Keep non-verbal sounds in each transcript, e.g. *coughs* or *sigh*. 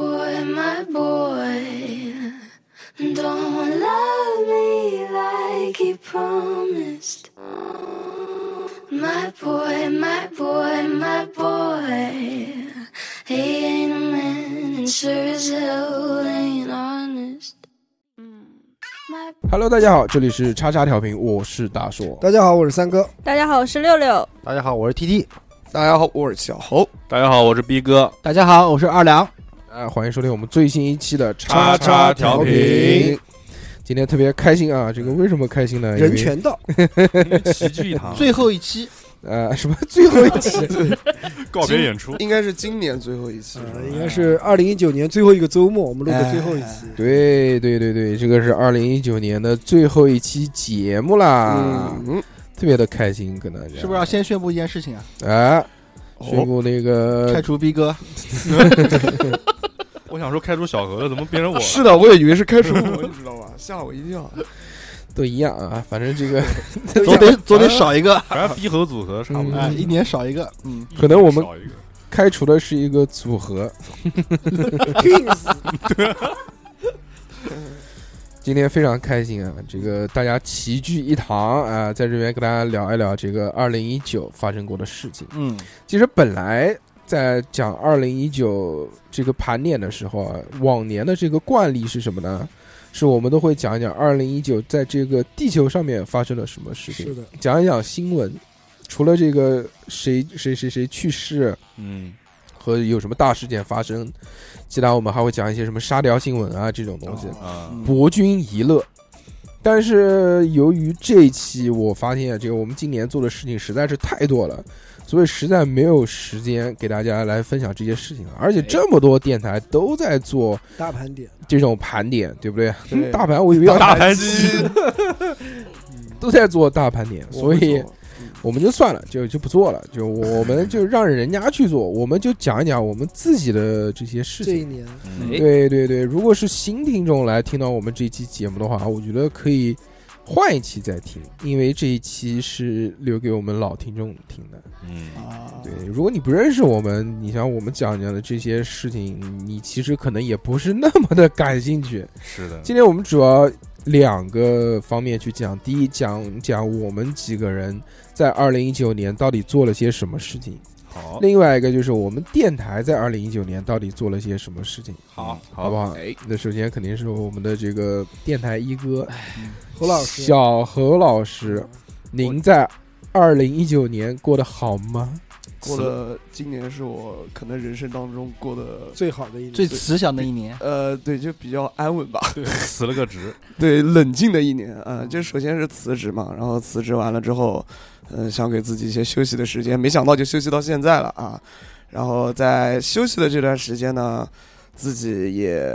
my boy. Don't love me like he promised. My boy, my boy, my boy. He ain't a man and sure as hell ain't honest. My Hello，大家好，这里是叉叉调频，我是大硕。大家好，我是三哥。大家好，我是六六。大家好，我是 TT。大家好，我是小猴。大家好，我是逼哥。大家好，我是二良。啊，欢迎收听我们最新一期的叉叉叉调频频。今天特别开心啊！这个为什么开心呢？因为人权道，哎齐聚一堂，最后一期，呃，什么最后一期？告别演出，应该是今年最后一期。呃应该是二零一九年最后一个周末，我们录的最后一 *laughs* 期。对对对对，这个是二零一九年的最后一期节目啦，嗯，特别的开心，可能是不是要先宣布一件事情啊？要啊？哦宣布那开个除逼哥。我想说开除小何了，怎么变 *laughs* 成我了？是的，我也以为是开除我，你知道吧？吓我一跳。都一样啊，反正这个总得总得少一个，还是逼猴组合差不多哎，一年少一个，嗯，可能我们少一个开除的是一个组合。今天非常开心啊！这个大家齐聚一堂啊，在这边跟大家聊一聊这个二零一九发生过的事情。嗯，其实本来在讲二零一九这个盘点的时候啊，往年的这个惯例是什么呢？是我们都会讲一讲二零一九在这个地球上面发生了什么事情，是的，讲一讲新闻。除了这个谁谁谁谁去世嗯，和有什么大事件发生，其他我们还会讲一些什么沙雕新闻啊这种东西。哦啊，嗯博君一乐。但是由于这一期我发现这个我们今年做的事情实在是太多了，所以实在没有时间给大家来分享这些事哎情了。而且这么多电台都在做大盘点，这种盘点，对不对？对大盘我以为要大盘鸡，都在做大盘点，所以我我们就算了，就就不做了，就我们就让人家去做，我们就讲一讲我们自己的这些事这情一。年嗯对对对，如果是新听众来听到我们这期节目的话，我觉得可以换一期再听，因为这一期是留给我们老听众听的。嗯，啊，对，如果你不认识我们，你像我们讲讲的这些事情，你其实可能也不是那么的感兴趣。是的， *laughs* 今天我们主要两个方面去讲，第一讲讲我们几个人在二零一九年到底做了些什么事情，好，另外一个就是我们电台在二零一九年到底做了些什么事情。好，嗯好不好？那首先肯定是我们的这个电台一哥侯老师，小何老师，您在二零一九年过得好吗？过的今年是我可能人生当中过的最好的一年，最慈祥的一年，呃，对，就比较安稳吧，辞了个职，对，冷静的一年啊、呃就首先是辞职嘛，然后辞职完了之后，嗯、想给自己一些休息的时间，没想到就休息到现在了啊。然后在休息的这段时间呢，自己也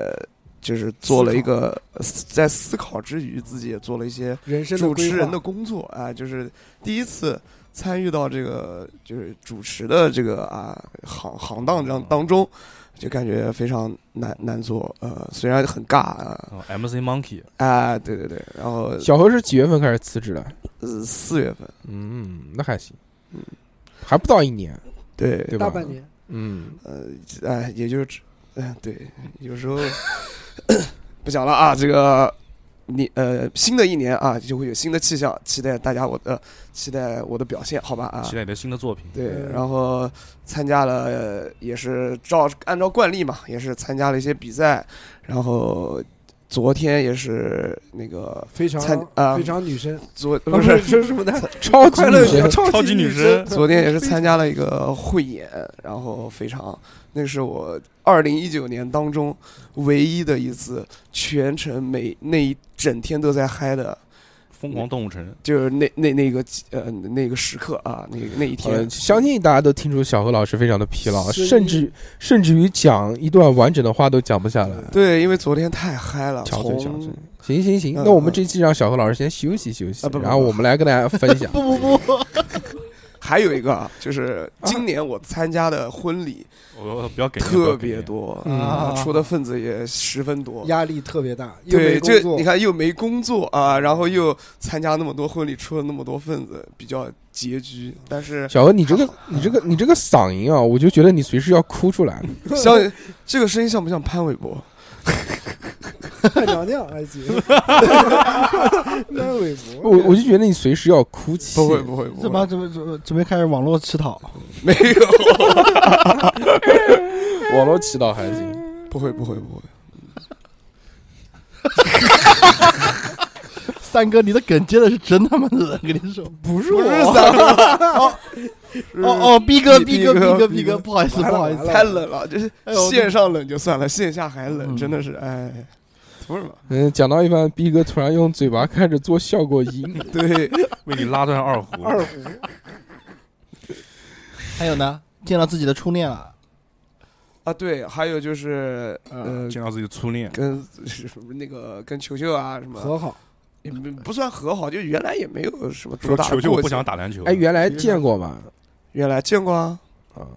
就是做了一个在思考之余，自己也做了一些人生的主规持划人的工作啊，就是第一次参与到这个就是主持的这个啊行行当当当中，就感觉非常难难做，呃，虽然很尬啊，哦 MC Monkey，啊，对对对，然后小何是几月份开始辞职的？呃四月份，嗯，那还行嗯，还不到一年，对，对吧？大半。年，嗯，哎，也就是只，哎，对，有时候不讲了啊，这个。你呃，新的一年啊，就会有新的气象，期待大家我的、期待我的表现，好吧啊，期待你的新的作品。对，嗯然后参加了，呃也是照按照惯例嘛，也是参加了一些比赛，然后昨天也是那个非常参啊非常女生，昨不哦不是是是什么 *laughs* 呢？超级快乐女神，超超级级女女生生，昨天也是参加了 *laughs* 一个汇演，然后非常，那是我二零一九年当中唯一的一次全程每那一整天都在嗨的，疯狂动物城，就是那那那个呃那个时刻啊，那个那一天呃，，相信大家都听出小何老师非常的疲劳，声音甚至甚至于讲一段完整的话都讲不下来。对，因为昨天太嗨了，憔悴憔嗯从悴，行行行，嗯那我们这期让小何老师先休息休息啊不，不然后不我们来跟大家分享不不不，还有一个啊，就是今年我参加的婚礼我我不要给面特别，不要给面多，嗯啊出的分子也十分多。压力特别大，又对，没就工作你，看又没工作啊，然后又参加那么多婚礼，出了那么多份子，比较拮据。*laughs* *laughs* 但是小何，你这个你这个你这个嗓音啊，我就觉得你随时要哭出来。像这个声音像不像潘玮柏？看娘娘还 *laughs* 行， *laughs* 那韦我伯，我就觉得你随时要哭泣。不会不会不怎会，么怎么准准备开始网络乞讨？没有，网络祈祷还行。不会不会不会。三哥，你的梗接的是真他妈的冷，跟你说。 *laughs* 不是不是我， *laughs* 三个，哦哦，逼哥逼逼哥逼嗯哥哥逼逼哥哥，不好意思完不了好意完思，了 *laughs* 太冷了，就是哎呦线上冷就算了，线下还冷，嗯真的是哎，不是嘛？嗯，讲到一半，逼哥突然用嘴巴开始做效果音。对，为你拉断二胡，二胡，还有呢，见到自己的初恋了，啊，对，还 *laughs* 有就是嗯呃，见到自己的初恋，跟什么那个跟球球啊什么，和好，也不不算和好，就原来也没有什么多说大的球球我过不节想。打篮球。哎，原来见过 *laughs* 吗？原来见过啊，啊，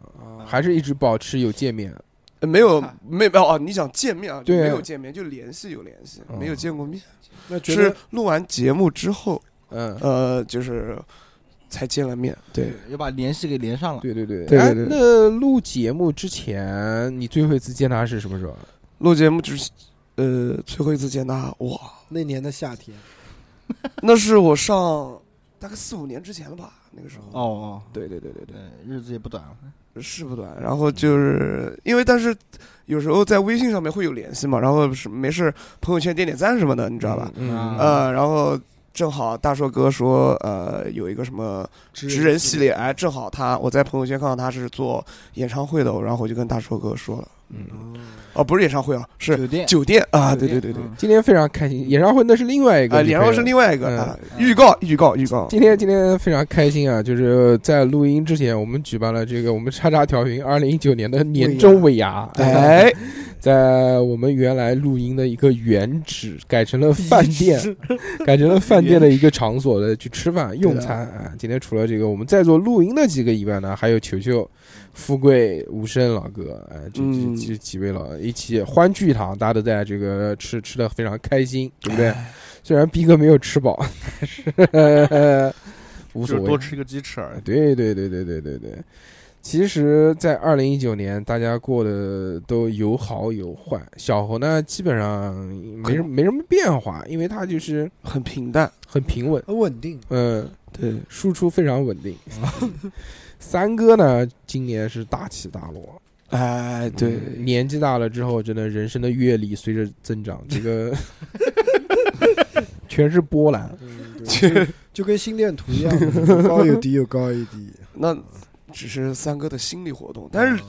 还是一直保持有见面。呃没有没没有哦，你想见面啊？就对没有见面，就联系有联系，没有嗯见过面，那觉是得录完节目之后，嗯，呃，就是才见了面。对，又把联系给连上了。对对对。对对哎对那录节目之前，你最后一次见他是什么时候？啊录节目之呃最后一次见他，哇，那年的夏天，那是我上大概四五年之前了吧，那个时候。哦哦，对对对对对，日子也不短了。对，是不短。然后就是因为，但是有时候在微信上面会有联系嘛，然后是没事朋友圈点点赞什么的，你知道吧？嗯，啊呃，然后正好大硕哥说，呃，有一个什么职人系列，哎，正好他我在朋友圈看到他是做演唱会的，然后我就跟大硕哥说了，嗯哦，不是演唱会啊，是酒店酒店啊，酒对对店对对，嗯今天非常开心，演唱会那是另外一个啊，女朋友，然后是另外一个嗯啊，预告预告预告，今天今天非常开心啊！就是在录音之前，我们举办了这个我们叉叉调频二零一九年的年终尾牙，哎，哎，在我们原来录音的一个原址改成了饭店， *laughs* 改成了饭店的一个场所的去吃饭用餐啊。今天除了这个我们在座录音的几个以外呢，还有球球、富贵、无声老哥，哎，这嗯这这几位老一起欢聚一堂，大家都在这个吃吃的非常开心，对不对？虽然逼哥没有吃饱，但 *laughs* 是 *laughs* 无就所是谓，多吃一个鸡翅而已。对对对对对对对。其实，在二零一九年，大家过得都有好有坏。小侯呢，基本上没什么没什么变化，因为他就是很平淡，很平稳，很稳定，嗯，对，输出非常稳定。 *laughs* 三哥呢，今年是大起大落，嗯哎，对，年纪大了之后，真的人生的阅历随着增长，这 *laughs* 个全是波澜。嗯对就就跟心电图一 *laughs* 样，有高有低，有高有低，那只是三哥的心理活动，但是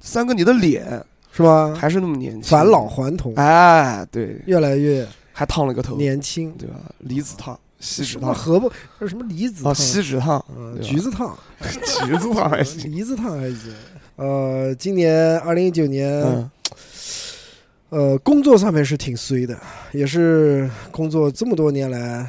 三哥你的脸是吧？还是那么年轻，返老还童，哎，对，越来越还烫了个头，年轻，对吧？离子烫、锡纸什么烫核不是什么离子啊，烫，锡纸烫、 *laughs* 嗯对吧橘子烫，橘子烫还行。梨子烫还行。呃，今年二零一九年，嗯，呃，工作上面是挺衰的，也是工作这么多年来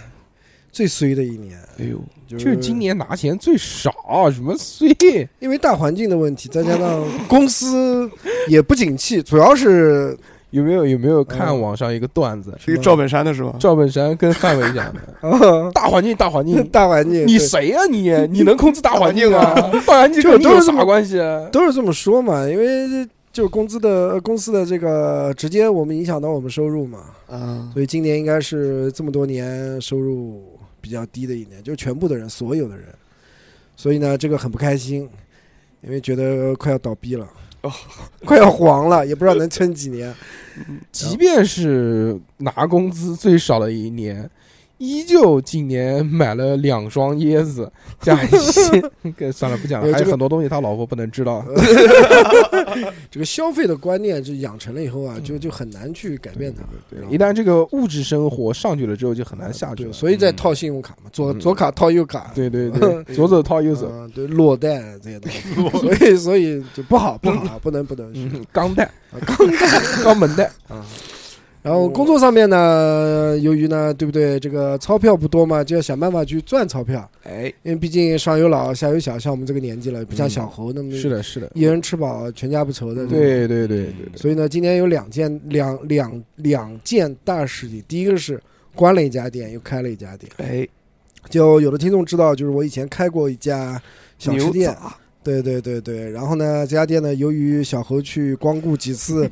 最衰的一年。哎呦，就就是是今，年拿钱最少，什么碎？因为大环境的问题，再 *laughs* 加上公司也不景气，主要是，有没有有没有看网上一个段子？这个赵本山的是吧？赵本山跟范伟讲的啊，，大环境，大环境大环境，嗯你 *laughs* 对谁呀、你？你能控制大环境啊？大环境就跟你都有是这啥么关系啊？都是这么说嘛，因为就工资的呃公司的这个直接我们影响到我们收入嘛，啊，所以今年应该是这么多年收入比较低的一年，就全部的人，所有的人。所以呢，这个很不开心，因为觉得快要倒闭了，哦快要黄了，也不知道能撑几年。即便是拿工资最少的一年，依旧今年买了两双椰子，加一些。跟算了，不讲有了，还这有个很多东西他老婆不能知道。这个消费的观念就养成了以后啊，就就很难去改变它。对一旦这个物质生活上去了之后，就很难下去对，了。所以在套信用卡嘛，左左卡套右卡，嗯对对对，左手套右手，嗯对，落袋这些东 *laughs* 西，所以所啊嗯以就不好不好，不能不能是 *laughs* 嗯，钢带啊，嗯钢带，肛门带。然后工作上面呢，由于呢，对不对？这个钞票不多嘛，就要想办法去赚钞票，哎，因为毕竟上有老下有小，像我们这个年纪了，不像小猴那么嗯是的，是的，一人吃饱全家不愁的。吧对对对对对，所以呢，今年有两件两两两件大事情，第一个是关了一家店，又开了一家店。哎，就有的听众知道，就是我以前开过一家小吃牛店，杂对对对对。然后呢，这家店呢，由于小猴去光顾几 *laughs* 次，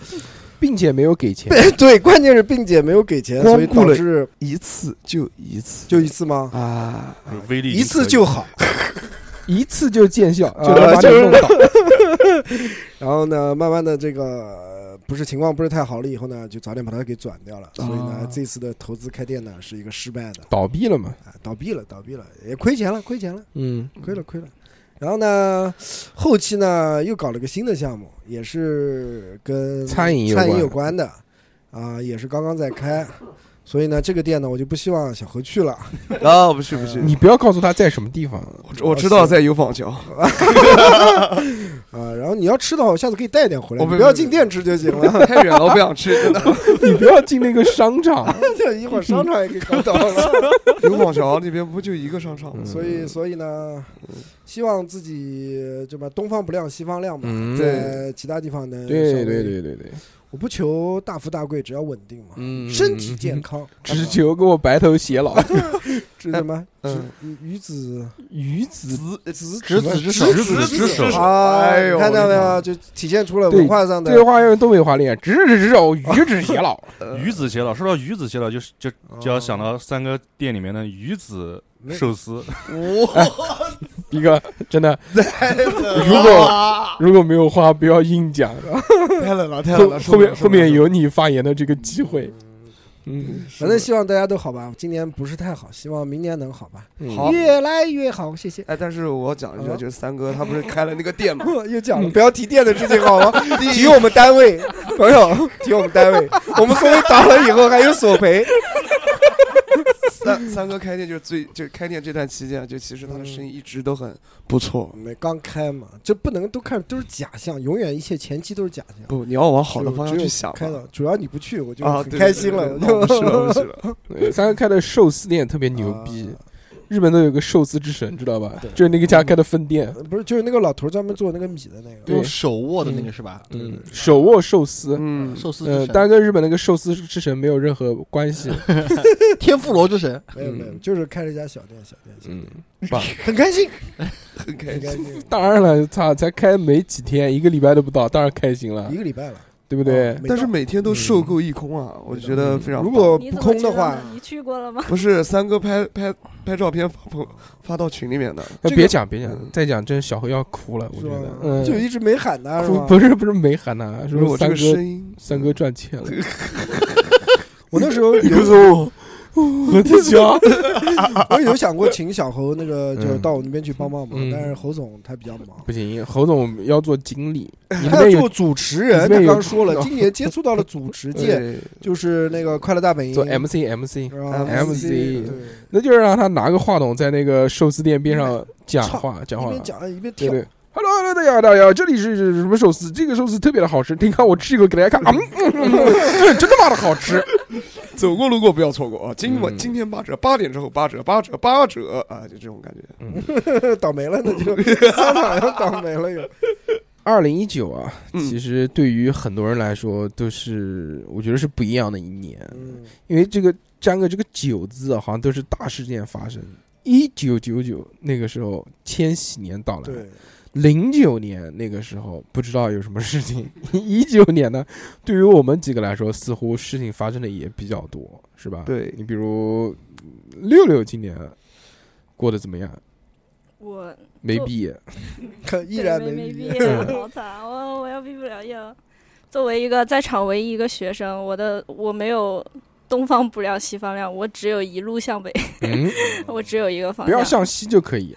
并且没有给钱，对对，关键是并姐没有给钱，所以光顾导了致一次就一次，就一次吗？啊，威力已经一次可以就好。一次就见效， *laughs* 就啊能把你就是弄倒。然后呢，慢慢的这个呃不是情况不是太好了，以后呢，就早点把它给转掉了。所以呢啊，这次的投资开店呢是一个失败的 *laughs* 倒闭了嘛？啊，倒闭了，倒闭了，也亏钱了，亏钱了。嗯，亏了亏了。然后呢，后期呢又搞了个新的项目，也是跟餐饮有餐饮关有关的，啊、也是刚刚在开，所以呢，这个店呢我就不希望小何去 *laughs* 了，啊，不去不 *laughs* 去，哦你不要告诉他在什么地 *laughs* 方，我知道在油坊桥，啊、然后你要吃的话，我下次可以带一点回来，哦你不不要不 *laughs* 进店吃就行了，太远了，我不想吃，真的。你不要进那个商场。 *laughs* 就一会儿商场也可以搞到了。油坊桥那边不就一个商场吗？嗯所以，所以呢，希望自己这么东方不亮西方亮吧，嗯在其他地方呢，稍对微对，对对对，我不求大富大贵，只要稳定嘛，嗯身体健，康，只求给我白头偕老。这什么？嗯鱼子鱼子呃子执子之手，执子之手啊！哎呦你看到没有？就体现出了对文化上的哦这句话用东北话啊念：执子之手，与子偕 *laughs* 老。鱼子偕老，说到鱼子偕老，就是就就要想哦到三哥店里面的鱼子寿司，一个真 *laughs* 的，如如 *laughs* 果如果没有话，不要硬讲，太冷了，太后冷了，后面后面有你发言的这个机会。嗯，反正希望大家都好吧。今年不是太好，希望明年能好吧，嗯好越来越好。谢 *laughs* 谢。哎，但是我讲一下，啊就是三哥他不是开了那个店 *laughs* 吗？又讲了嗯，不要提店的事情好吗？ *laughs* 提我们单位，朋友，提我们单位，我们作为打了以后还有索 *laughs* 赔。三三哥开店就是最就开店这段期间，啊就其实他的生意一直都很不错。没刚开嘛，这不能都看都是假象，永远一切前期都是假象。不，你要往好的只有方向去想只有开嘛的，主要你不去，我就啊，很对开心了。对 *laughs* 对对哦不是了，不是了。对嗯三哥开的寿司店特别牛逼啊，日本都有个寿司之神，知道吧对？就是那个家开的分店，呃不是，就是那个老头专门做那个米的那个。对用手握的那个是吧？嗯，手握寿司，嗯，寿司呃之，但神，跟日本那个寿司之神没有任何关系。天妇罗之神，没有嗯没有，就是开了一家小店，小店，小店 *laughs* 嗯，很开心，很开很心。开心。 *laughs* 当然了，操，才开没几天，一个礼拜都不到，当然开心了一，个礼拜了，对不对哦？没但是到每天都售够一空啊，我觉得非常棒。如果你不怎么空知的道话，你去过了吗？不是三哥拍拍拍照片发朋发到群里面的，那别讲别讲嗯，再讲真小何要哭了，我是觉得吧，？就嗯，一直没喊他，是哭吧？不是不是没喊呐，如说果这三个哥声音，三哥赚钱了，我那时候有时候 *laughs* 我在想，我有想过请小侯那个，就是嗯到我那边去帮帮忙，嗯但是侯总他比较忙， *laughs* 不行，侯总要做经理，你那他 *laughs* 边要有做主持你人。那他边有刚说了，今年接触到了主持界，对，就是那个《快乐大本营》做 MC MC，啊 MC 对那就是让他拿个话筒在那个寿司店边上讲话讲一话，边讲一边对跳，对。Hello Hello，大家好，大家好，这里是什么寿司？这个寿司特别的好吃，你看我吃一口给大家看，嗯，嗯嗯嗯真他妈的好吃。走过路过不要错过啊！今晚嗯今天八折，八点之后八折，八折八折啊！就这种感觉。 *laughs* 倒霉了，那 *laughs* 就商场要倒霉了又。二零一九啊，嗯其实对于很多人来说都是，我觉得是不一样的一年，嗯因为这个沾个这个“九”字啊，好像都是大事件发生。一九九九那个时候，千禧年到来；对，零九年那个时候，不知道有什么事情； *laughs* 一九年呢，对于我们几个来说，似乎事情发生的也比较多，是吧？对你比如六六今年过得怎么样？我没就毕业，看依对然没没毕毕业，好惨，我我要毕不了业了。作为一个在场唯一一个学生，我的我没有东方不亮西方亮，我只有一路向北， *laughs* 嗯，我只有一个方不要向。向西就可以。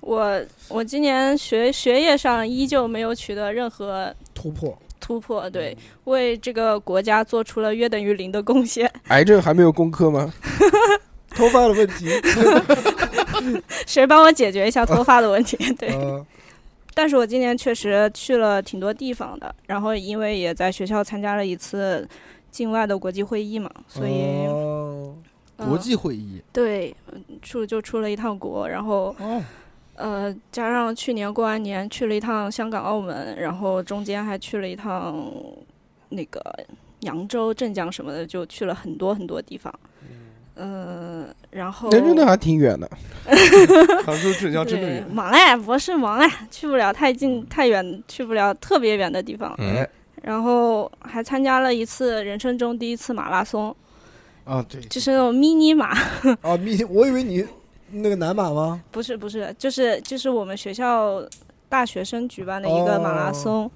我我今年学学业上依旧没有取得任何突破，突破，对，为这个国家做出了约等于零的贡献。 *laughs* 癌症还没有攻克吗？脱发的问题， *laughs* 谁帮我解决一下脱发的问题？对， *laughs* 啊，但是我今年确实去了挺多地方的，然后因为也在学校参加了一次境外的国际会议嘛，所以、哦呃国际会议对嗯出就出了一趟国，然后哦，呃加上去年过完年去了一趟香港、澳门，然后中间还去了一趟那个扬州、镇江什么的，就去了很多很多地方。嗯、然后哎那真的还挺远的。杭州镇江真的对远，忙哎，博士忙哎，去不了太近太远，去不了特别远的地方。嗯，然后还参加了一次人生中第一次马拉松，啊，对就是那种迷你马， *laughs* 啊，密，我以为你那个南马吗？不是不是，就是就是我们学校大学生举办的一个马拉松，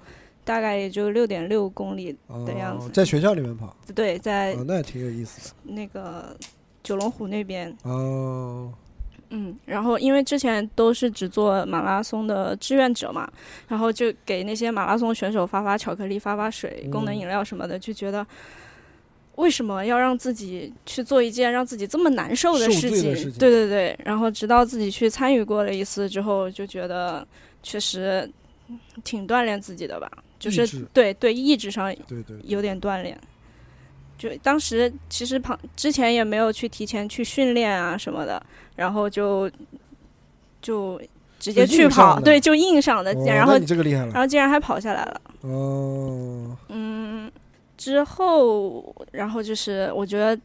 大概也就六点六公里，哦的样子在学校里面跑，啊，不对，在那也挺有意思那个九龙湖那边。的。哦，嗯，然后因为之前都是只做马拉松的志愿者嘛，然后就给那些马拉松选手发发巧克力、发发水、功能嗯饮料什么的，就觉得为什么要让自己去做一件让自己这么难受的受事罪情？的事情对对对。然后直到自己去参与过了一次之后，就觉得确实挺锻炼自己的吧，就意是志对对意志上对对，有点锻炼。就当时其实旁之前也没有去提前去训练啊什么的，然后就就直接就去硬上跑，的对，就硬上的，哦然那后你这个厉害然了。后竟然还跑下来了。哦，嗯，之后然后就是我觉得，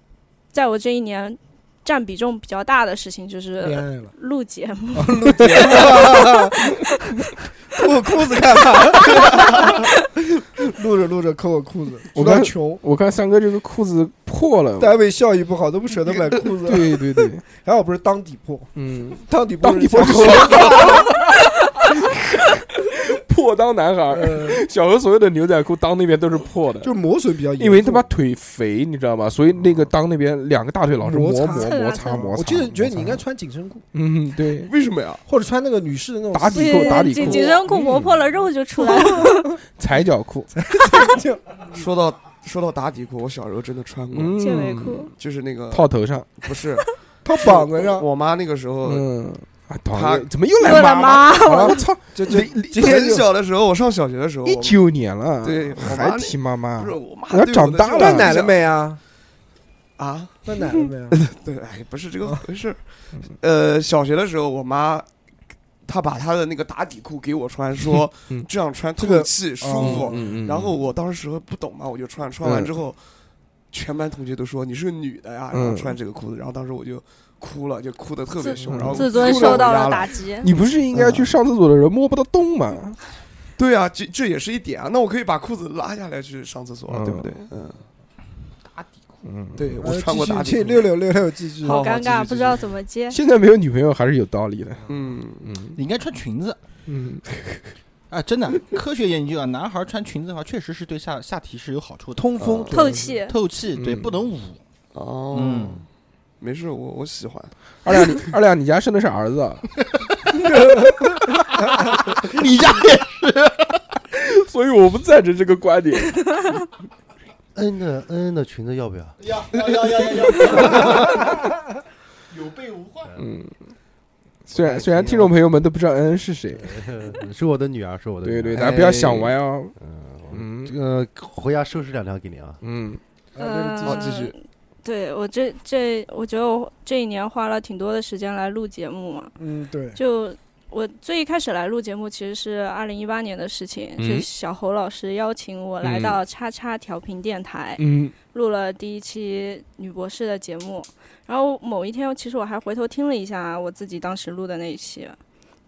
在我这一年占比重比较大的事情就恋是爱了，录节目，扣我裤子看看， *laughs* 录着录着扣我裤子，我知道刚穷， *laughs* 我看三哥这个裤子破了，单位效益不好，都不舍得买裤 *laughs* 子。 *laughs* 对对对，还好不是裆底破，嗯，裆底破当是你破像口， *laughs* 破裆男孩，呃，小何所有的牛仔裤裆那边都是破的，就磨损比较严重。因为他妈腿肥，你知道吗？所以那个裆那边两个大腿老是磨摩磨擦摩蹭擦啊摩擦。我记得觉得你应该摩擦，穿紧身裤，嗯，对，为什么呀？或者穿那个女士的那种打底裤打底紧裤紧身裤磨破了肉就出来了。踩脚裤，就说到说到打底裤，我小时候真的穿过，嗯，健美裤，就是那个套头上，不是套膀子上。我妈那个时候，嗯，啊，他哦他怎么又又来来妈妈？妈我操，就就今天很就小的时候，我上小学的时候，一我九年了，对我妈还那提妈妈不是，我妈我要对长的大这种了断奶了没 *laughs* 啊？啊？断奶了没 *laughs* 啊？对，哎，不是这个回事儿。呃，小学的时候，我妈她把她的那个打底裤给我穿，说嗯这样穿透这个气舒嗯服。嗯嗯然后我当时不懂嘛，我就穿，穿完之后，全班同学都说你是个女的呀，然后嗯穿这个裤子。然后当时我就哭了，就哭的特别自凶，然后自尊哭着受到回家了了打击。你不是应该去上厕所的人摸不到洞吗？对啊，这这也是一点啊。那我可以把裤子拉下来去上厕所，嗯对不对？嗯，嗯，对我呃穿过继续打继底续裤。六六六六继续。好尴继续尬，继续不知道怎么接。现在没有女朋友还是有道理的。嗯，嗯你应该穿裙子。嗯，啊，真的，科学研究啊，男孩穿裙子的话，确实是对下下体是有好处的，啊通风呃透，气，透气，对，嗯不能捂。哦，嗯没事，我我喜欢。二亮你，二亮，你家生的是儿子啊，你 *laughs* 家所以我不赞成这个观点。 N 的 N 的裙子要不要？要要要要要， *laughs* 有备无患。嗯，虽然虽然听众朋友们都不知道恩恩是谁， *laughs* 是我的女儿，是我的女对对，儿。哎大家不要想歪哦。这嗯个回家收拾两条给你啊。嗯，嗯，好继续。对我这这，我觉得我这一年花了挺多的时间来录节目嘛。嗯，对， *laughs* 就我最一开始来录节目，其实是二零一八年的事情，嗯就小侯老师邀请我来嗯到叉叉调频电台，嗯录了第一期女博士的节目。然后某一天，其实我还回头听了一下我自己当时录的那一期，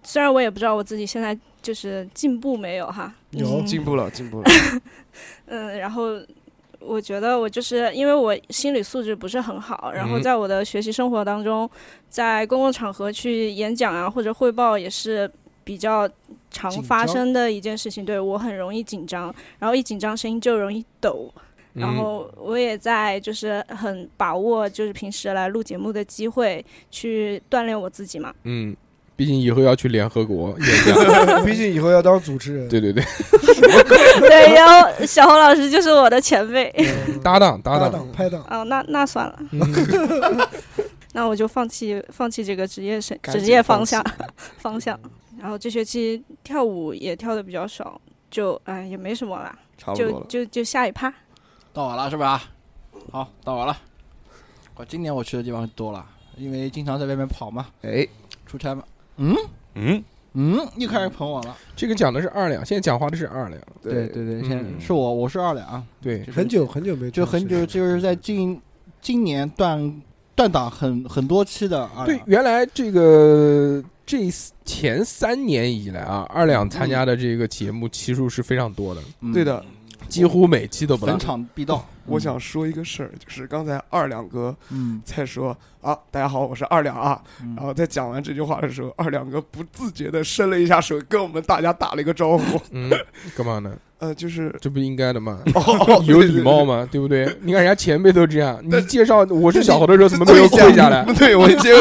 虽然我也不知道我自己现在就是进步没有哈，有嗯进步了，进步了。嗯，然后我觉得我就是因为我心理素质不是很好，然后嗯在我的学习生活当中，在公共场合去演讲啊或者汇报也是比较常紧发张生的一件事情，对我很容易紧张，然后一紧张声音就容易抖。嗯然后我也在就是很把握，就是平时来录节目的机会，去锻炼我自己嘛。 *laughs* 嗯，毕竟以后要去联合国演 *laughs* 讲。毕竟以后要当主持人，对对对，对，然后小侯老师就是我的前辈，嗯搭档搭档，搭嗯档拍档，哦，那那算了， *laughs* 那我就放弃放弃这个职业生赶职紧业方 *laughs* 放弃嗯向方向。然后这学期跳舞也跳的比较少，就哎也没什么啦，差不多就了。就就下一趴。到我了是吧？好，到我了。我今年我去的地方多了，因为经常在外面跑嘛，哎，出差嘛。嗯，嗯，又开始捧我了。这个讲的是二两，现在讲话的是二两，对对，对对，现嗯在是我，我是二两啊，对就，是很久很久没嗯就很久，就是在近今年断断档很很多期的啊。对，原来这个这前三年以来啊，二两参加的这个节目期数是非常多的，嗯对，的，几乎每期都不落逢。场必到。我想说一个事儿，就是刚才二两哥嗯，在说啊，大家好，我是二两啊。嗯，然后在讲完这句话的时候，二两哥不自觉的伸了一下手，跟我们大家打了一个招呼。嗯，干嘛呢？呃，就是这不应该的吗？ *laughs* 哦有礼貌？嘛，对不对？你看人家前辈都这样，你介绍我是小猴的时候，怎么对没对有对跪下来？ *laughs* 对，我已经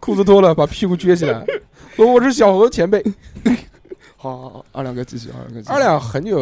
裤子脱了，把屁股撅起来。说我是小猴前辈，好好好，二两哥继续，二两哥继续。二两很久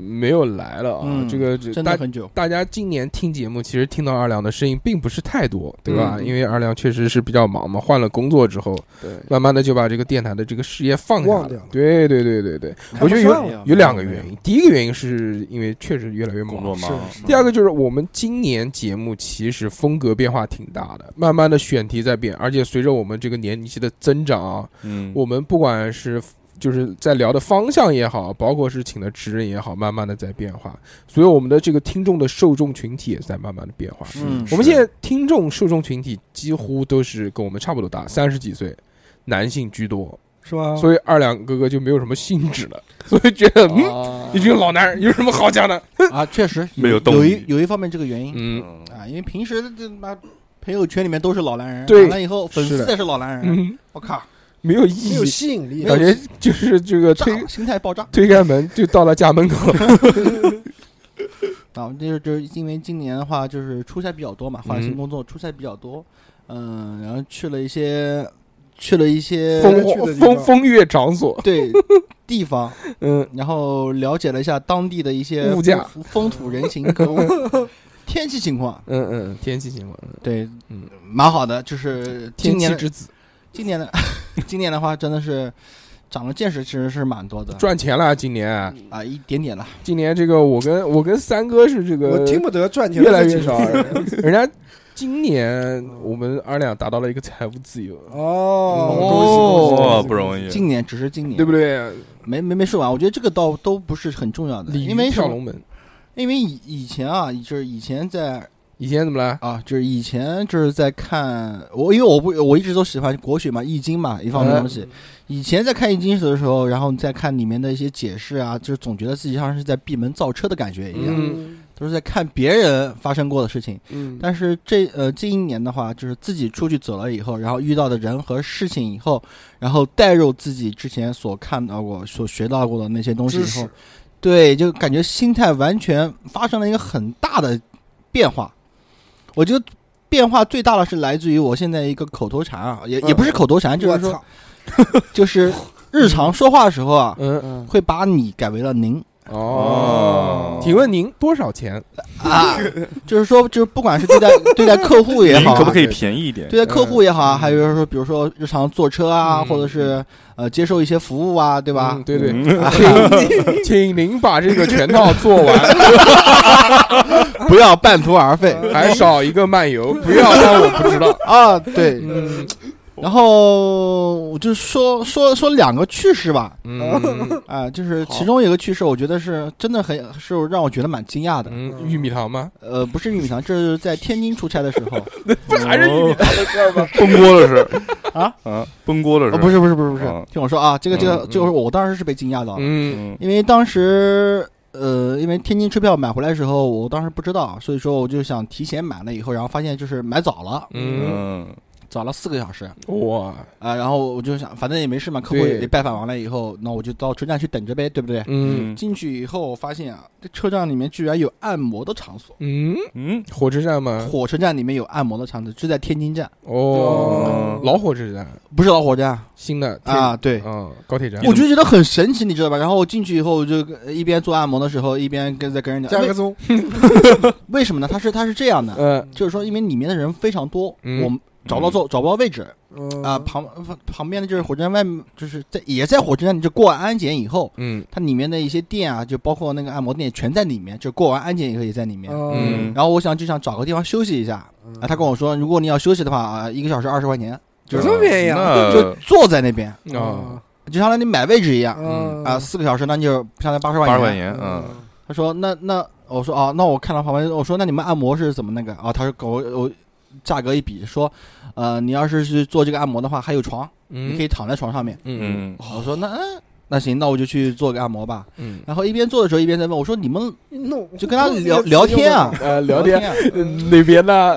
没有来了啊。嗯这个这真大的很久。大家今年听节目，其实听到二两的声音并不是太多，对吧？嗯因为二两确实是比较忙嘛，换了工作之后，对，慢慢的就把这个电台的这个事业放下忘掉了了。对对对对对，我觉得有有两个原因，第一个原因是因为确实越来越忙工作忙，第二个就是我们今年节目其实风格变化挺大的，慢慢的选题在变，而且随着我们这个年纪的增长啊，嗯，我们不管是就是在聊的方向也好，包括是请的职人也好，慢慢的在变化，所以我们的这个听众的受众群体也在慢慢的变化。嗯我们现在听众受众群体几乎都是跟我们差不多大，三十几岁。男性居多，是吧？所以二两哥哥就没有什么兴致了，所以觉得嗯，哦啊一群老男人有什么好讲的？啊，确实 *laughs* 没有动有力一有一方面这个原因嗯，啊，因为平时这他妈朋友圈里面都是老男人，对完了以后粉是丝的也是老男人，嗯，我靠，没有意义，没有吸引力，感觉就是这个炸推了心态爆炸推开门就到了家门口。啊！就是就是因为今年的话，就是出差比较多嘛，换了嗯新工作，出差比较多，嗯，然后去了一些去了一些风去的地风方风月场所，对地方，嗯，然后了解了一下当地的一些物价风、风土人情 *laughs* 和天气情况，嗯嗯，天气情况，对，嗯，蛮好的。就是今天气年之子今年的 *laughs* 今年的话，真的是长了见识，其实是蛮多的赚钱了，今年啊，一点点了。今年这个我跟我跟三哥是这我个听不得赚钱越来越这几个少字，人家今年我们二两达到了一个财务自由，哦，哦，嗯不容易，今年只是今年，对不对？没没没说完，我觉得这个倒都不是很重要的，鲤嗯因鱼为跳什么龙门，因为以以前啊，就是以前在以前怎么了？啊，就是以前就是在看我，因为我不我一直都喜欢国学嘛，《易经》嘛，一方面东西。嗯以前在看《易经》的时候，然后你再看里面的一些解释啊，就是总觉得自己像是在闭门造车的感觉一样，嗯都是在看别人发生过的事情。嗯，但是这呃这一年的话，就是自己出去走了以后，然后遇到的人和事情以后，然后带入自己之前所看到过、所学到过的那些东西知以后识，对，就感觉心态完全发生了一个很大的变化。我觉得变化最大的是来自于我现在一个口头禅啊，嗯也也不是口头禅，就我是说操，就是日常说话的时候啊，哦嗯会把你改为了 *laughs* 您哦，请问您多少钱？啊，就是说，就是不管是对待对待客户也您好啊，可不可以便宜一点？对待客户也好啊，嗯还有就是说，比如说日常坐车啊，嗯或者是呃接受一些服务啊，对吧嗯？对对，嗯请请您把这个全套做完。嗯不要半途而废还少一个漫游，不要让我不知道。啊！对，嗯然后我就说说说两个趣事吧，嗯啊，就是好其中有一个趣事，我觉得是真的很是让我觉得蛮惊讶的。嗯，玉米糖吗？呃，不是玉 *laughs* 米糖，这是在天津出差的时候不还是你的事儿吗？哦崩锅的事啊啊，崩锅的事哦，不是，是不是不是不是嗯，听我说啊，这个这个嗯就是我当时是被惊讶到了，嗯嗯因为当时呃，因为天津车票买回来的时候，我当时不知道，所以说我就想提前买了以后，然后发现就是买早了，嗯，嗯，早了四个小时啊、哇，然后我就想反正也没事嘛，客户对也拜访完了以后，那我就到车站去等着呗，对不对？嗯进去以后，我发现啊，这车站里面居然有按摩的场所。嗯，嗯，火车站吗？火车站里面有按摩的场所，就在天津站，哦，老火车站，不是老火车站新的啊，，对天。嗯，高铁站。我就觉得很神奇，你知道吧？然后我进去以后，我就呃一边做按摩的时候，一边跟在跟人加讲，个为钟， *laughs* 为什么呢？他是他是这样的，呃，就是说，因为里面的人非常多，嗯我找不到座，找不到位置嗯啊、旁旁边的就是火车站外面，就是在也在火车站，就过完安检以后，嗯它里面的一些店啊，就包括那个按摩店全在里面，就过完安检以后也在里面。哦嗯然后我想就想找个地方休息一下啊，他跟我说，如果你要休息的话啊，一个小时二十块钱，有这么便宜啊？就那坐在那边，哦啊，就相当于你买位置一样嗯嗯啊，四个小时那就相当于八十块钱。八十块钱，嗯，他说那那我说哦，那我看到旁边我说那你们按摩是怎么那个啊？他说狗我价格一比说，呃，你要是去做这个按摩的话，还有床，嗯你可以躺在床上面。嗯嗯，我说那嗯那行，那我就去做个按摩吧。嗯，然后一边做的时候一边在问我说你们弄就跟他聊聊天啊，呃，聊天天啊哪边呢？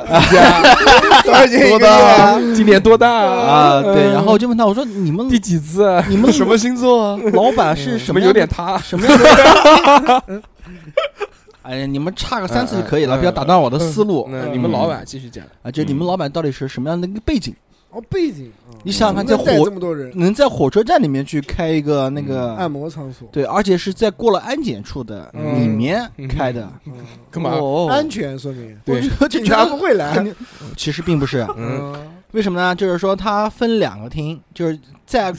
多少钱一多个月啊？大今年多大 *laughs* 啊？对，然后就问他我说你们第几次？你们什么星 *laughs* 座啊？老板是什怎么么样有的点塌？什么样的？哎呀，你们差个三次就可以了，嗯嗯不要打断我的思路。那你们老板继续讲。啊，就你们老板到底是什么样的一个背景？哦背景，你想想看，在带火嗯这么多人能在火车站里面去开一个那按个，摩场所，对，而且是在过了安检处的嗯里面开的，嗯干嘛？哦安全说 *laughs* 明我对觉得警警察察不会来肯。定，其实并不是，嗯为什么呢？就是说它分两个厅，就是在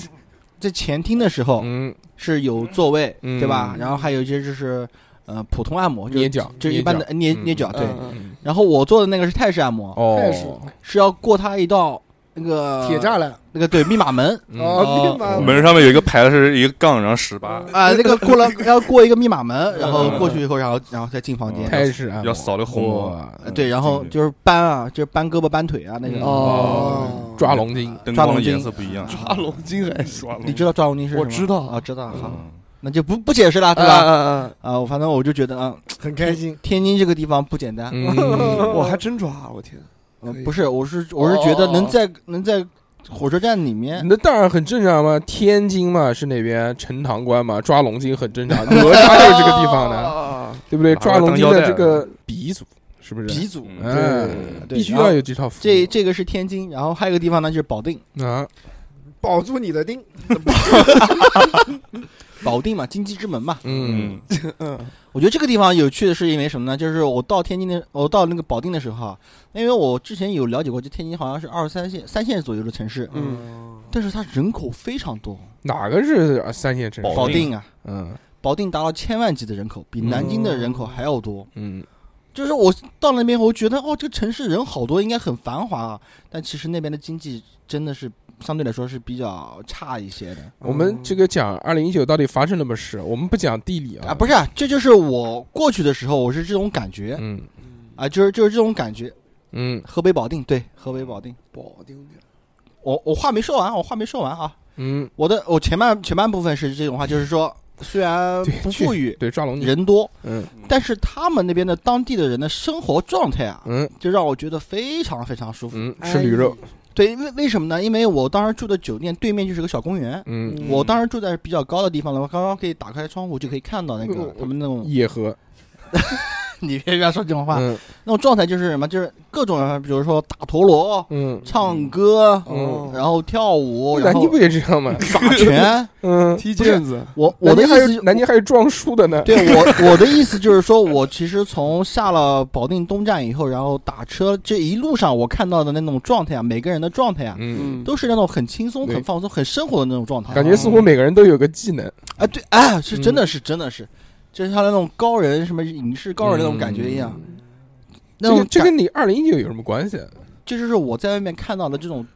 在前厅的时候嗯，是有座位，嗯对吧？然后还有一些就是呃普通按摩，就是捏脚就是一般的捏捏脚，对。嗯嗯然后我做的那个是泰式按摩，泰式哦，是要过它一道那个铁栅栏那个对密 *laughs* 码门嗯哦，密码门上面有一个牌子是一个杠，然后十八，啊、那个过了要过一个密码门，然后过去以后，然后然后再进房间。嗯泰式按摩要扫那个虹膜嗯哇呃对，然后就是搬啊，就是搬胳膊搬腿啊那嗯种。哦抓龙筋，灯抓光的龙颜筋色不一样，抓龙筋还是抓龙你知道抓龙筋是什么？我知道啊，知道。好，嗯那就不不解释嗯了，对吧？吧？啊，我反正我就觉得啊，很开心，天津这个地方不简单。 *laughs* 嗯我还真抓，啊我天！呃可以不是，我是我是觉得能在能在火车站里面，那当然很正常嘛，天津嘛是那边陈塘关嘛，抓龙筋很正常，哪吒哎就是这个地方哦哦的，的，对不对？哪吒抓龙筋当的腰带这个鼻祖是不是？鼻祖。嗯嗯，对必须然后要有这套服务。这这个是天津，然后还有一个地方呢就是保定，啊，保住你的丁。保定嘛，经济之门嘛。嗯 *laughs* 我觉得这个地方有趣的是因为什么呢？就是我到天津的，我到那个保定的时候啊，因为我之前有了解过，就天津好像是二三线、三线左右的城市，嗯，但是它人口非常多，哪个是三线城市？保保定定啊，嗯保定达到千万级的人口，比南京的人口还要多。嗯就是我到那边，我觉得哦，这个城市人好多，应该很繁华啊，但其实那边的经济真的是相对来说是比较差一些的我们这个讲二零一九到底发生了什么事，我们不讲地理啊。啊，不是，是啊，这就是我过去的时候，我是这种感觉嗯啊，就是就是这种感觉。嗯河北保定，对，河北保定。保定的我我话没说完，我话没说完啊！嗯，我的我前半前半部分是这种话，就 *laughs* 是说虽然对不富裕，对，抓龙筋，人多，嗯但是他们那边的当地的人的生活状态啊，嗯就让我觉得非常非常舒服。嗯，吃驴肉，对，为为什么呢？因为我当时住的酒店对面就是个小公园，嗯，我当时住在比较高的地方了，我刚刚可以打开窗户就可以看到那个嗯他们那种， *laughs* 野河，你别别说这种话，嗯那种状态就是什么？就是各种，比如说打陀螺、嗯，唱歌，嗯哦然后跳舞，然南后京不也这样 *laughs* 吗？打拳。嗯，踢毽子，我我南的意京还思有就，南京还有撞树的呢，对我我的意思就是说，我其实从下了保定东站以后，然后打车这一路上我看到的那种状态啊，每个人的状态啊，嗯嗯，嗯，都是那种很轻松、对很放松、很生活的那种状态。感觉似乎嗯每个人都有个技能，啊，对，哎，是真的是真的是，就像那种高人什么影视高人那种感觉一样。嗯那嗯这种个这感跟你二零一九有什么关系？啊这就是我在外面看到的这种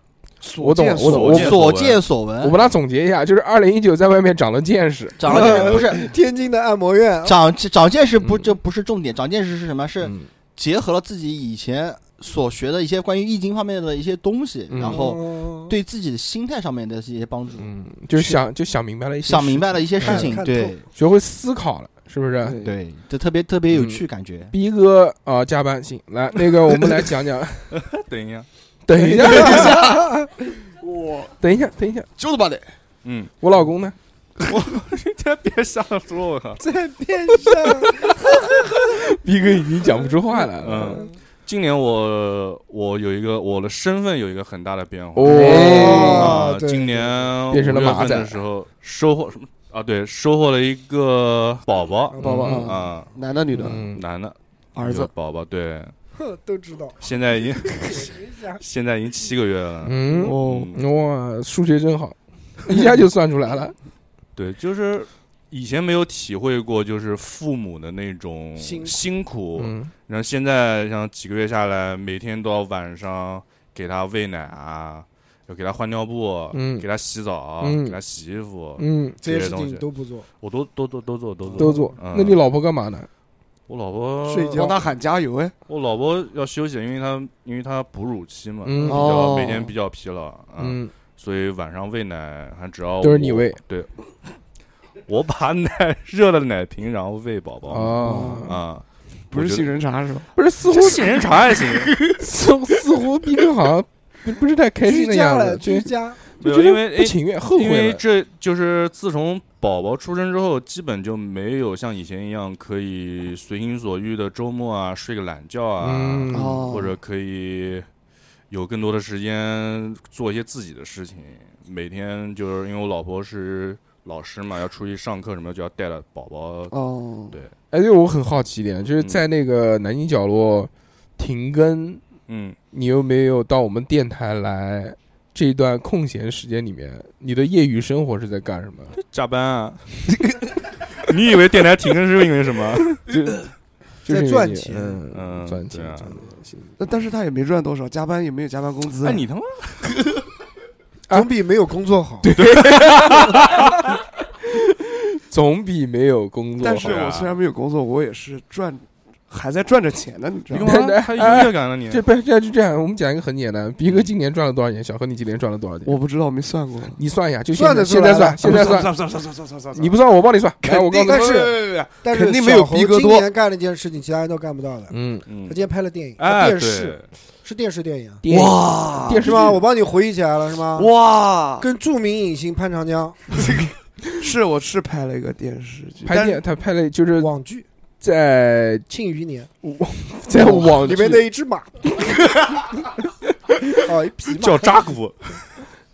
我懂，我懂，所我见所闻见所我闻。把它总结一下，就是二零一九在外面长了见识，长了 *laughs* 见识不是天津的按摩院，长长见识不嗯这不是重点，长见识是什么？是嗯结合了自己以前所学的一些关于易经方面的一些东西，嗯然后哦后对自己的心态上面的一些帮助，嗯，就是想就想明白了一些，想明白，了一些事看情，看对学会思考了，是不是？对，对，就特别特别有嗯趣感觉。逼哥啊，加班行，来那个我们来讲讲，等一下，等一下，等一下，我等一下，等一下，就是把的，嗯，我老公呢？别瞎说，我靠，在边上，逼哥已经讲不出话来了，嗯，今年我我有一个我的身份有一个很大的变化，哦啊对今年变成了马五月份仔的时候收获什么啊？对，收获了一个宝宝宝宝嗯啊啊，男的女的，嗯，男的儿一个子，宝宝，对，哼， *laughs* 都知 *laughs* 道。现在已经 *laughs* 谁想现在已经七个月了。嗯，哦，哇，数学真 *laughs* 好，一下就算出来了。对，就是以前没有体会过，就是父母的那种辛苦辛苦。嗯，然后现在像几个月下来，每天都要晚上给他喂奶啊，要给他换尿布，嗯啊给他洗澡，嗯给他洗衣服，嗯，这些这些事东西情都不做，我都都都都做都做。都做。嗯那你老婆干嘛呢？我老婆睡觉帮他喊加油哎，我老婆要休息，因为她因为她哺乳期嘛，嗯比哦较每天比较疲劳，啊，嗯，所以晚上喂奶还只要都是你我喂，对，我把奶 *laughs* 热的奶瓶然后喂宝宝啊，啊，不是我觉杏得仁茶是吧？不是，似乎这杏仁茶还行， *laughs* 似似乎毕哥好像不不是 *laughs* 太开心居的家样子，了，就居家啊没就有，觉得因为不情愿，后因为悔了。这就是自从宝宝出生之后，基本就没有像以前一样可以随心所欲的周末啊睡个懒觉啊，嗯哦，或者可以有更多的时间做一些自己的事情。每天就是因为我老婆是老师嘛，要出去上课什么的，就要带着宝宝。哦，对，哎，对我很好奇一点，就是在那个南京角落停更，嗯，你有没有到我们电台来？这段空闲时间里面，你的业余生活是在干什 *laughs* 么？加班啊。你以为电台停更是因为什么？就是因为在赚你钱嗯，嗯赚对钱，啊赚钱那但是他也没赚多少，加班也没有加班工资那啊。哎你他妈啊总比没有工作好。对，总比没有工作但好是。我虽然没有工作，我也是赚，还在赚着钱呢，你知你道 *laughs* 干吗？嘛？还有优越感了啊你？这不这就这样，我们讲一个很简单，逼哥今年赚了多少钱？小何你今年赚了多少钱？嗯我不知道，没算过。你算一下，就现算在得现出在来算，了现在算算，算算算算算算算，你不算我帮你算。来，我告诉但你，是但是肯定没有小猴逼格今多年干了一件事情，其他人都干不到的。嗯，嗯他今，天拍了电影，啊啊哎，电视对，是电视电影啊，电哇电视是吧？剧我帮你回忆起来了，是吗？哇，跟著名影星潘长江是我是拍了一个电视剧，拍电，他拍了呃就是网剧在《庆余年在网》里剧面的一只 *laughs* 马，哦，一匹马 *laughs* 叫扎古，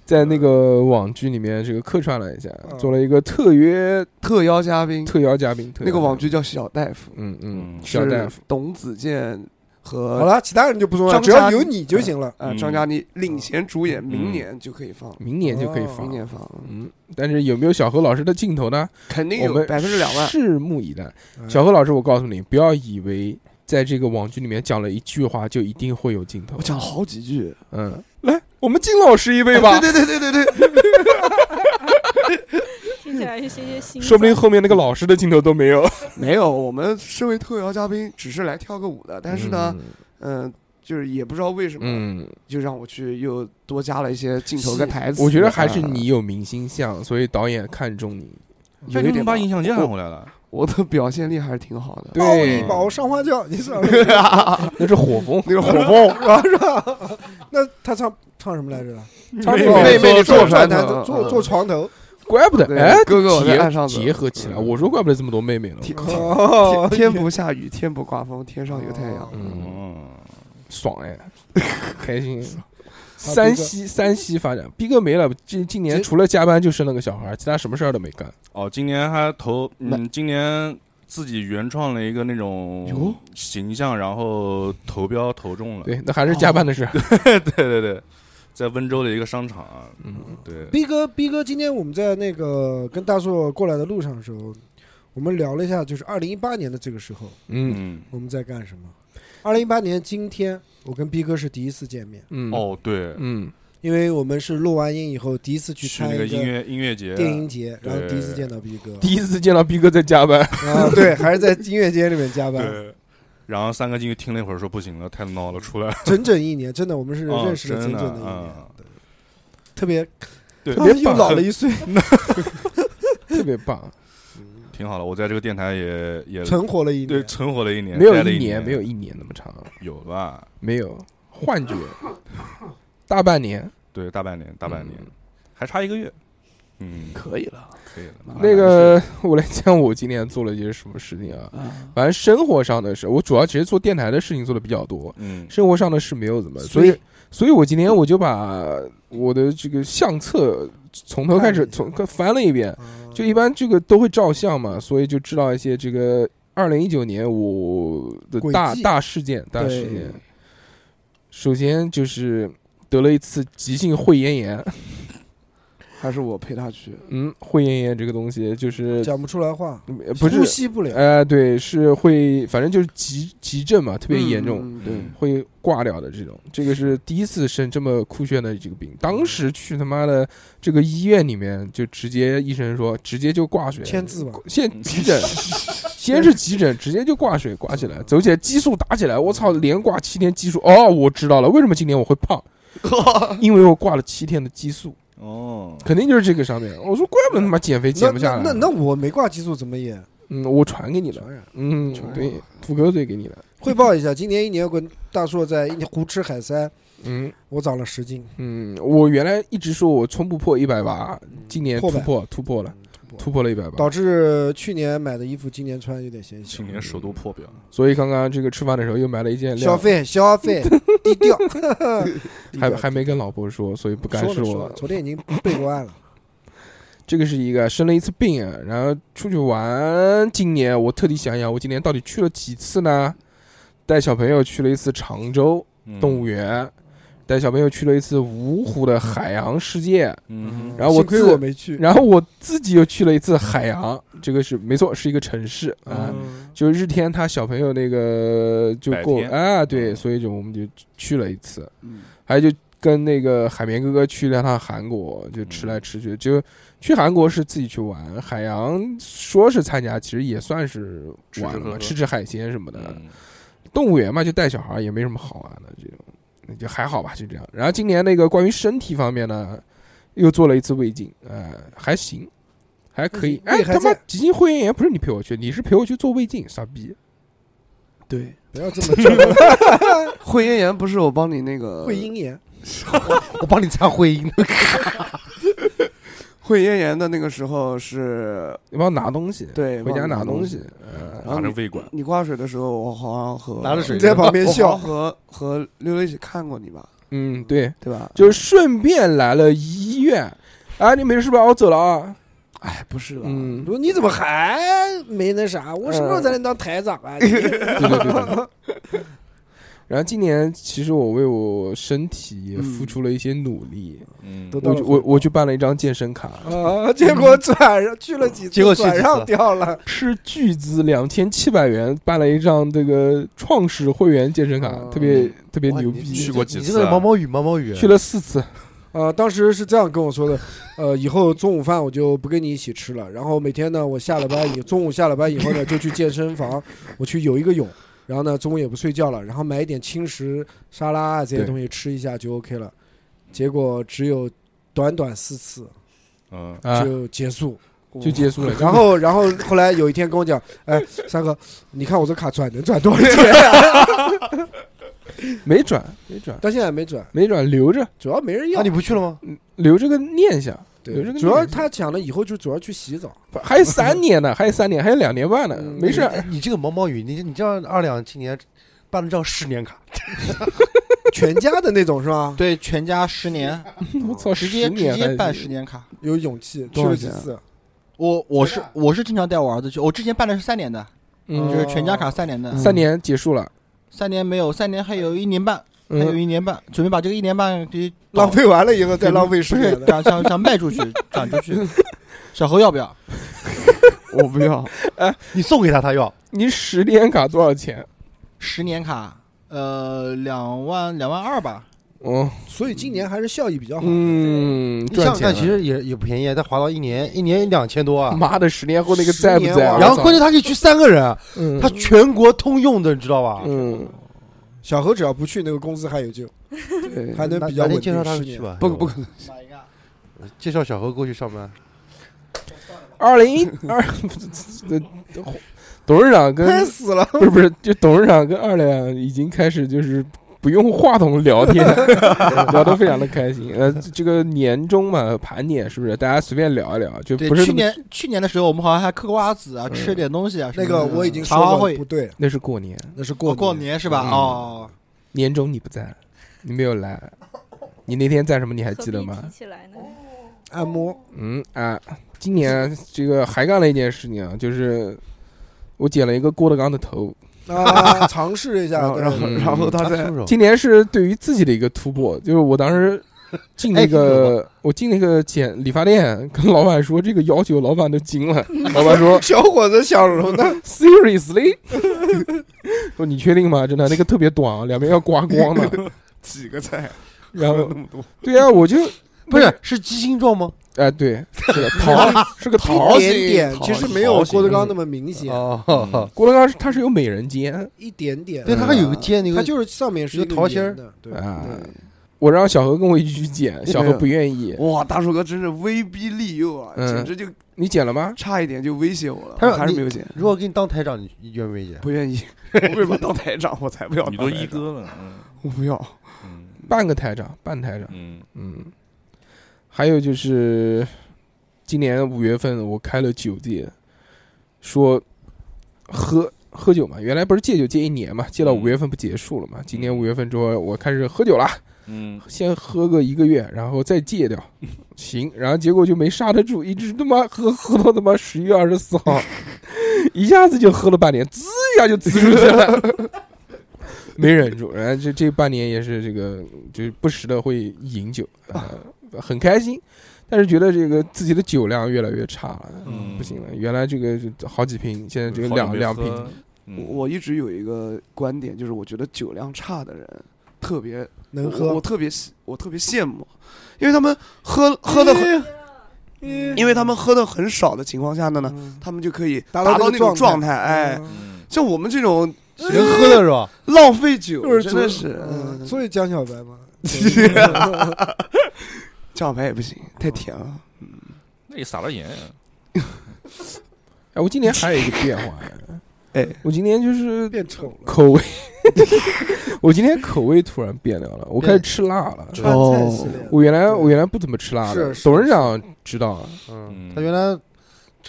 在那个网剧里面这个客串了一下，嗯做了一个特约特邀嘉宾，特邀嘉宾。特邀那个网嘉剧叫《小大夫宾，嗯嗯，嗯小大是夫，董子健好和了，其他人就不重要，张只要嘉有你就行了。呃嗯张嘉倪领衔主演，明年就可以放，明年就可以哦放明。年放，嗯，但是有没有小何老师的镜头呢？肯定我有们百分之两万。拭目以待。嗯小何老师，我告诉你，不要以为在这个网剧里面讲了一句话就一定会有镜头我。讲了好几句，嗯，来，我们金老师一杯吧，对对对对对对，听起来有些些心酸。 *laughs* 说不定后面那个老师的镜头都没有。没有，我们身为特邀嘉宾，只是来跳个舞的，但是呢，嗯，嗯，就是也不知道为什么，嗯，就让我去又多加了一些镜头跟台词。啊我觉得还是你有明星相，所以导演看中你。有一点吧把影像机喊回来了。我的表现力还是挺好的。奥对利，宝上花轿，你 *laughs* 上 *laughs* 那是火风，那 *laughs* 个火风，哦是吧？那他唱唱什么来着了？唱妹什么妹妹你坐坐船船头，头，嗯坐坐床头。怪不得对哎，哥哥我在结岸上走嗯结合起来，我说怪不得这么多妹妹了， *laughs* 天哦天，天不下雨，天不刮风，天上有太阳。嗯，嗯，爽 *laughs* 哎，开心。山西山西发展，逼哥没了。今今年这除了加班就生了个小孩，其他什么事儿都没干。哦，今年还投，嗯，今年自己原创了一个那种形象，然后投标投中了。对，那还是加班的事儿。 *laughs* 哦对对对，在温州的一个商场，啊嗯，对，逼哥，逼哥，今天我们在那个跟大硕过来的路上的时候，我们聊了一下，就是二零一八年的这个时候嗯嗯，我们在干什么。二零一八年今天，我跟逼哥是第一次见面，嗯，哦，对，嗯，因为我们是录完音以后第一次去去参那一个音乐音乐节，电影节，然后对第一次见到逼 *laughs* 哥第一次见到逼哥在加班，啊，对，还是在音乐节里面加班，对。然后三哥进去听了一会儿，说不行了，太闹了，出来。整整一年，真的，我们是哦认识了整真的整的一年嗯，对特别对特别又老了一岁，特别棒。挺好了，我在这个电台也也存活了一对年，存活了一年，没有待了一年，年，没有一年那么长，有吧？没有幻 *laughs* 觉，大半年，对，大半年，大半年嗯，还差一个月， *laughs* 嗯，可以了，可以了。那个，我来讲我今天做了一些什么事情啊？嗯反正生活上的事，我主要其实做电台的事情做的比较多，嗯，生活上的事没有怎么，所以，所以我今天我就把我的这个相册从头开始嗯看了一下从翻了一遍，啊就一般这个都会照相嘛，所以就知道一些这个二零一九年我的轨大迹大事件，大事对件，首先就是得了一次急性肺炎炎。还是我陪他去，嗯，肺炎炎这个东西就是讲不出来话，呃不呼是吸不了，哎呃，对，是会，反正就是急急症嘛，特别严重，嗯，对，会挂掉的这种。这个是第一次生这么酷炫的这个病，当时去他妈的这个医院里面，就直接医生说直接就挂水，签字吧， *laughs* 先急诊，先是急诊，直接就挂水挂起来，走起来激素打起来，我操，连挂七天激素，哦，我知道了，为什么今年我会胖，*laughs* 嗯因为我挂了七天的激素，哦，肯定就是这个上面。我说怪不得他妈减肥那减不下那来，那那我没挂激素怎么也嗯，我传给你了，传染？嗯，对，土狗嘴给你了，汇报一下，今年一年滚大硕在一胡吃海塞，嗯我长了十斤，嗯，我原来一直说我冲不破一百八，今年突破破百嗯突破了，突破突破了一百八导，致去年买的衣服今年穿有点嫌弃今。年首都破表，所以刚刚这个吃饭的时候又买了一件消料，费消费 *laughs* 低调，低还调还没跟老婆说，所以不敢说了说说了，昨天已经备过案了。这个是一个生了一次病，啊，然后出去玩。今年我特地想想，我今年到底去了几次呢？带小朋友去了一次常州嗯动物园，带小朋友去了一次芜湖的海洋世界，嗯， *laughs* 然后我幸亏自我没去， *laughs* 然后我自己又去了一次海洋。这个是没错，是一个城市啊。就日天他小朋友那个就白过天嗯啊，对，所以就我们就去了一次，还有就跟那个海绵哥哥去了趟韩国，就吃来吃嗯去，就去韩国是自己去玩，海洋说是参加，其实也算是玩了嘛，吃吃喝喝吃吃海鲜什么的。嗯动物园嘛，就带小孩也没什么好玩的，这种那就还好吧，就这样。然后今年那个关于身体方面呢，又做了一次胃镜，呃，还行，还可以。胃哎，还他妈在急性肺炎炎不是你陪我去，你是陪我去做胃镜，傻逼。对，不要这么叫，会咽炎不是我帮你那个会阴炎。我帮你擦灰音。 *laughs* 会咽炎的那个时候是，你帮我拿东西，对，回家帮你拿东东西。。啊然拿后着你胃管，你挂水的时候，我好像和拿着水你在旁边我好笑像，和和溜溜一起看过你吧，嗯，对，对吧？就顺便来了医院。啊，你没事吧？我走了啊。哎，不是了， *laughs* 嗯，说你怎么还没那啥？我什么时候才能当台长啊？你 *laughs* 对对对对。然后今年其实我为我身体也付出了一些努力，嗯，都我我我去办了一张健身卡，啊，结果转让去了几次，结果去几转次让掉了。斥巨资两千七百元办了一张这个创始会员健身卡，嗯特别特别哇牛你逼，这去过几你次啊这个毛毛雨，毛毛雨，去了四次，呃，当时是这样跟我说的，呃，以后中午饭我就不跟你一起吃了。然后每天呢，我下了班以中午下了班以后呢，就去健身房，我去游一个泳，然后呢，中午也不睡觉了，然后买一点轻食沙拉啊这些对东西吃一下就 OK 了。结果只有短短四次 *laughs* 嗯，啊，就结束。就结束了。然后，然后后来有一天跟我讲，哎，三哥，你看我这卡转能转多少钱？啊没转，没转， *laughs* 到现在还没转，没转，留着主要没人那、要啊你。不去了吗？留着个念想，啊留对着，个主要念想。他讲了以后就主要去洗澡。还有三年呢，还有三年，还有两年半呢，嗯没事儿。你这个毛毛雨，你你这样二两今年办了张十年卡，全家的那种是吧？ *laughs* 对，全家十年，我操，直接10直年接办还十年卡。有勇气，去多少了几钱啊次？我我是我是经常带我儿子去，我之前办的是三年的，就嗯，是全家卡三年的，三年结束了，三年没有，三年还有一年半，还有嗯，一年半，准备把这个一年半给浪费完了以后再浪费时不是间的。想想想卖出去，转出去。小侯要不要？我不 *laughs* 要，你送给他，他要你十年卡多少钱？十年卡，呃，两万两万二吧。哦，所以今年还是效益比较好。嗯，你赚想想钱看，其了。实也也不便宜，他划到一年一年两千多啊。妈的，十年后那个十在不年在啊？哇然后我操关键他可以去三个人，啊嗯他全国通用的，你知道吧？嗯，小何只要不去，那个公司还有救，对还能哪比较哪稳天介绍定他十去年。吧，不不可能，介绍小何过去上班。二零一二，这 *laughs* 董事长拍跟死了，不是不是，就董事长跟二两已经开始就是不用话筒聊天，聊得非常的开心。呃，这个年终嘛，盘点是不是？大家随便聊一聊，就对不，是去那么年去年的时候，我们好像还嗑瓜子啊，嗯吃点东西啊什么那的。个我已经茶说话过会了不对了，那是过年，那是哦过过。年是吧？嗯哦，年终你不在，你没有 *laughs* 来，你那天在什么？你还何记得必提吗？起来呢？按摩嗯啊，今年这个还干了一件事情啊，就是。我剪了一个郭德纲的头。啊，尝试一下然， *laughs* 后对然后嗯然后他他在出手今年是对于自己的一个突破，就是我当 *laughs* 时进那个、我进那个剪理发店，跟老板说这个要求，老板都惊 *laughs* 了。老板说小伙子想容的， Seriously？说你确定吗？真的，那个特别短啊，两边要刮光的。 *laughs* 几个菜，然后那么多，对啊，我就不是是鸡心状吗？哎、对，是 *laughs* 的，桃是个桃一。点点，桃其实没有郭德纲那么明显，哦，郭德纲是他是有美人尖一点点。对，它还有个尖的，有它个就是上面是一个桃心儿圆的，对啊对。我让小何跟我一起去剪，小何不愿意。哇，大叔哥真是威逼利诱啊，嗯简直就你剪了吗？差一点就威胁我了，他说我还是你没有剪，如果给你当台长，你你愿不愿意？ *laughs* 不愿意，我为什么当台长？我才不要，嗯你都一，哥了，我不要，嗯半个台长，半台长。嗯嗯，还有就是今年五月份我开了酒店，说喝喝酒嘛，原来不是戒酒戒一年嘛，戒到五月份不结束了嘛，今年五月份之后我开始喝酒啦，嗯先喝个一个月，然后再戒 *laughs* 掉，行，然后结果就没刹得住，一直他妈喝喝到他妈十一月二十四 *laughs* 号，一下子就喝了半年，滋一下就滋出去了。 *laughs* 没忍住，然后这这半年也是这个，就是不时的会饮酒，呃很开心，但是觉得这个自己的酒量越来越差了，嗯不行了。原来这个就好几瓶，现在只有两两瓶，，嗯我我一直有一个观点，就是我觉得酒量差的人特别能我喝我。特别喜我特别羡慕，因为他们喝喝的很，嗯因为他们喝的很少的情况下呢，他们就可以达达到那到那个状种状态，哎，嗯像我们这种人喝的是吧？浪费酒，就是真的昨是，嗯，嗯，所以江小白嘛，酱牌也不行，太甜了。那你撒了盐，啊哎，我今年还有一个变化， *laughs* 哎，我今年就是变丑了。口味， *laughs* 我今天口味突然变了了，我开始吃辣了。川菜系列我原来我原来不怎么吃辣的，是是董事长知道，嗯嗯，他原来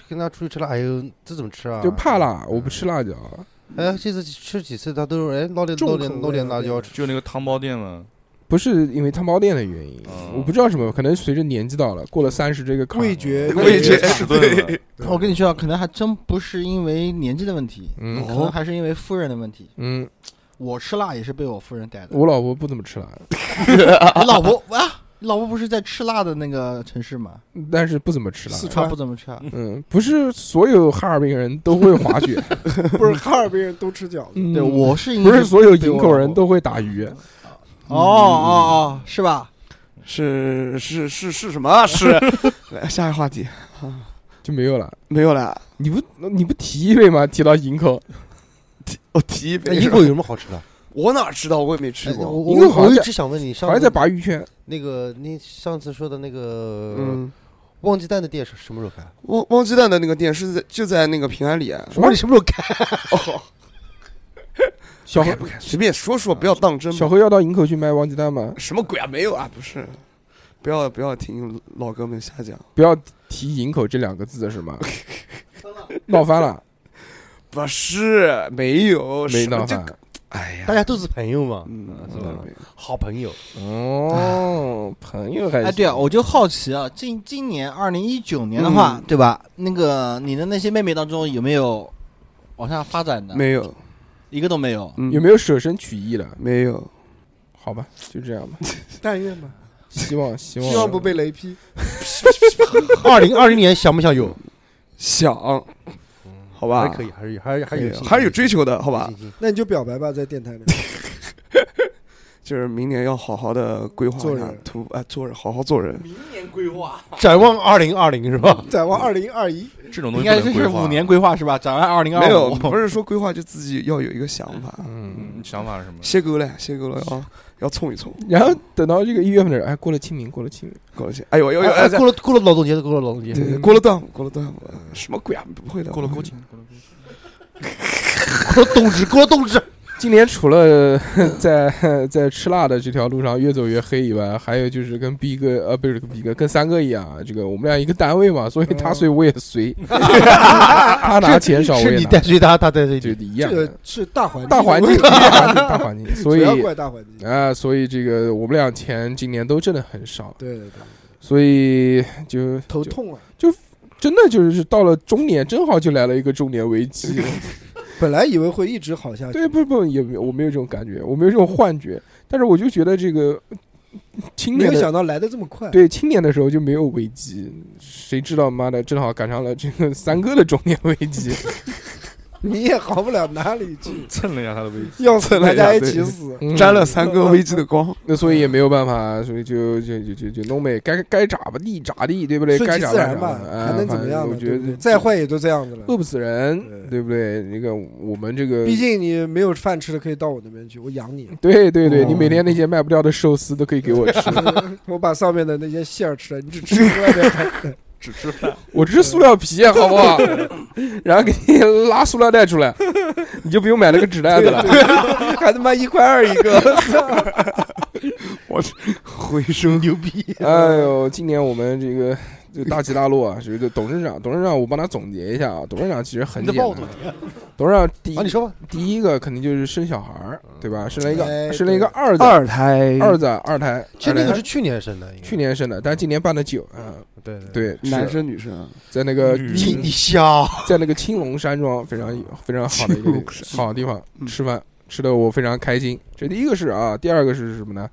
跟他出去吃辣，哎呦，这怎么吃啊？就怕。辣，我不吃辣椒。哎，这次吃几次他都是哎捞点重口捞点味捞点啊辣椒吃。就那个汤包店嘛，不是因为汤包店的原因，嗯我不知道什么，可能随着年纪到了，过了三十这个坎儿味觉味觉迟钝了，我跟你说啊，可能还真不是因为年纪的问题，嗯可能还是因为夫人的问题。嗯，我吃辣也是被我夫人带的。我老婆不怎么吃辣，你老婆啊，你老婆不是在吃辣的那个城市吗？但是不怎么吃辣。四她川不怎么吃啊。嗯，不是所有哈尔滨人都会滑雪，不是哈尔滨人都吃饺子，嗯对，我是因为不是所有营口人都会打鱼。哦哦哦，是吧？是是是是什么啊？是，来下一个话题就没有了。没有了。你不你不提一杯吗？提到营口，我提一哎，杯。英国有什么好吃的？我哪知道？我也没吃哎过。我英国我好像我一在直想问你，好上像在次鲅鱼圈。那个你上次说的那个嗯，忘记蛋的店是什么时候开？汪汪鸡蛋的那个店是在就在那个平安里啊。什么你什么时候开？小不何敢不敢随便说说，不要当真。小何要到营口去卖王鸡蛋吗？什么鬼啊？没有啊，不是。不要不要听老哥们瞎讲，不要提营口这两个字是吗？闹翻了，不是没有没什么闹这翻。个，哎呀，大家都是朋友嘛，嗯啊，是没有吧没？有好朋友，哦，朋友还哎，对啊，我就好奇啊，今今年二零一九年的话，嗯对吧？那个你的那些妹妹当中有没有往下发展的？没有，一个都没有。嗯有没有舍身取义的？没有？好吧，就这样吧。但愿吧，希望希望希望不被雷劈。二零二零年想不想有？想，好吧，还可以，还是有还是还没是有，有，还是有追求的，好好吧？那你就表白吧，在电台 *laughs* 里。就是明年要好好的规划做一下人图，哎，做人，好好做人。展望二零二零是吧？展望二零二一，这种东应西不该能这规是划。五年规划是吧？展望二零没二有， *laughs* 五，不是说规划，就自己要有一个想法。嗯。嗯，想法是什 *laughs* 么？歇够了，歇够了，要要冲一冲，然后等到这个一月份的时候，哎，过了清明，过了清明，过了去。哎呦，哎呦，哎呦哎哎过了过了劳动节，过了劳动节，对，过了端午，过了端午，什么鬼啊？不会的，过了国庆，过了冬至，过了冬至，今年除了 *laughs* 在在吃辣的这条路上越走越黑以外，还有就是跟逼哥呃不是跟逼哥跟三哥一样，这个我们俩一个单位嘛，所以他嗯随我也随， *laughs* 他拿钱少我是也你拿带，谁他他带谁就去？一这样的。个是大环境，大环 *laughs* 境，大环境， *laughs* 所主以要怪大环境。啊，所以这个我们俩钱今年都挣的很少，对对对，所以就头痛了，就真的就是是到了中年，正好就来了一个中年危机。本来以为会一直好下去，对，不不也没有我没有这种感觉，我没有这种幻觉，但是我就觉得这个青没年有的想到来的这么快。对青年的时候就没有危机，谁知道妈的正好赶上了这个三哥的中年危 *laughs* 机，你也好不了哪里去，蹭了一下他的位置，要死蹭了大一家下一对起死。嗯沾了三哥危机的光，那所以也没有办法，所以就就就就就弄呗，该该咋吧地咋地，对不对？顺该其咋自然吧，哎还能怎么样反正呢？我觉对不对得呃再坏也都这样子了。饿不死人，对对不对？那个我们这个，毕竟你没有饭吃的，可以到我那边去，我 *laughs* 养你。对对对，哦你每天那些卖不掉的寿司都可以给我吃， *laughs* 我把上面的那些馅儿吃了，你只吃 *laughs* 外面的。只吃饭，我吃塑料皮啊好不好？然后给你拉塑料袋出来， *laughs* 你就不用买那个纸袋子了。还他妈一块二一 *laughs* 个，回收牛逼。哎呦，今年我们这个这个大起大落啊，这个董事长，董事长我帮他总结一下啊，董事长其实很你简得帮我单总，结董事长第一啊！你说吧，第一个肯定就是生小孩儿，对吧？生了一哎个，生了一个二子， *laughs* 二胎二子啊二胎，嗯其实二胎那个是去年生的，应该去年生的，但是今年办的酒啊，对对，对，是男生女啊生，在那个女你青你笑，在那个青龙山庄非常非常好的一个青地龙山好地方嗯吃饭，吃的我非常开心。这第一个是啊，第二个是什么呢？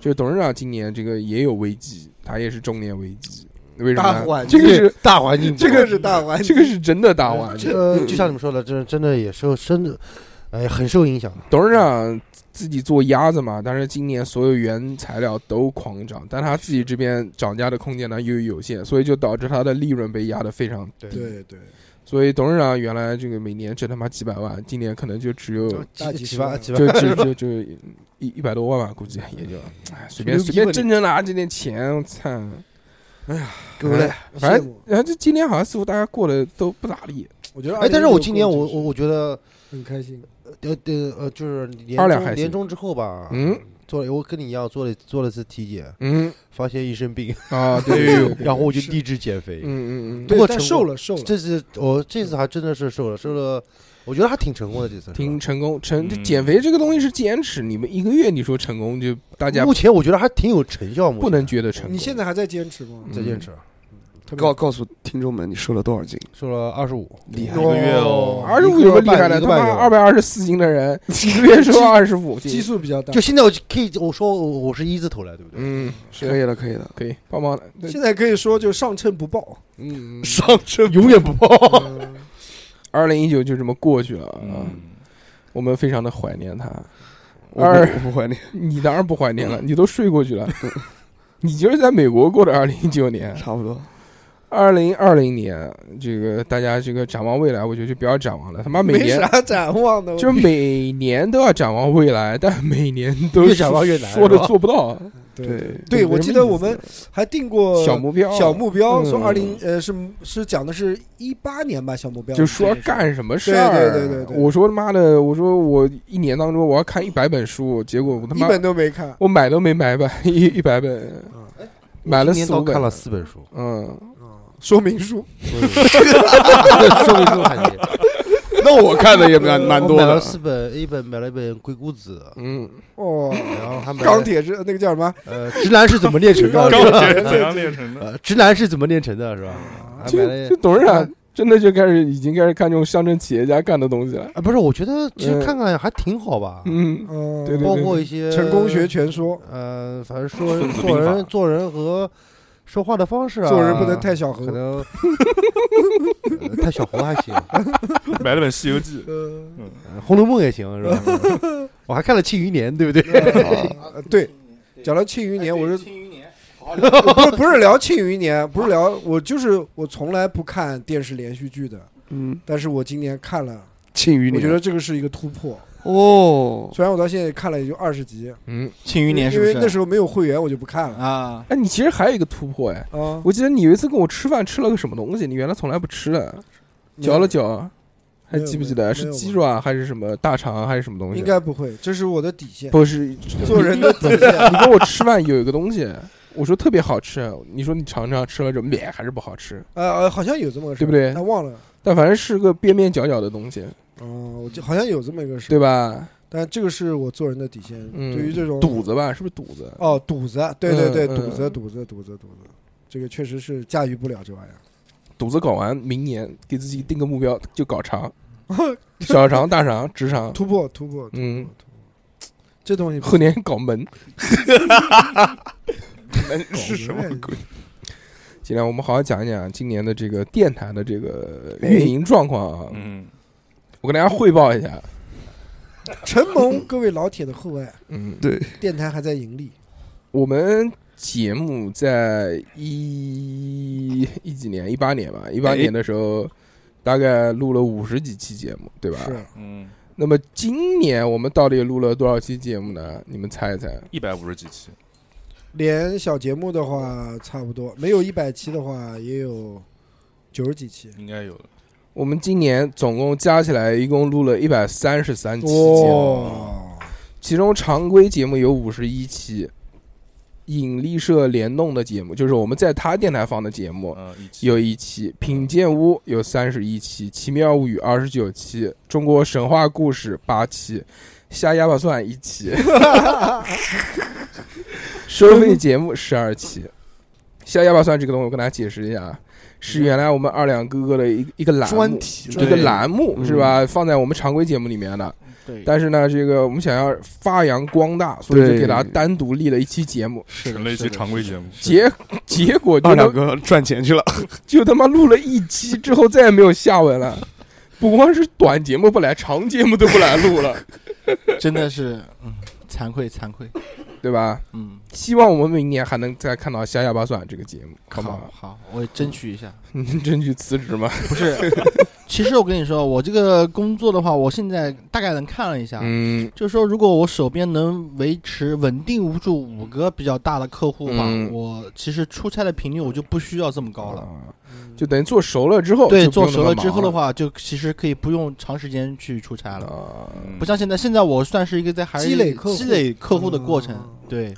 就是董事长今年这个也有危机，他也是中年危机，为什么大呢？环这境个是大环境，嗯这个是大碗。这啊个是嗯真的大环境呃这。个就像你们说的，这真的也受深的，哎，很受影响。董事长自己做鸭子嘛，但是今年所有原材料都狂涨，但他自己这边涨价的空间呢又有限，所以就导致他的利润被压得非常对对对，哎所以董事长原来这个每年挣他妈几百万，今年可能就只有大几几几十万万几就万，就就就一一百多万吧，估计也就哎随便牛逼随便吧你挣挣拿这点钱，我操！够了，反羡正慕。然后这今年好像似乎大家过得都不咋地，我觉得2016 *laughs* 哎，但是我今年我过得我我觉得，很开心，呃呃呃，就是年二两中还行年终之后吧，嗯，做了我跟你一样做了做了次体检，嗯发现一身病，啊，对对对对对然后我就励志减肥。嗯嗯嗯，不过但成瘦功了瘦了，这次我这次还真的是瘦了，瘦了，我觉得还挺成功的这次。挺是成功成嗯减肥这个东西是坚持，你们一个月你说成功就大吧家目前我觉得还挺有成效，目前不能觉得成功。你现在还在坚持吗？嗯再坚持，特别告告诉听众们，你瘦了多少斤？瘦了二十五，厉害一个月 *laughs* 哦二十五有什么厉害的？一他个半妈二百二十四斤的 *laughs* 人，一个月瘦二十五基斤，数比较大就，现在我就可以我说我我是一字头了，对不对？嗯，可是以了，可以了。可以帮忙的，现在可以说就上秤不报。 *laughs* 嗯，上车永远不报。二零一九就这么过去了啊，嗯，我们非常的怀念他。二，我不怀念， *laughs* 你当然不怀念了，你都睡过去了。你就是在美国过的二零一九年，差不多。二零二零年，这个大家这个展望未来，我觉得就不要展望了。啊他妈每 *laughs* 没年啥展望 *laughs* 的，就每年都要展望未来，但每年都越展望越难说的是吧做不到。对，对，就没什我记么得意我思们还定过小目标，呃小目标，嗯说二零呃是是讲的是一八年吧，小目标就说干什么事儿。对对对对对我说他妈的，我说我一年当中我要看一百本书，结果我他一妈本都没看，我买都没买本一一百本，买了今年四倒五本看。了四本书，嗯，说明书 *laughs* 说明书还行。 *laughs* 那我看的也蛮蛮我多买了的。四本，A 本买了一本《鬼谷子嗯， *laughs* 哦，》，然后还买了钢铁之那个叫什么？呃，直男是怎么炼成的？钢铁怎样炼成的？呃，直男是怎么炼成的，是吧？还买了这董事啊长啊真的就开始已经开始看重象征企业家干的东西了。啊，不是，我觉得其实嗯看看还挺好吧，嗯，嗯，对对包括一些成功学全说，呃，反正说孙子做兵法人做人和说话的方式啊，做人不能太小可和。能呃太小红还行，呃 *laughs* 买了本《西游记》， 《红楼梦》也行，是吧？我还看了《庆余年》，对不对？呃对，讲到庆余年，我是庆余年， *laughs* 不是不是聊庆余年，不是聊我就是我从来不看电视连续剧的，嗯，但是我今年看了，庆余我年，觉得这个是一个突破。哦，虽然我到现在看了也就二十集，嗯，庆余年是因不为那时是？候没有会员，我就不看了啊，哎，你其实还有一个突破哎，啊。我记得你有一次跟我吃饭吃了个什么东西，你原来从来不吃的，嚼了嚼，还记不记得没有没有是鸡爪还是什么大肠啊还是什么东西？应该不会，这是我的底线，不是做人的底你线。 *laughs* 你跟我吃饭有一个东西，我说特别好吃，啊你说你尝尝，吃了之后，咩还是不好吃，呃，呃好像有这么个事对儿，不对但忘了。但反正是个边边角角的东西，嗯，我就好像有这么一个事儿，对吧？但这个是我做人的底线。嗯对于这种肚子吧，是不是肚子？哦，赌子，对对对，嗯嗯赌子，赌子，赌子，赌子，这个确实是驾驭不了这玩意儿。赌子搞完，明年给自己定个目标，就搞长，小长、大长、直长，突破突破，嗯，这东西后年搞门。门是什哎么鬼？今天我们好好讲一讲今年的这个电台的这个运营状况啊，嗯，我跟大家汇报一下。承蒙各位老铁的厚爱，嗯，对，电台还在盈利。我们节目在一一几年，一八年吧，一八哎年的时候，大概录了五十几期节目，对吧？是嗯，那么今年我们到底录了多少期节目呢？你们猜一猜？一百五十几期，连小节目的话，差不多没有一百期的话，也有九十几期。应该有的。我们今年总共加起来一共录了一百三十三期节目，哦哇，其中常规节目有五十一期，引力社联动的节目，就是我们在他电台放的节目，嗯，一期有一期，《品鉴屋》有三十一期，《奇妙物语》二十九期，《中国神话故事》八期，《瞎哑巴算》一期，收费节目十二期。瞎哑巴算这个东西，我跟大家解释一下啊，是原来我们二两哥哥的一一个栏目专，题一个对嗯栏目是吧？放在我们常规节目里面的。对，但是呢，这个我们想要发扬光大，所以就对给它单独立了一期节目。是的成了一期是的常规节目，结 *laughs* 结果就二他两哥赚钱去了，就他妈录了一期之后再也没有下文了。不光是短节目不来，长节目都不来录 *laughs* 了，真的是，嗯，惭愧惭愧，对吧？嗯，希望我们明年还能再看到《瞎哑巴算》这个 *laughs* 节目，好不好好？好，我也争取一下。你争取辞职嘛？不是，其实我跟你说，我这个工作的话，我现在大概能看了一下，啊嗯，就是说，如果我手边能维持稳定无住五个比较大的客户吧，嗯我其实出差的频率我就不需要这么高了。啊，就等于做熟了之后，对，就不用做那熟么了之后的忙话，就其实可以不用长时间去出差了了。啊。嗯不像现在，现在我算是一个在还是积累客户积累客户的过程。嗯对，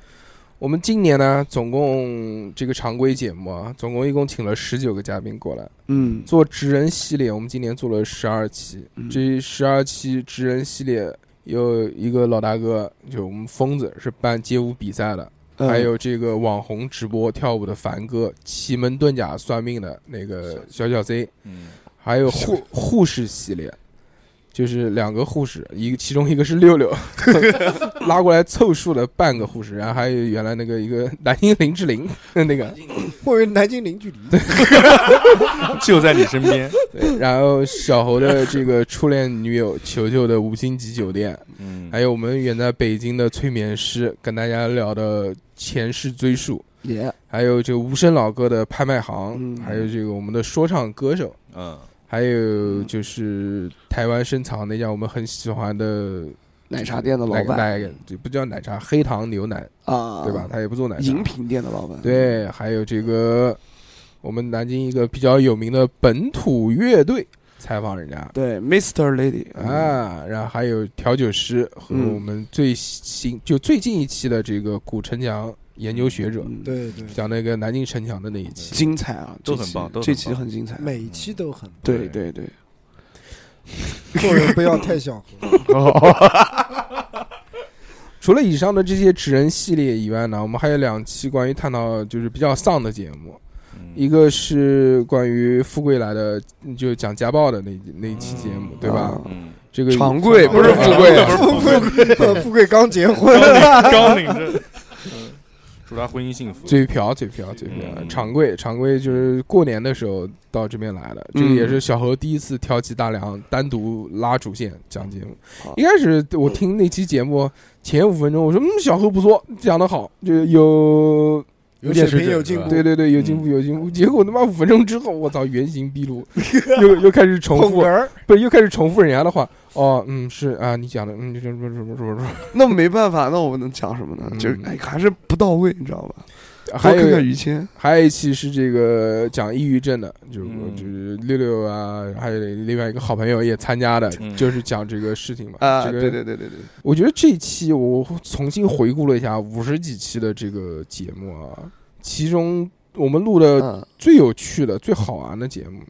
我们今年呢，总共这个常规节目啊，总共一共请了十九个嘉宾过来嗯，做职人系列。我们今年做了十二期，嗯这十二期职人系列有一个老大哥，就我们疯子是办街舞比赛的，嗯还有这个网红直播跳舞的凡哥，奇门遁甲算命的那个小小 Z，嗯，还有护护士系列，就是两个护士，一个其中一个是六六 *laughs* 拉过来凑数的半个护士，然后还有原来那个一个南京林志玲那个， *laughs* 或者南京零距离，就在你身边。对然后小侯的这个初恋女友球球的五星级酒店，嗯，还有我们远在北京的催眠师跟大家聊的前世追溯，也还有这个无声老歌的拍卖行，嗯还有这个我们的说唱歌手。嗯，还有就是台湾深藏那家我们很喜欢的奶茶店的老奶板奶就不叫奶茶，黑糖牛奶啊，对吧？？他也不做奶茶饮，品店的老板，，对，还有这个我们南京一个比较有名的本土乐队采访人家。对，Mr. Lady 嗯，啊，然后还有调酒师和嗯我们最新就最近一期的这个古城墙研究学者，嗯，对对，讲那个南京城墙的那一期，精彩啊，都这很期棒都这很期棒很精彩，每一期 *laughs* 都很棒，对对对，做人不要太小和。除了以上的这些职人系列以外呢，我们还有两期关于探讨就是比较丧的节目，嗯一个是关于富贵来的，就讲家暴的那那一期节目，对吧啊？嗯，这个常贵不是富贵 *laughs* 啊嗯不是富贵，呃富贵刚结婚，高领着，祝他婚姻幸福。嘴瓢嘴瓢嘴瓢，嗯常贵常贵就是过年的时候到这边来的，这嗯个也是小何第一次挑起大梁单独拉主线讲节目好。一开始我听那期节目前五分钟，我说嗯小何不错，讲得好，就有有点水水平准有嗯进步，对对对，有进步有进步。结果他妈五分钟之后，我操，原形毕露，又又开始重捧复哏，儿， *laughs* 不是又开始重复人家的话。哦，嗯，是啊，你讲的，嗯，什么什么什么什么， *laughs* 那没办法，那我们能讲什么呢嗯？就是哎，还是不到位，你知道吧？还多看有看于谦，还有一期是这个讲抑郁症的，就是嗯就是六六啊，还有另外一个好朋友也参加的，嗯就是讲这个事情嘛。啊，这个对对对对对，我觉得这期我重新回顾了一下五十几期的这个节目啊，其中我们录的嗯，最有趣的、最好玩的节目，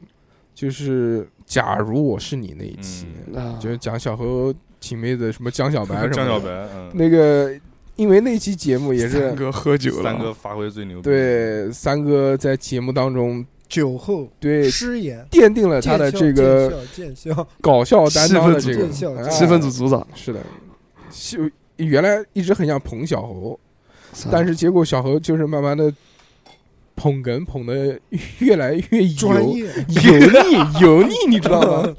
就是《假如我是你》那一期，啊就是讲小何请妹子什么江小 *laughs* 白什么的江小白，嗯， *laughs* 那个，因为那期节目也是三哥喝酒了，三哥发挥最牛逼。对三哥在节目当中酒后对，失言，奠定了呃他的这个见笑见笑搞笑担当的这气氛个见笑哎见笑气氛组组长，是的，就原来一直很想捧小猴，嗯但是是结果小猴就是慢慢的捧哏捧的越来越专油业， *laughs* 油腻油腻，你知道吗？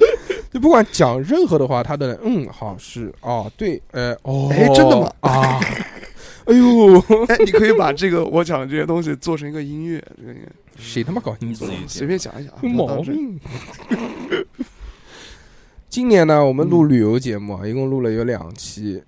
就不管讲任何的话，他都能嗯，好是哦，对，呃，哦，哎真的吗？ *laughs* 啊，哎呦，哎，你可以把这个我讲的这些东西做成一个音乐，这个音乐谁他妈搞你你自己随剪便讲一啊讲，有不要毛当真病。 *laughs* 今年呢，我们录旅游节目嗯啊，一共录了有两期，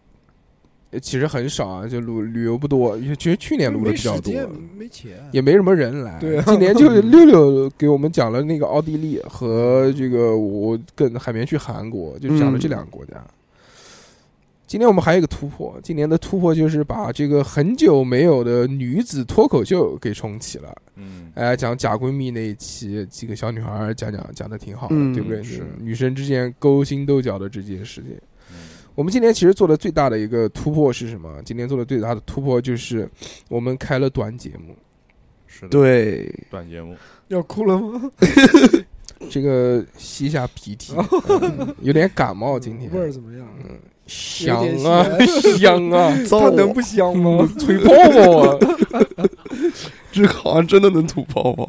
呃其实很少啊，就录旅游不多，因为其实去年录的没比较时多，间没钱，也没什么人来。对啊今年就是 *laughs* 六六给我们讲了那个奥地利和这个我跟海绵去韩国，就讲了这两个国家。嗯今年我们还有一个突破，今年的突破就是把这个很久没有的女子脱口秀给重启了。嗯，哎，讲假闺蜜那一期，几个小女孩儿讲讲讲的挺好的，嗯对不对？是女生之间勾心斗角的这件事情。嗯我们今年其实做的最大的一个突破是什么？今年做的最大的突破就是我们开了短节目。是的，，对，短节目，要哭 *laughs* 了吗？嗯这个吸一下鼻 *laughs* 涕，嗯有点感冒，今天味儿怎么样？香有点嗯啊 *laughs* 香啊，嗯它能不香吗？吹泡泡啊！这个好像真的能吐泡嗯泡。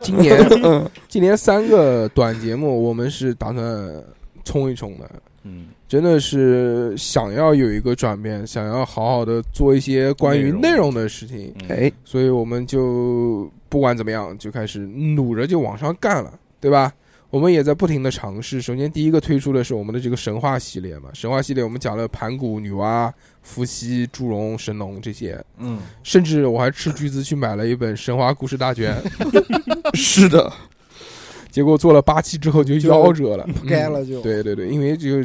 今年今年三个短节目，我们是打算冲一冲的。嗯，真的是想要有一个转变，想要好好的做一些关于内容的事情，嗯，哎，所以我们就不管怎么样，就开始努着就往上干了，对吧？我们也在不停的尝试。首先，第一个推出的是我们的这个神话系列嘛，神话系列我们讲了盘古、女娲、伏羲、祝融、神农这些，嗯，甚至我还斥巨资去买了一本《神话故事大全》，*laughs* 是的，结果做了八期之后就就夭折了，不该了就。对对对，因为就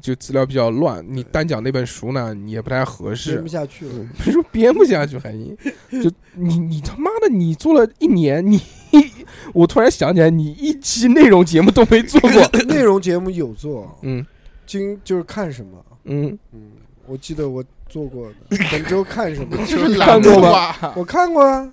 就资料比较乱，你单讲那本书呢，你也不太合吃适不，下去了，不是 *laughs* 说编不下去还行，就你你他妈的你做了一年，你 *laughs* 我突然想起来，你一期内容节目都没做 *laughs* 过， *coughs* 内容节目有做，嗯今就是看什么？嗯，嗯，我记得我做过的，本周看什 *laughs* 么？这是看懒过惰吗吧？我看过啊，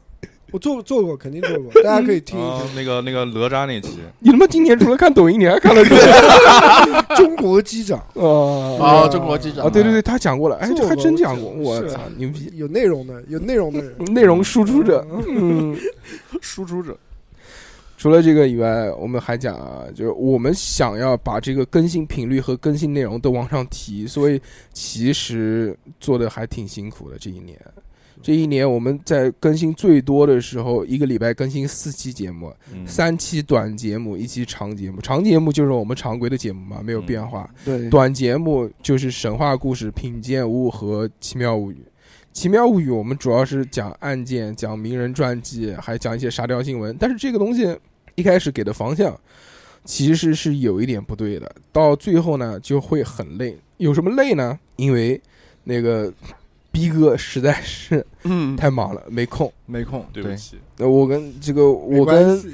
我做做过，肯定做过，大家可以听一嗯啊听。，那个那个哪吒那期，你他妈今年除了看抖音，你还看了什么？ *laughs* 中国机长啊哦，中国机长啊，对对对，他讲过了，哎，这还真讲过，做我过我讲操，牛逼！有内容的，有内容的人，内容输出者，嗯，输出者，除了这个以外，我们还讲啊，就是我们想要把这个更新频率和更新内容都往上提，所以其实做的还挺辛苦的。这一年，这一年我们在更新最多的时候，一个礼拜更新四期节目，嗯，三期短节目，一期长节目。长节目就是我们常规的节目嘛，没有变化。对，短节目就是神话故事、品鉴物和奇妙物语。奇妙物语我们主要是讲案件、讲名人传记，还讲一些沙雕新闻。但是这个东西一开始给的方向其实是有一点不对的，到最后呢就会很累。有什么累呢？因为那个逼哥实在是嗯，太忙了，没空。没空，嗯对不起，呃我跟这个，没我关跟系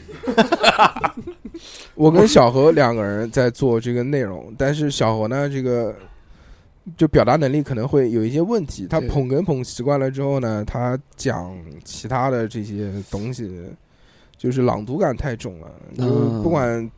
*laughs* 我跟小何两个人在做这个内容，但是小何呢，这个就表达能力可能会有一些问题。他对捧哏捧习惯了之后呢，他讲其他的这些东西，就是朗读感太重了。就嗯不管，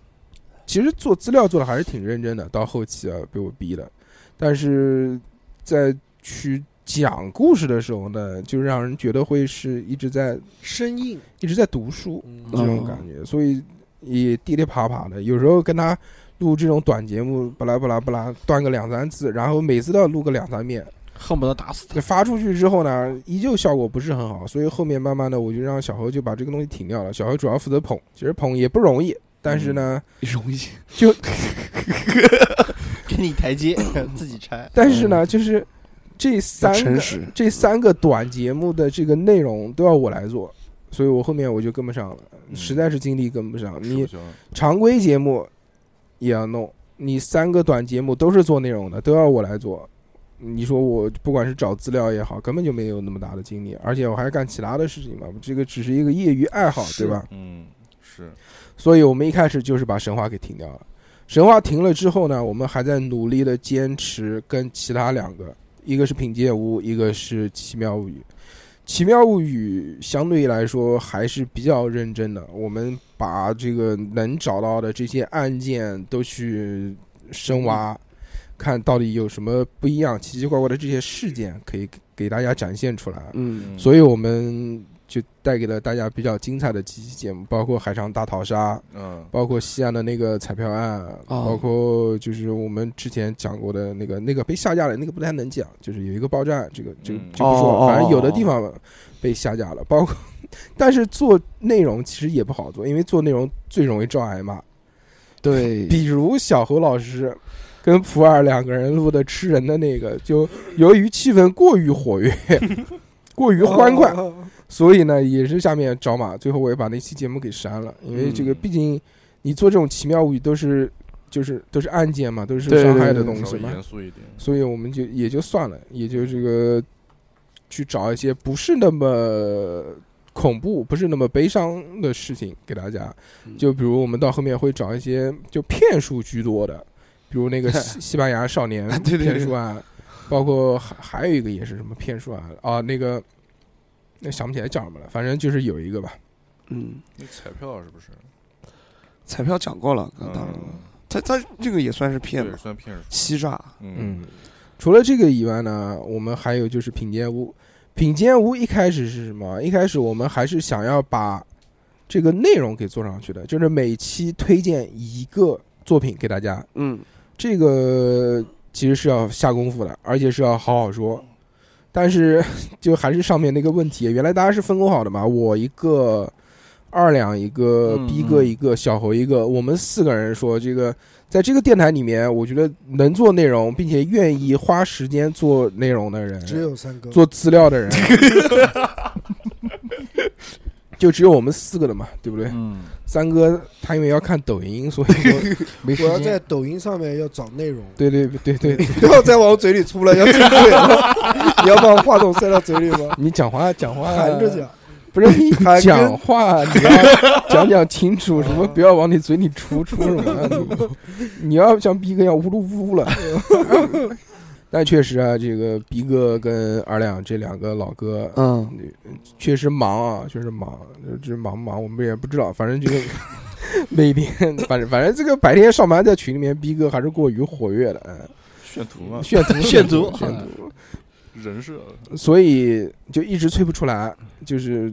其实做资料做的还是挺认真的，到后期啊被我逼的，但是在去讲故事的时候呢，就让人觉得会是一直在生硬，一直在读书。嗯这种感觉，所以也跌跌爬爬的。有时候跟他录这种短节目，巴拉巴拉巴拉，断个两三次，然后每次都要录个两三遍。恨不得打死他。发出去之后呢，依旧效果不是很好，所以后面慢慢的我就让小何就把这个东西停掉了。小何主要负责捧，其实捧也不容易，但是呢，容易， *laughs* 给你台阶，自己拆。但是呢，就是这三嗯诚个实，这三个短节目的这个内容都要我来做，所以我后面我就跟不上了，嗯实在是精力跟不上。你嗯吃不啊消了常规节目也要弄，你三个短节目都是做内容的，都要我来做。你说我不管是找资料也好，根本就没有那么大的精力，而且我还干其他的事情嘛，这个只是一个业余爱好，是对吧？嗯，是，所以我们一开始就是把神话给停掉了。神话停了之后呢，我们还在努力的坚持跟其他两个，一个是品鉴屋，一个是奇妙物语。奇妙物语》相对来说还是比较认真的，我们把这个能找到的这些案件都去深挖，看到底有什么不一样、奇奇怪怪的这些事件可以给给大家展现出来。嗯所以我们就带给了大家比较精彩的几期节目，包括海上大逃杀，嗯包括西安的那个彩票案，哦包括就是我们之前讲过的那个那个被下架了，那个不太能讲，就是有一个爆炸，这个这个嗯这个不说哦了，哦反正有的哦地方被下架了，包括但是做内容其实也不好做，因为做内容最容易招挨骂，对，比如小侯老师。跟普洱两个人录的吃人的那个，就由于气氛过于活跃， *laughs* 过于欢快，嗯所以呢，也是下面找马，最后我也把那期节目给删了，因为这个嗯毕竟你做这种奇妙物语都是就是都是案件嘛，都是对伤害对的对东西稍微嘛，严肃一点，嗯所以我们就也就算了，也就这个去找一些不是那么恐怖、不是那么悲伤的事情给大家，嗯就比如我们到后面会找一些就骗术居多的，比如那个 *laughs* 西西班牙少年对对对骗术案，包括还还有一个也是什么骗术案啊，那个那想不起来叫什么了，反正就是有一个吧，嗯，那彩票是不是？彩票讲过了，刚刚嗯，他他这个也算是骗对，吧，算骗术。欺诈，嗯，除了这个以外呢，我们还有就是品鉴屋。品鉴屋一开始是什么？一开始我们还是想要把这个内容给做上去的，就是每期推荐一个作品给大家。嗯，这个其实是要下功夫的，而且是要好好说。但是 *laughs* 就还是上面那个问题，原来大家是分工好的嘛，我一个。二两一个，嗯逼哥一个，小侯一个，我们四个人说这个，在这个电台里面，我觉得能做内容并且愿意花时间做内容的人，只有三哥做资料的人， *laughs* *laughs* 就只有我们四个了嘛，对不对？嗯，三哥他因为要看抖音，所以说，没时我要在间。抖音上面要找内容，对对对对，不要再往我嘴里出 *laughs* 了，要进嘴了， *laughs* 你要把话筒塞到嘴里吗？你讲话讲话含着，讲，不是你含着讲话你要讲讲清楚，什么不要往你嘴里出出什么，你你要像逼哥一样呜噜呜噜了。但确实啊，这个逼哥跟二两这两个老哥，嗯，确实忙啊，确实忙，就是忙不忙，我们也不知道。反正这个每天，反正反正这个白天上班在群里面，逼哥还是过于活跃的，嗯炫图嘛，炫图炫图图炫图，人设所以就一直催不出来。就是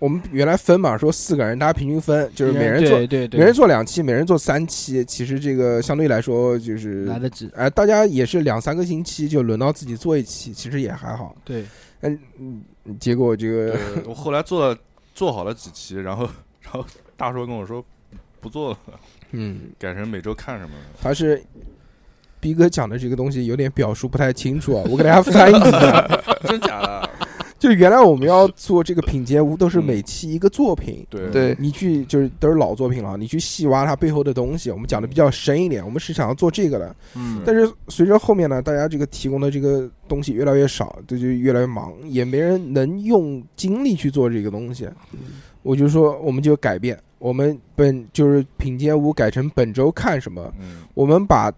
我们原来分嘛，说四个人，大家平均分，就是每人做对对对，每人做两期，每人做三期。其实这个相对来说就是来，得及。哎，大家也是两三个星期就轮到自己做一期，其实也还好。对，但嗯结果这个对，我后来做了做好了几期，然后 *laughs* 然后大硕跟我说不做了，嗯。改成每周看什么了。他是逼哥讲的这个东西有点表述不太清楚 *laughs* 啊，我给大家翻译一下。真假的？嗯就原来我们要做这个品鉴屋，都是每期一个作品。对对，你去就是都是老作品了，你去细挖它背后的东西，我们讲的比较深一点，我们是想要做这个的。嗯，但是随着后面呢，大家这个提供的这个东西越来越少，这就越来越忙，也没人能用精力去做这个东西。嗯我就说，我们就改变，我们本就是品鉴屋改成本周看什么，嗯，我们把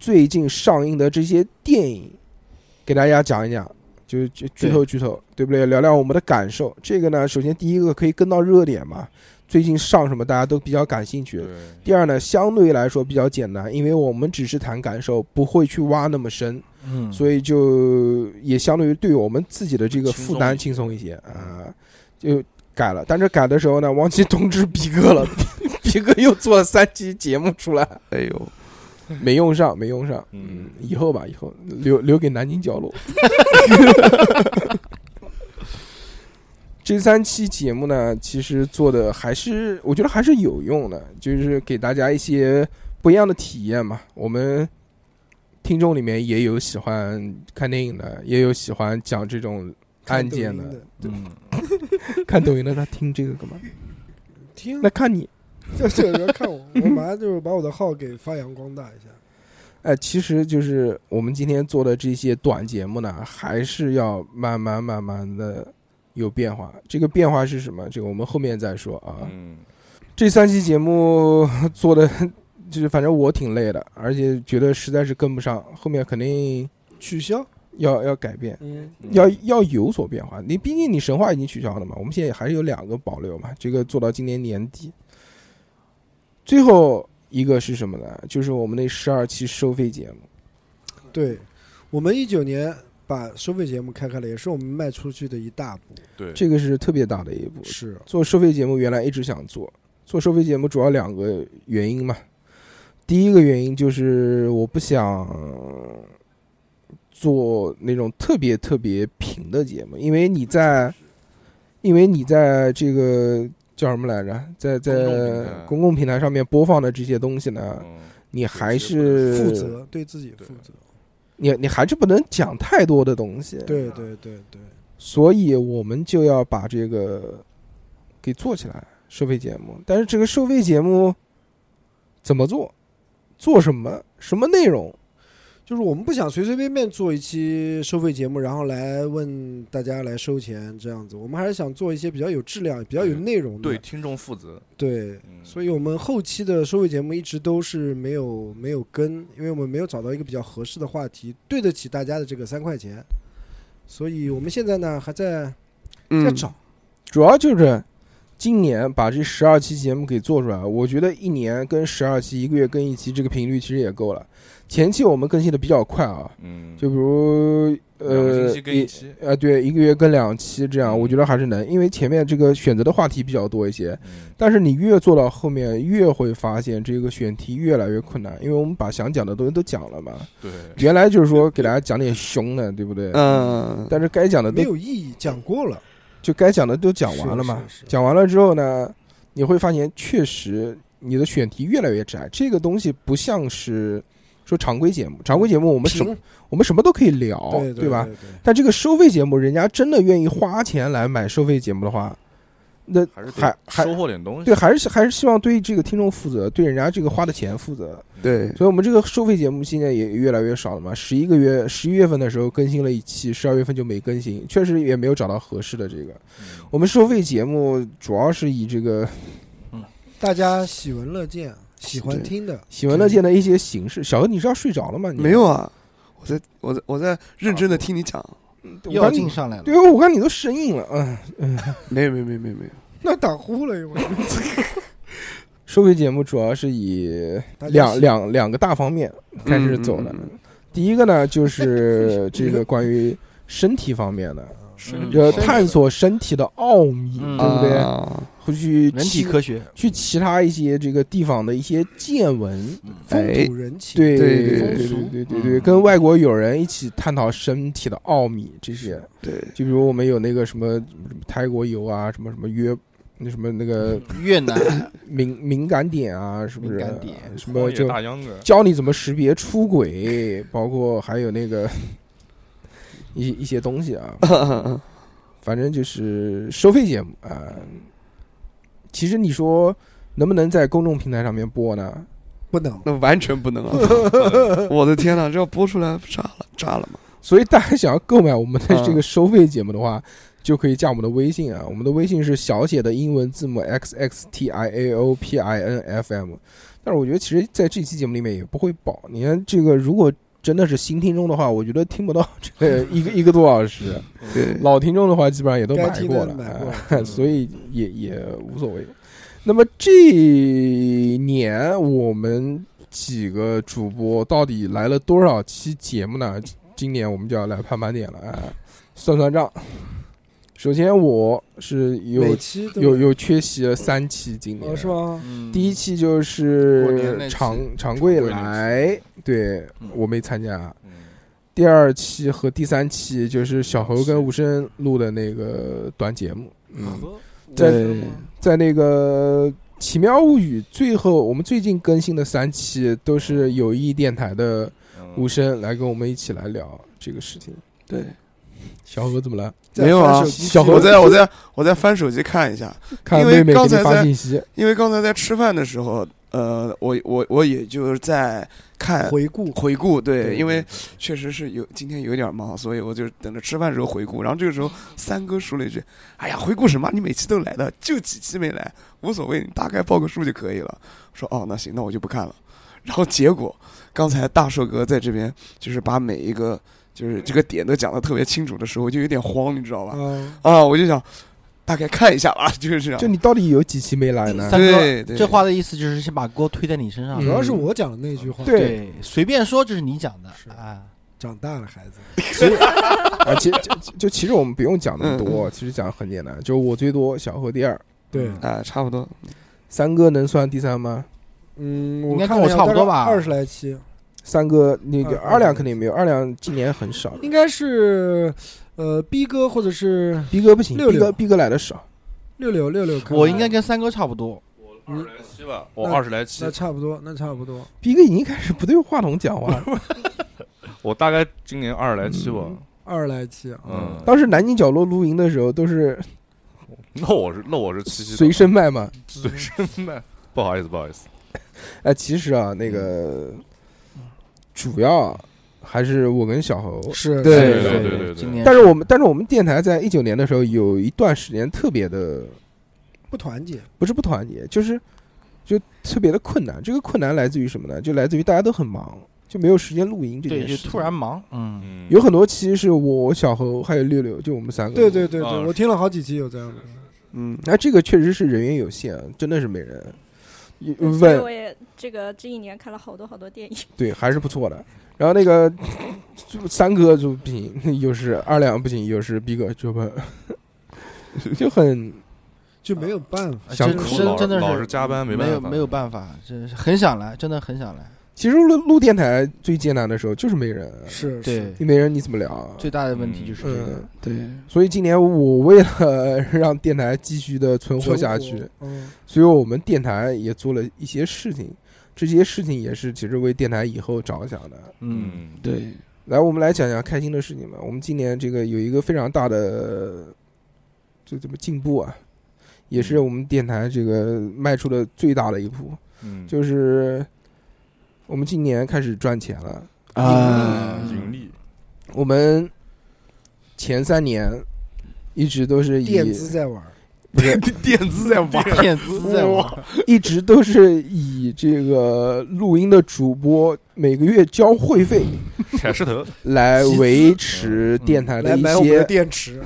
最近上映的这些电影给大家讲一讲，就是剧剧透剧透，对不对？聊聊我们的感受。这个呢，首先第一个可以跟到热点嘛，最近上什么大家都比较感兴趣对。，第二呢，相对来说比较简单，因为我们只是谈感受，不会去挖那么深，嗯，所以就也相对于对我们自己的这个轻松负担一些轻松一些啊，就改了。但是改的时候呢，忘记通知逼哥了， *laughs* 逼哥又做了三期节目出来。哎呦，没用上，没用上。嗯，以后吧，以后留留给南京角落。这三期节目呢，其实做的还是我觉得还是有用的，就是给大家一些不一样的体验嘛。我们听众里面也有喜欢看电影的，也有喜欢讲这种看案抖音件的。的，嗯，看抖音的他听这个干嘛？听那看你就是有人看我，我马上就是把我的号给发扬光大一下。哎，其实就是我们今天做的这些短节目呢，还是要慢慢慢慢的有变化。这个变化是什么？这个我们后面再说啊。嗯，这三期节目 *laughs* 做的，就是反正我挺累的，而且觉得实在是跟不上，后面肯定取消，要要改变，嗯，要要有所变化。你毕竟你神话已经取消了嘛，我们现在还是有两个保留嘛，这个做到今年年底。最后一个是什么呢？就是我们那十二期收费节目，对，我们一九年把收费节目开开了，也是我们迈出去的一大步。对，这个是特别大的一步。是，做收费节目原来一直想做，做收费节目主要两个原因嘛。第一个原因就是我不想做那种特别特别平的节目，因为你在，因为你在这个叫什么来着，在在公公众平台共平台上面播放的这些东西呢，嗯，你还是是负，责对自己负责。你你还是不能讲太多的东西。对对对对，所以我们就要把这个给做起来，收费节目。但是这个收费节目怎么做，做什么，什么内容，就是我们不想随随便便做一期收费节目，然后来问大家来收钱这样子。我们还是想做一些比较有质量、比较有内容的。对听众负责，对嗯所以我们后期的收费节目一直都是没有没有跟，因为我们没有找到一个比较合适的话题，对得起大家的这个三块钱。所以我们现在呢还在在嗯，找，主要就是今年把这十二期节目给做出来。我觉得一年跟十二期，一个月跟一期，这个频率其实也够了。前期我们更新的比较快啊，嗯，就比如两个呃星期跟一期，呃，对，一个月跟两期这样，我觉得还是能，因为前面这个选择的话题比较多一些，嗯但是你越做到后面，越会发现这个选题越来越困难，因为我们把想讲的东西都讲了嘛。对，原来就是说给大家讲点凶的，对不对？嗯，但是该讲的没都有意义，讲过了。就该讲的都讲完了嘛是是。是讲完了之后呢，你会发现确实你的选题越来越窄。这个东西不像是说常规节目，常规节目我们什么平我们什么都可以聊，对对吧？对对但这个收费节目，人家真的愿意花钱来买收费节目的话，那还是还得还收获点东西，对，还是还是希望对这个听众负责，对人家这个花的钱负责。对，所以我们这个收费节目现在也越来越少了嘛。十一个月，十一月份的时候更新了一期，十二月份就没更新，确实也没有找到合适的这个。嗯我们收费节目主要是以这个大家喜闻乐见，喜欢对听的，喜闻乐见的一些形式。小何，你是要睡着了吗？你没有，啊，我在我在我在认真的听你讲，我药看劲你，上来了。对哦，我看你都神隐了。嗯，没有没有没有没有没有，那打呼了 *laughs* 一会儿。收费节目主要是以大家两喜两两个大方面开始走的。嗯第一个呢， *laughs* 就是这个关于身体方面的，身体呃，方面探索身体的奥秘，嗯对不对？啊会去人体其科学，去其他一些这个地方的一些见闻，嗯风哎土人情，对对对对对风俗对对对，嗯跟外国友人一起探讨身体的奥秘这些，对，就比如我们有那个什么什么泰国游啊，什么什么约。那什么那个越南敏敏感点啊，是不是？嗯敏感点什荒么野就大秧歌，教你怎么识别出轨，包括还有那个一一些东西啊，反正就是收费节目啊、其实你说能不能在公众平台上面播呢？不能那完全不能 *laughs* 啊！我的天呐，这要播出来炸了，炸了嘛！所以大家想要购买我们的嗯这个收费节目的话，就可以加我们的微信啊，我们的微信是小写的英文字母 x x t i a o p i n f m。但是我觉得其实在这期节目里面也不会爆，你看这个如果真的是新听众的话，我觉得听不到这个一个一个多小 *laughs* 时；对，老听众的话，基本上也都该买听过的了，买过哎 *laughs* 了所以也也无所谓。那么这一年我们几个主播到底来了多少期节目呢？今年我们就要来盘盘点了，哎，算算账。首先我是嗯每有期都有有缺席了三期，今年、哦是？吗？第一期就过年是那期常常贵常贵那来，对嗯我没参加。啊嗯第二期和第三期就是小猴跟吴声录的那个短节目，嗯，在对在那个《奇妙物语》最后，我们最近更新的三期都是友谊电台的嗯吴声来跟我们一起来聊这个事情。对，小何怎么了？在没有啊翻手机小记录猴我在我在我在翻手机看一下，看因为妹妹给刚你才发在啊信息，因为刚才在吃饭的时候，呃，我我我也就是在看回 *laughs* 顾，回顾，对，对因为确实是有今天有点忙，所以我就等着吃饭时候回顾。然后这个时候，三哥说了一句：“哎呀，回顾什么？你每期都来的，就几期没来，无所谓，你大概报个数就可以了。”说：“哦，那行，那我就不看了。”然后结果刚才大寿哥在这边就是把每一个就是这个点都讲的特别清楚的时候，我就有点慌，你知道吧？啊，啊，我就想大概看一下吧，就是这样。就你到底有几期没来 *laughs* 呢？三对哥，对这话的意思就是先把锅推在你身上嗯主。要是我讲的那句话，对，随便说这是你讲的是啊。长大了孩子，啊，其就就就其实我们不用讲那么嗯多，其实讲得很简单，就是我最多，小何第二，对，啊，差不多。三哥能算第三吗？嗯，应我该看跟我差不多吧二十来期，三哥那个二二两肯定没有，二两今年很少。应该是呃逼哥或者是逼哥不行，六逼六哥逼哥来的少，六六六六可以，我应该跟三哥差不多，嗯来七吧，我那二十来七那，差不多，那差不多，逼哥已经开始不对话筒讲话了。我大概今年二十来七吧。二十来期啊，嗯，当时南京角落露营的时候都是那我是那我是七七随身麦嘛，随身的， *laughs* 不好意思不好意思，哎，其实啊，那个主要还是我跟小侯。是，对对对对对今年但是我们，但是我们电台在一九年的时候有一段时间特别的不团结，嗯不是不团结，就是就特别的困难。这个困难来自于什么呢？就来自于大家都很忙，就没有时间录音这件对事就情。突然忙，嗯，嗯，有很多期是我、小侯还有六六，就我们三个。对对对啊对，我听了好几期有这样的，嗯，那这个确实是人员有限，啊真的是没人。一所以我问也这个这一年看了好多好多电影，对还是不错的。然后那个就三哥就不行，有时二两不行，有时逼哥就不就很就没有办法，想真哭真老真的老是是加班没没有办法没有办法，真是很想来，真的很想来。其实录录电台最艰难的时候就是没人，啊是，对是，，你没人你怎么聊啊？最大的问题就是这嗯个，，对，所以今年我为了 *laughs* 让电台继续的存活下去，存活，嗯，所以我们电台也做了一些事情，这些事情也是其实为电台以后着想的。嗯，嗯，对，来，我们来讲讲开心的事情吧。我们今年这个有一个非常大的这怎么进步啊，也是我们电台这个迈出了最大的一步，嗯，就是我们今年开始赚钱了。啊，盈利，我们前三年一直都是以电资在玩儿，不是电子在玩，骗资在我，一直都是以这个录音的主播每个月交会费踩石头，来维持电台来的一买我们些的电池，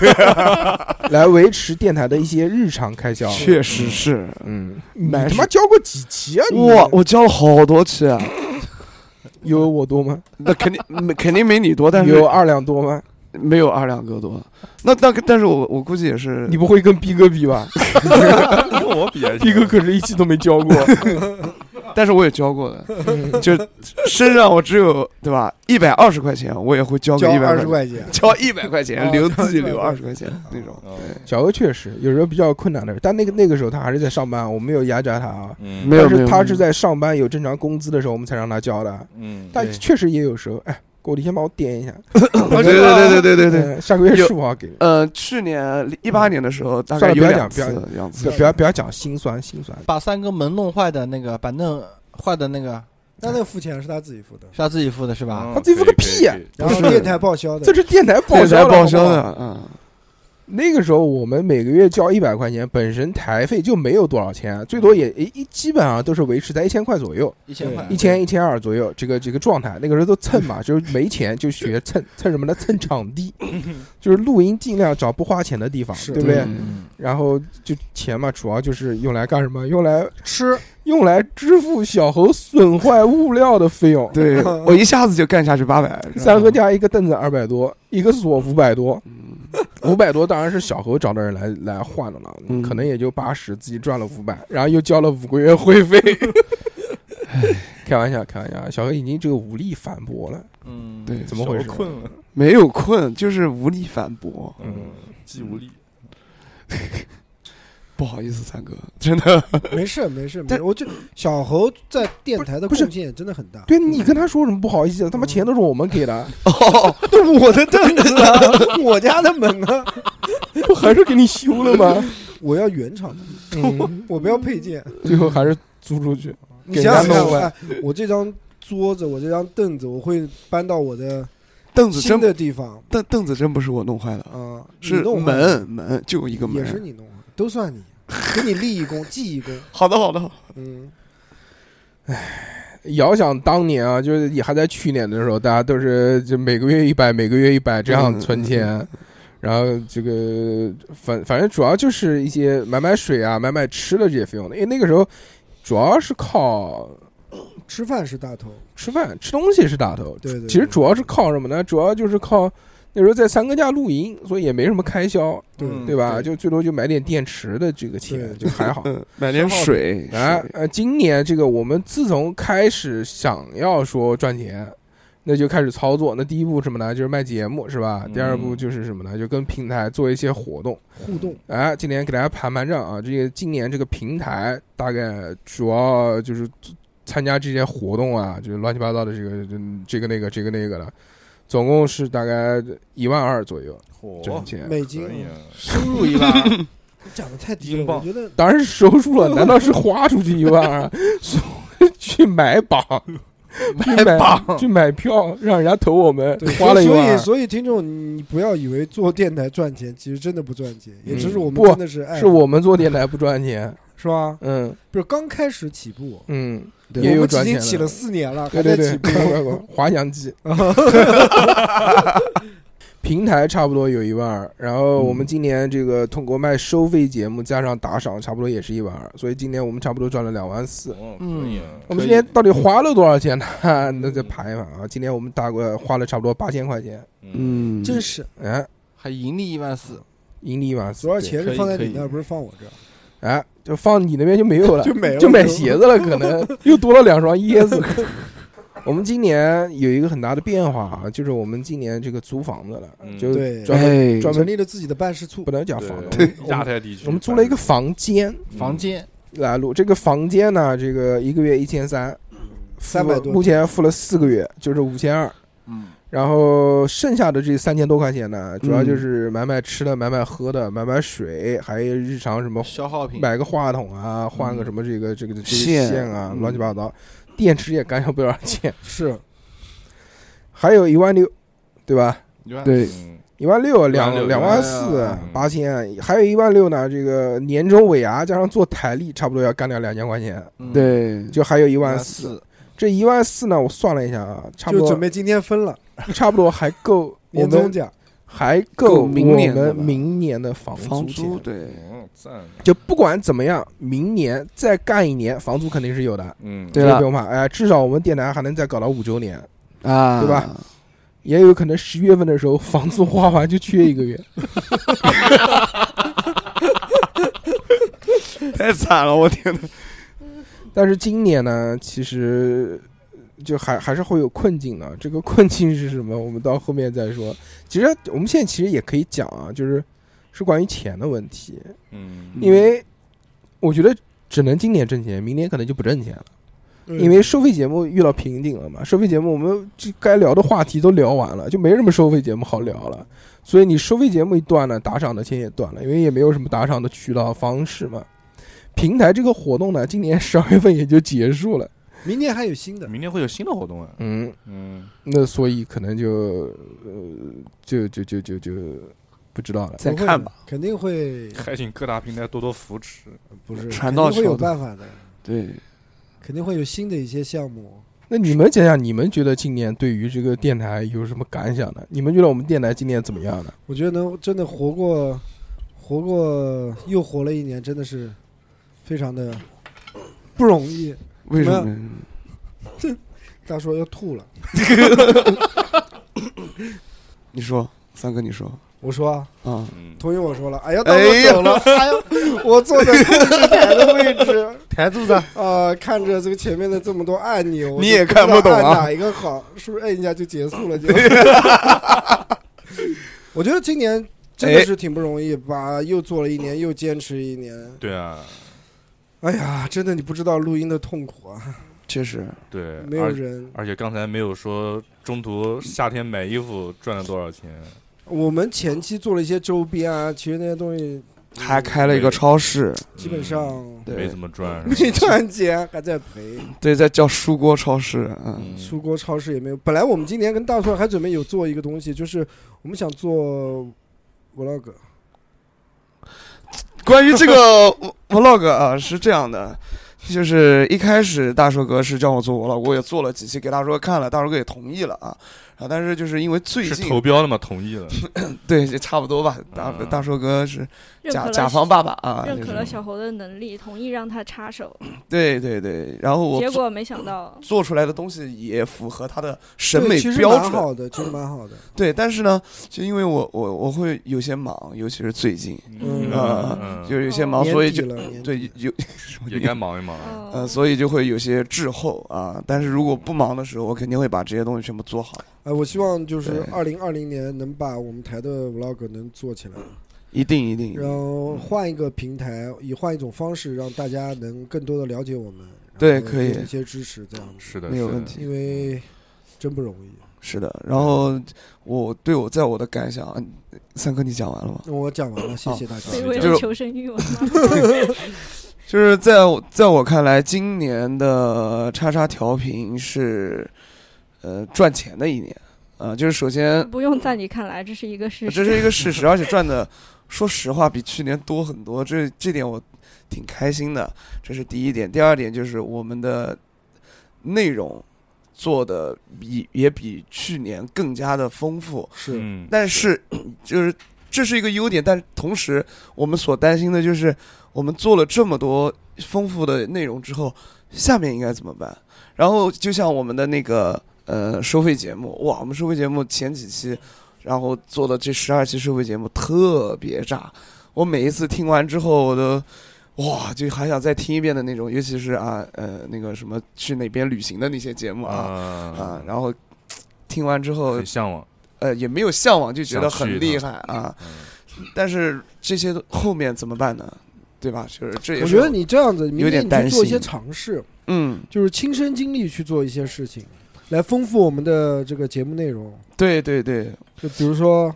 *laughs* 来维持电台的一些日常开销。确实是。嗯，你买他是妈交过几期啊？你哇，我交了好多期啊，有我多吗？那肯定没肯定没你多，但是有啊二两多吗？没有二两哥多。那那但是我我估计也是你不会跟逼哥比 *laughs* 吧？跟我比还行逼哥可是一期都没交 *laughs* 过。但是我也交过的，就身上我只有对吧一百二十块钱，我也会交交个一百二十块钱，块钱，交一百块钱哦留自己留交二120十块钱那种。哦嗯小欧确实有时候比较困难的，但那个那个时候他还是在上班，我没有压榨他啊。嗯没有但没有，是他是没有在上班有正常工资的时候，我们才让他交的。啊嗯，但对确实也有时候，哎，狗，你先帮我点一下。*laughs* *laughs* 对对对对对对对。嗯，下个月有十五号给你。呃，去年一八年的时候，大算概了有不要两次讲不要两不次要，不要不要讲心酸心酸，把三哥门弄坏的那个板凳坏的那个但那个付钱是他自己付的，是他自己付的是嗯吧？他自己付个屁呀呀！可以然后不是电台报销的，这是电台报销才的报销。好不好的，嗯，那个时候我们每个月交一百块钱，本身台费就没有多少钱，啊最多也嗯一一基本上都是维持在一千块左右，一千块，一千一千二左右这个这个状态。那个时候都蹭 *laughs* 嘛，就是没钱就学蹭蹭什么呢？蹭场地，就是录音尽量找不花钱的地方，是对不对？嗯然后就钱嘛，主要就是用来干什么？用来吃用来支付小猴损坏物料的费用。 *laughs* 对我一下子就干下去八百，三哥家一个凳子二百多，一个锁五百多，嗯 *laughs* 五百多当然是小猴找的人来来换的了，嗯可能也就八十，自己赚了五百，然后又交了五个月会费。 *laughs* 开玩笑，开玩笑，小何已经这个无力反驳了，嗯，对，怎么回事？小困了，没有困，就是无力反驳。嗯，既无力，不好意思，三哥，真的， *laughs* 没事没事，没但事，我就小侯在电台的不是贡献真的很大，对你跟他说什么不好意思？他妈钱都是我们给 *laughs* 的，哦，我的凳子啊，我家的门啊，不还是给你修了吗？我要原厂的，嗯我不要配件。最后还是租出去。你给想人想家看，弄我坏哎我这张桌子，我这张凳子，我会搬到我的凳子新真的地方凳凳子真不是我弄坏的啊，啊，是你弄坏的门门就一个也是门。你弄坏的，都 *laughs* 算你，给你立一功，记一功。好的，好的，好的嗯，遥想当年啊，就是也还在去年的时候，大家都是就每个月一百，每个月一百这样存钱，然后这个反反正主要就是一些买买水啊、买买吃的这些费用的，因为那个时候主要是靠吃饭是大头，吃饭、吃东西是大头，对对对其实主要是靠什么呢？主要就是靠那时候在三哥家露营，所以也没什么开销，对嗯对吧？就最多就买点电池的这个钱，对就还好。嗯，买点水哎啊水呃，今年这个我们自从开始想要说赚钱，那就开始操作。那第一步什么呢？就是卖节目是吧？第二步嗯就是什么呢？就跟平台做一些活动。互动哎，今年给大家盘盘账啊，这个今年这个平台大概主要就是参加这些活动啊，就是乱七八糟的这个嗯这个那个这个那个的，总共是大概一万二左右哦挣嚯，钱。美金可，以啊，收入一万，讲的太低英了，镑我觉得当然是收入了，难道是花出去一万二， *laughs* 所以去买榜，去买榜去买票，让人家投我 *laughs* 们对，，花了一所万啊以二，所以听众，你不要以为做电台赚钱，其实真的不赚钱，也只是我们嗯不真的是爱好，是我们做电台不赚钱，是吧？嗯不是刚开始起步，嗯，我也有们赚钱已经的起了四年了，对对还在对 *laughs* 起，快快快，滑翔 *laughs* 机。平台差不多有一万二，然后嗯我们今年这个通过卖收费节目加上打赏，差不多也是一万二，所以今年我们差不多赚了两万四。哦嗯可以啊，我们今年到底花了多少钱呢？ *laughs* 那再盘一盘啊！今年我们大概花了差不多八千块钱，嗯， *laughs* 嗯，真是哎，还盈利一万四，盈利嘛，主要钱可是以放在可你以那儿，不是放我这儿，哎，就放你那边就没有了，就没 *laughs* 了，就买鞋子了，可能又多了两双椰子。 *laughs* 我们今年有一个很大的变化啊，就是我们今年这个租房子了，嗯就对专门哎专成门立了自己的办事处不，能讲房子，对，我亚们太地区，嗯我们租了一个房间房间来录。这个房间呢，这个一个月一千三，付三百多目前付了四个月，就是五千二。嗯，然后剩下的这三千多块钱呢，主要就是买买吃的、买买喝的、买买水，还有日常什嗯么消耗品，买个话筒啊，换个什么这个这个这个线线啊，嗯乱七八糟，电池也干上不了钱，是还有一万六，对吧？一万对嗯一万六， 16,000两两万四嗯，八千，还有一万六呢。这个年终尾牙加上做台历，差不多要干掉两千块钱，嗯，对，就还有一一万四。四，这一万四呢，我算了一下啊，差不就准多备今天分了差不多还够我年终们奖，还够够明年我的们吧明年的房房租钱。对，哦，赞，就不管怎么样，明年再干一年，房租肯定是有的。嗯，这对个了不用怕，哎，至少我们电台还能再搞到五周年，啊，对吧？也有可能十一月份的时候房租花完就缺一个月，太惨了，我天呐。但是今年呢，其实就还还是会有困境的。这个困境是什么？我们到后面再说。其实我们现在其实也可以讲啊，就是是关于钱的问题，嗯，因为我觉得只能今年挣钱，明年可能就不挣钱了，因嗯为收费节目遇到瓶颈了嘛。收费节目我们这该聊的话题都聊完了，就没什么收费节目好聊了。所以你收费节目一断了，打赏的钱也断了，因为也没有什么打赏的渠道方式嘛。平台这个活动呢，今年十二月份也就结束了。明年还有新的，明天会有新的活动啊，嗯，嗯，那所以可能就呃，就就就就就不知道了。再不会看的吧，肯定会还请各大平台多多扶持，不是传道肯定会有授的办法的，对，肯定会有新的一些项目。那你们讲讲，你们觉得今年对于这个电台有什么感想呢？你们觉得我们电台今年怎么样呢？我觉得能真的活过，活过又活了一年，真的是非常的不容易。为什怎么么？大叔要吐了，你说，三哥，你说我说啊，啊，嗯，同意我说了，哎呀，大 *laughs* 哎叔呀走了，哎呀，我坐在控制台的位置，抬柱子，呃，看着这个前面的这么多按钮，你也我就知道看不懂啊按哪一个好？是不是摁一下就结束了？ *laughs* 就，我觉得今年真的是挺不容易，把又做了一哎年，又坚持一年。对啊，哎呀，真的你不知道录音的痛苦啊，确实，对，没有而人。而且刚才没有说中途夏天买衣服赚了多少钱，我们前期做了一些周边啊，其实那些东西嗯还开嗯了一个超市，基本上对嗯没怎么赚，是吧没赚钱，还在赔。对，在叫书锅超市，嗯，嗯出国超市也没有。本来我们今年跟大帅还准备有做一个东西，就是我们想做 vlog。 *laughs* 关于这个 vlog 啊，是这样的，就是一开始大硕哥是叫我做我老公，我也做了几期给大硕哥看了，大硕哥也同意了啊。啊，但是就是因为最是近投标了吗？同意了，对，就差不多吧。大嗯大硕哥是认可甲了甲方爸爸啊，认就可是了小猴的能力，同意让他插手，对对对。然后我结做果没想到做出来的东西也符合他的审美对其实标蛮准，好的，其实蛮好的。对。但是呢，就因为我我我会有些忙，尤其是最近，嗯啊就是有些忙，哦年所以底就了年对底了有也 *laughs* 该忙一忙。哦呃，嗯，所以就会有些滞后啊。但是如果不忙的时候，我肯定会把这些东西全部做好，哎，我希望就是对二零二零年能把我们台的 vlog 能做起来，一定一定。然后换一个平台，以换一种方式让大家能更多的了解我们。然对后可以给一些支持这样子，是的，没有是的问题因为真不容易。是的。然后我对我在我的感想，嗯三哥你讲完了吗？那我讲完了，谢谢大家。哦所以我就有是求生欲望吗， *laughs* 就是在我在我看来，今年的叉叉调频是呃赚钱的一年啊、就是首先不用在你看来，这是一个事实。这是一个事实，而且赚的，说实话比去年多很多，这这点我挺开心的，这是第一点。第二点就是我们的内容做的比也比去年更加的丰富，是，嗯，但是就是这是一个优点，但同时我们所担心的就是，我们做了这么多丰富的内容之后，下面应该怎么办？然后就像我们的那个呃收费节目，哇，我们收费节目前几期，然后做的这十二期收费节目特别炸，我每一次听完之后，我都。哇，就还想再听一遍的那种，尤其是啊，呃，那个什么去哪边旅行的那些节目啊啊啊，然后听完之后很向往。呃，也没有向往，就觉得想去很一厉害趟啊。嗯但是这些都后面怎么办呢？对吧？就是这也我是觉得你这样子，明有点年你担去做一心些尝试，嗯，就是亲身经历去做一些事情，来丰富我们的这个节目内容。对对对，就比如说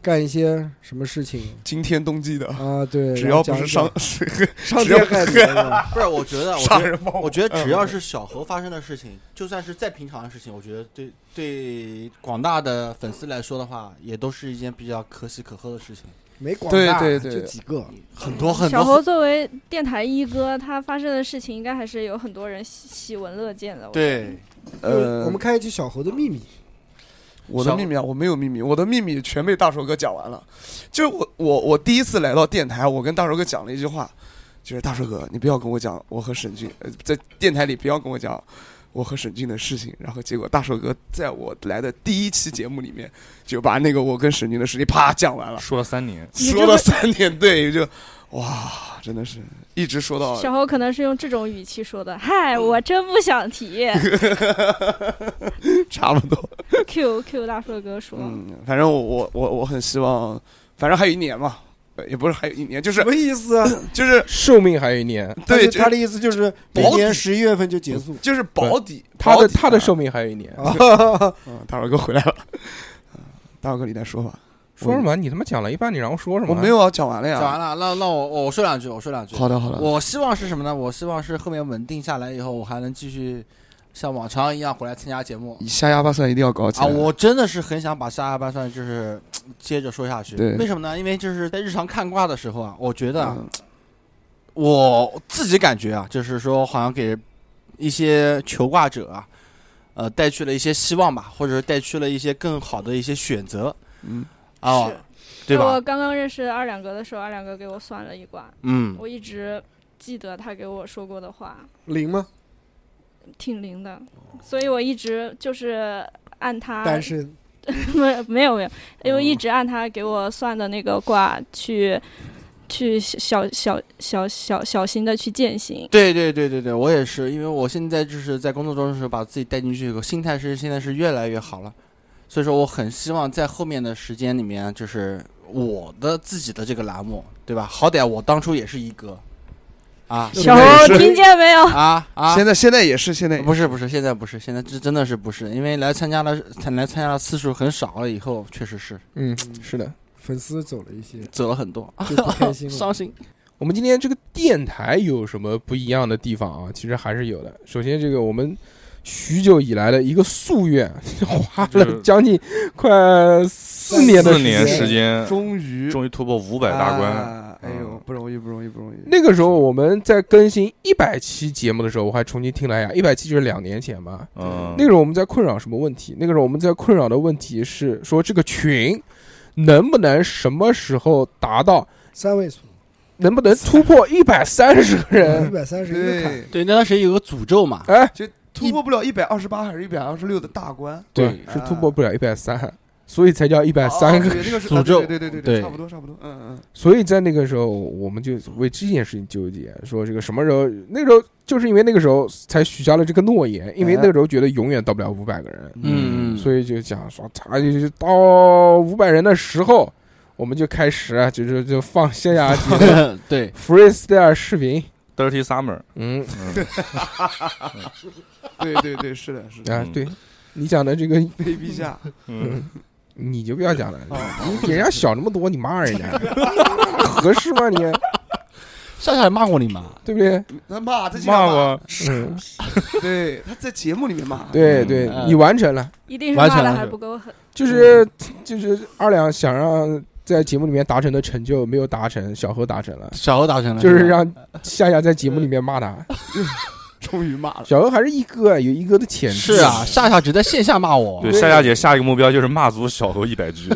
干一些什么事情惊天动地的，啊，对，只然后要不讲是一伤讲 *laughs* 只伤天要害理的话，不是，我觉得，我杀觉得人放火，我觉得只要嗯是小何发生的事情，就算是再平常的事情，我觉得对对广大的粉丝来说的话，也都是一件比较可喜可贺的事情。没广对大对就对几个，很多很小猴多，作为电台一哥，他发生的事情应该还是有很多人喜喜闻乐见的。我觉得对， *laughs* 呃，我们开一期小猴的秘密，我的小秘密啊，我没有秘密，我的秘密全被大手哥讲完了。就是我我我第一次来到电台，我跟大手哥讲了一句话，就是大手哥，你不要跟我讲我和沈俊呃在电台里不要跟我讲我和沈俊的事情。然后结果大手哥在我来的第一期节目里面就把那个我跟沈俊的事情啪讲完了，说了三年，你这说了个三年，对，就哇，真的是一直说哦到小猴可能是用这种语气说的：“嗨，嗯我真不想 *laughs* 提。差不多。 ”Q Q 大帅哥说嗯，反正我我我我很希望，反正还有一年嘛，呃也不是还有一年，就是什么意思啊？就是 *laughs* 寿命还有一年，对，他就就他的意思就是每保年底十一月份就结束。就是保底， *laughs* 他保的底他的啊寿命还有一年。嗯，大帅哥回来了，嗯大帅哥你再说吧，说什么？你他妈讲了一半，你然后说什么？我没有啊，讲完了呀，讲完了，那那我我说两句，我说两句。好的好的，我希望是什么呢？我希望是后面稳定下来以后，我还能继续像往常一样回来参加节目 *laughs* 你下压巴算一定要搞起啊！来，我真的是很想把下下半段就是接着说下去。对为什么呢？因为就是在日常看卦的时候啊，我觉得啊，嗯我自己感觉啊，就是说好像给一些求卦者啊，呃，带去了一些希望吧，或者是带去了一些更好的一些选择嗯，啊，是对我吧？刚刚认识二两哥的时候，二两哥给我算了一卦，嗯，我一直记得他给我说过的话， *laughs* 零吗？挺灵的，哦所以我一直就是按他单身 *laughs* 没没有没有，因哦为一直按他给我算的那个卦去。去小小小小小心的去践行，对对对对对，我也是，因为我现在就是在工作中的时候把自己带进去，心态是现在是越来越好了，所以说我很希望在后面的时间里面，就是我的自己的这个栏目，对吧？好歹我当初也是一哥，啊现小在猴也是听见没 *laughs* 有？啊啊！现在现在也是现在也 *laughs* 是不是不是，现在不是，现在这真的是不是，因为来参加了来参加的次数很少了，以后确实是嗯，是的。粉丝走了一 *laughs* 些，走了很多，就不开心了。伤心。我们今天这个电台有什么不一样的地方啊？其实还是有的。首先，这个我们许久以来的一个夙愿，花了将近快四年的四时年间时间，嗯终于终于突破五百大关，啊哎呦，不容易，不容易，不容易。那个时候我们在更新一百期节目的时候，我还重新听了一下，一百期就是两年前嘛。嗯，那个时候我们在困扰什么问题？那个时候我们在困扰的问题是说这个群能不能什么时候达到，三位数，能不能突破一百三十个一嗯人？百三十一个坎，对，对，那当时有个诅咒嘛，哎，突破不了一百二十八还是一百二十六的大关，对，是突破不了一百三，所以才叫一百三啊哦个。对那个是诅咒对对对对差不多差不多，嗯 *laughs* 嗯，所以在那个时候，我们就为这件事情纠结，说这个什么时候？那个时候就是因为那个时候才许下了这个诺言，哎因为那个时候觉得永远到不了五百个人，嗯，以所以就讲说，他就是到五百人的时候，我们就开始啊，就是就放线下 *laughs* 对， freestyle 视频， Dirty Summer，嗯嗯，对对对，是的，是的啊，嗯对你讲的这个，卑鄙下， *laughs* 嗯，你就不要讲了，嗯你比人家小那么多，你骂 *laughs* 人家合适吗？你夏夏也骂过你嘛？对不对？他骂他经骂常骂，我，嗯，对，他在节目里面骂，对对，嗯你完成了。一定是完骂全的了还是不够狠。就是就是二两想让在节目里面达成的成就没有达成，小何达成了，小何达成了，就是吧让夏夏在节目里面骂他。终于骂了，小何还是一哥，有一哥的潜质。是啊，，夏夏只在线下骂我，对，夏夏姐下一个目标就是骂足小猴一百句，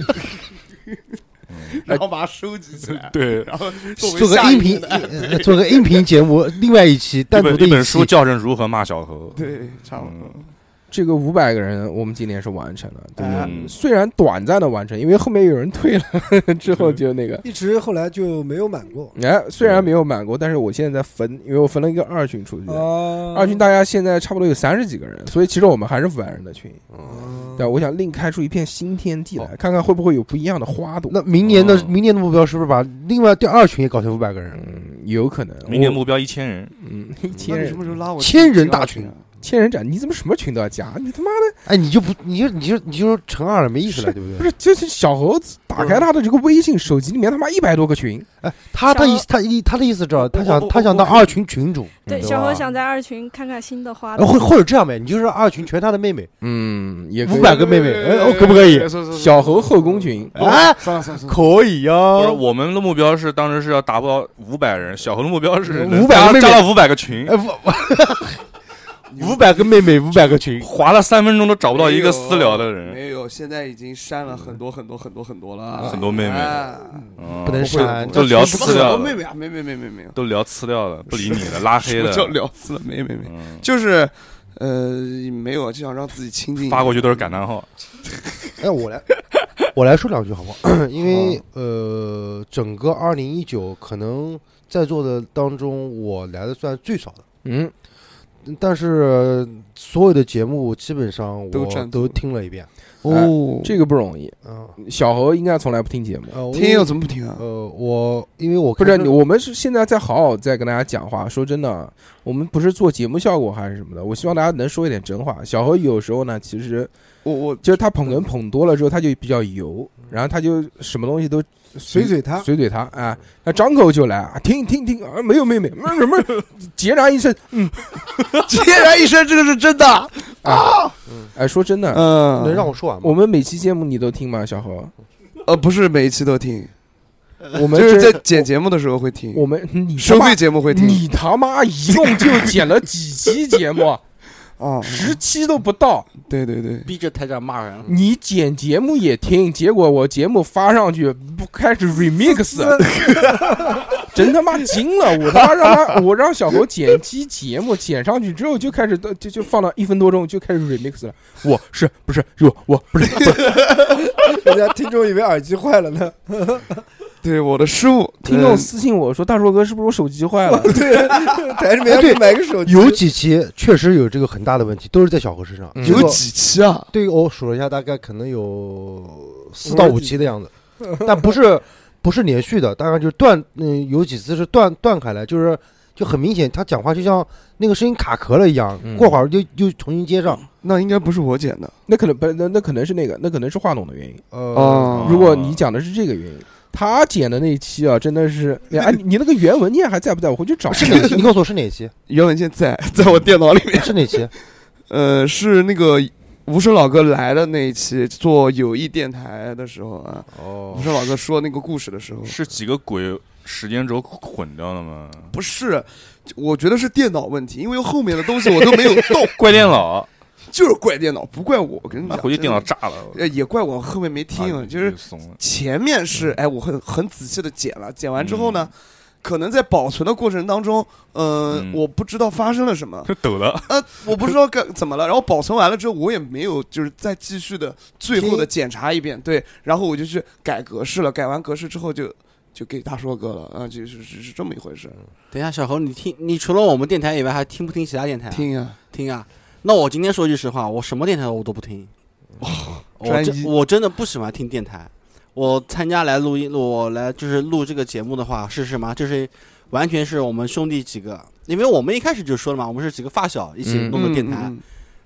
然后把他收集起来，对，然后哎做个音频，呃做个音频节目，另外一期一单独本的一本一期书，叫成如何嗯骂小猴，对，差不多，嗯这个五百个人，我们今年是完成了，对不对？嗯虽然短暂的完成，因为后面有人退了 *laughs* 之后就那个。一直后来就没有满过。哎，虽然没有满过，但是我现在在分，因为我分了一个二群出去，哦二群大家现在差不多有三十几个人，所以其实我们还是五百人的群。嗯对，我想另开出一片新天地来，看看会不会有不一样的花朵。那明年哦的嗯明年的目标是不是把另外第二群也搞成五百个人？嗯，有可能。明年我目标一千人，嗯，一那千你什人么时候拉我千人大群啊？千人斩，你怎么什么群都要加？你他妈的哎，你就不你就你就你就乘二了，没 *laughs* 意思了，对不不对？ *laughs* 是就是小猴子打开他的这个微信手机里面他妈一百多个群，他小的意思，他一他的意思知道，他我想我他想当二群群主，对，吧啊小何想在二群看看新的花呃朵。或或者这样呗，你就是二群全他的妹妹，嗯，也五百个妹妹，哎，哦，可不可以？小猴后宫群，哎，算了算了算了，可以呀，啊不是我们的目标是当时是要达到五百人，小猴的目标是能500个妹妹加到五百个群哎，五 *laughs* 五百个妹妹，五百个群，划了三分钟都找不到一没有个私聊的人，没有，现在已经删了很多很多很多很多了，很多妹妹哎嗯啊不能删，就聊私什么聊很多妹的，妹啊，没没没没没有，都聊呲掉的，不理你的，拉黑什么叫的，聊死了，没没没，嗯，就是呃没有，就想让自己清静一点。发过去都是感叹号，哎，我来，我来说两句好不 *coughs* 好？因为呃，整个二零一九可能在座的当中，我来的算最少的，嗯，但是呃所有的节目基本上都我占都足听了一遍。哦，这个不容易。嗯，小猴应该从来不听节目，呃，我听又怎么不听啊？呃，我因为我不看是这你，我们是现在在好好在跟大家讲话。说真的，我们不是做节目效果还是什么的，我希望大家能说一点真话。小何有时候呢，其实 *laughs* 我我就是他捧哏捧多了之后，他就比较油，然后他就什么东西都随嘴他，随嘴他啊，那张口就来啊，听听听啊，没有妹妹，没有什么，孑然一身。孑然一身，这个是真的。啊哎，说真的，嗯，能让我说完吗？我们每期节目你都听吗，小何？呃不是每一期都听，我们呃就是这在剪节目的时候会听，我们你他收妈费节目会听。你他妈一共就剪了几期节 *laughs* 目，啊哦，十期都不到，对对对，逼着台长骂人，你剪节目也听，结果我节目发上去不开始 *laughs* remix，真他妈惊了！我他妈让他， *laughs* 我让小猴剪期节目，剪上去之后就开始到就就放到一分多钟就开始 remix 了。我是不是我我不是不是人家听众以为耳机坏了呢。对我的失误，听众呃私信我说大硕哥是不是我手机坏了？ *laughs* 台上面对要买个手机，有几期确实有这个很大的问题，都是在小何身 *laughs* 上。嗯结果有几期啊？对我数了一下，大概可能有四到五期的样子，但不是 *laughs* 不是连续的，大概就是断，嗯，有几次是断断开来，就是就很明显，他讲话就像那个声音卡壳了一样，嗯过会儿就又重新接上。那应该不是我剪的，那可能不，那那可能是那个，那可能是话筒的原因。呃，哦如果你讲的是这个原因，他剪的那一期啊，真的是，哎，你你那个原文件还在不在？我回去找。是 *laughs* 哪期？你告诉我是哪期？原文件在 *laughs* 在我电脑里面。是哪期？呃，是那个无声老哥来的那一期做友谊电台的时候啊，哦无声老哥说那个故事的时候，是几个鬼时间轴混掉了吗？不是，我觉得是电脑问题，因为后面的东西我都没 *laughs*，有动怪电脑，就是怪电脑，不怪我。我跟你那讲，回去电脑真炸了的，呃也怪我后面没听，啊就是你嗯怂了。 *laughs* 前面是哎，我很很仔细的剪了，剪完之后呢，可能在保存的过程当中，呃、嗯我不知道发生了什么，抖了，呃，我不知道该怎么了。然后保存完了之后，我也没有就是再继续的最后的检查一遍，对，然后我就去改格式了。改完格式之后就。就给大硕哥了啊，就是是是这么一回事。等一下，小侯，你听，你除了我们电台以外，还听不听其他电台、啊？听啊，听啊。那我今天说句实话，我什么电台我都不听。哦我专真一我真的不喜欢听电台。我参加来录音，我来就是录这个节目的话是什么？就是完全是我们兄弟几个，因为我们一开始就说了嘛，我们是几个发小一起嗯弄个电嗯台，嗯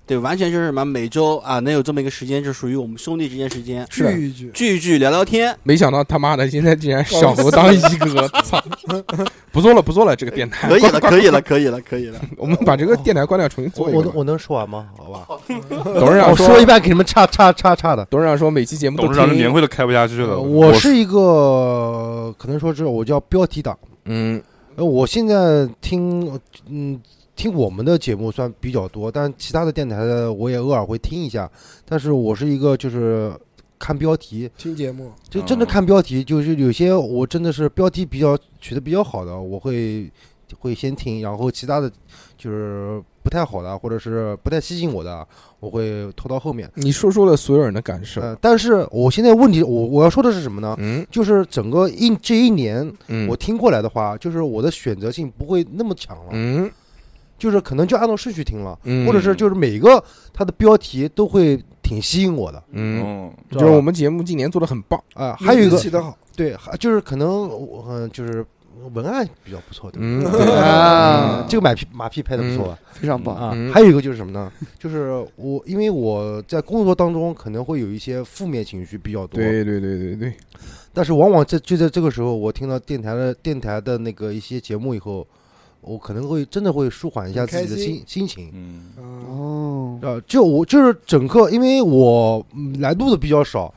对，完全就是什么每周啊能有这么一个时间，就属于我们兄弟之间时间是的聚一聚，聚一聚聊聊天，没想到他妈的，现在竟然小猴当一 *laughs* 哥，操！不做了，不做了，这个电台可以了，可以了，可以了，可以了。我们把这个电台关掉，重新做我一我个能吧。我能说完吗？好吧，董事我长说一半给你们岔岔岔岔的。董事长说每期节目都董事长这听年会都开不下去呃了。我是一个可能说是我叫标题党。嗯呃，我现在听，嗯，听我们的节目算比较多，但其他的电台的我也偶尔会听一下。但是我是一个就是看标题，听节目，就真的嗯看标题，就是呃有些我真的是标题比较取得比较好的，我会会先听，然后其他的就是不太好的，或者是不太吸引我的，我会拖到后面。你说出了所有人的感受。呃，但是我现在问题，我我要说的是什么呢？嗯就是整个一这一年嗯，我听过来的话，就是我的选择性不会那么强了。嗯就是可能就按照顺序听了，嗯，或者是就是每个它的标题都会挺吸引我的嗯，嗯，就是我们节目今年做的很棒。啊、还有一名嗯字个起得好，对，还就是可能我嗯、就是文案比较不错的，嗯 *laughs* *laughs* 啊这个马屁马屁拍的不错吧？非常棒。啊，嗯还有一个就是什么呢？就是我因为我在工作当中可能会有一些负面情绪比较多，对对对对对，但是往往在就在这个时候，我听到电台的电台的那个一些节目以后，我可能会真的会舒缓一下自己的很开心心心情。嗯，嗯，哦，呃，就我就是整个，因为我嗯来录的比较少，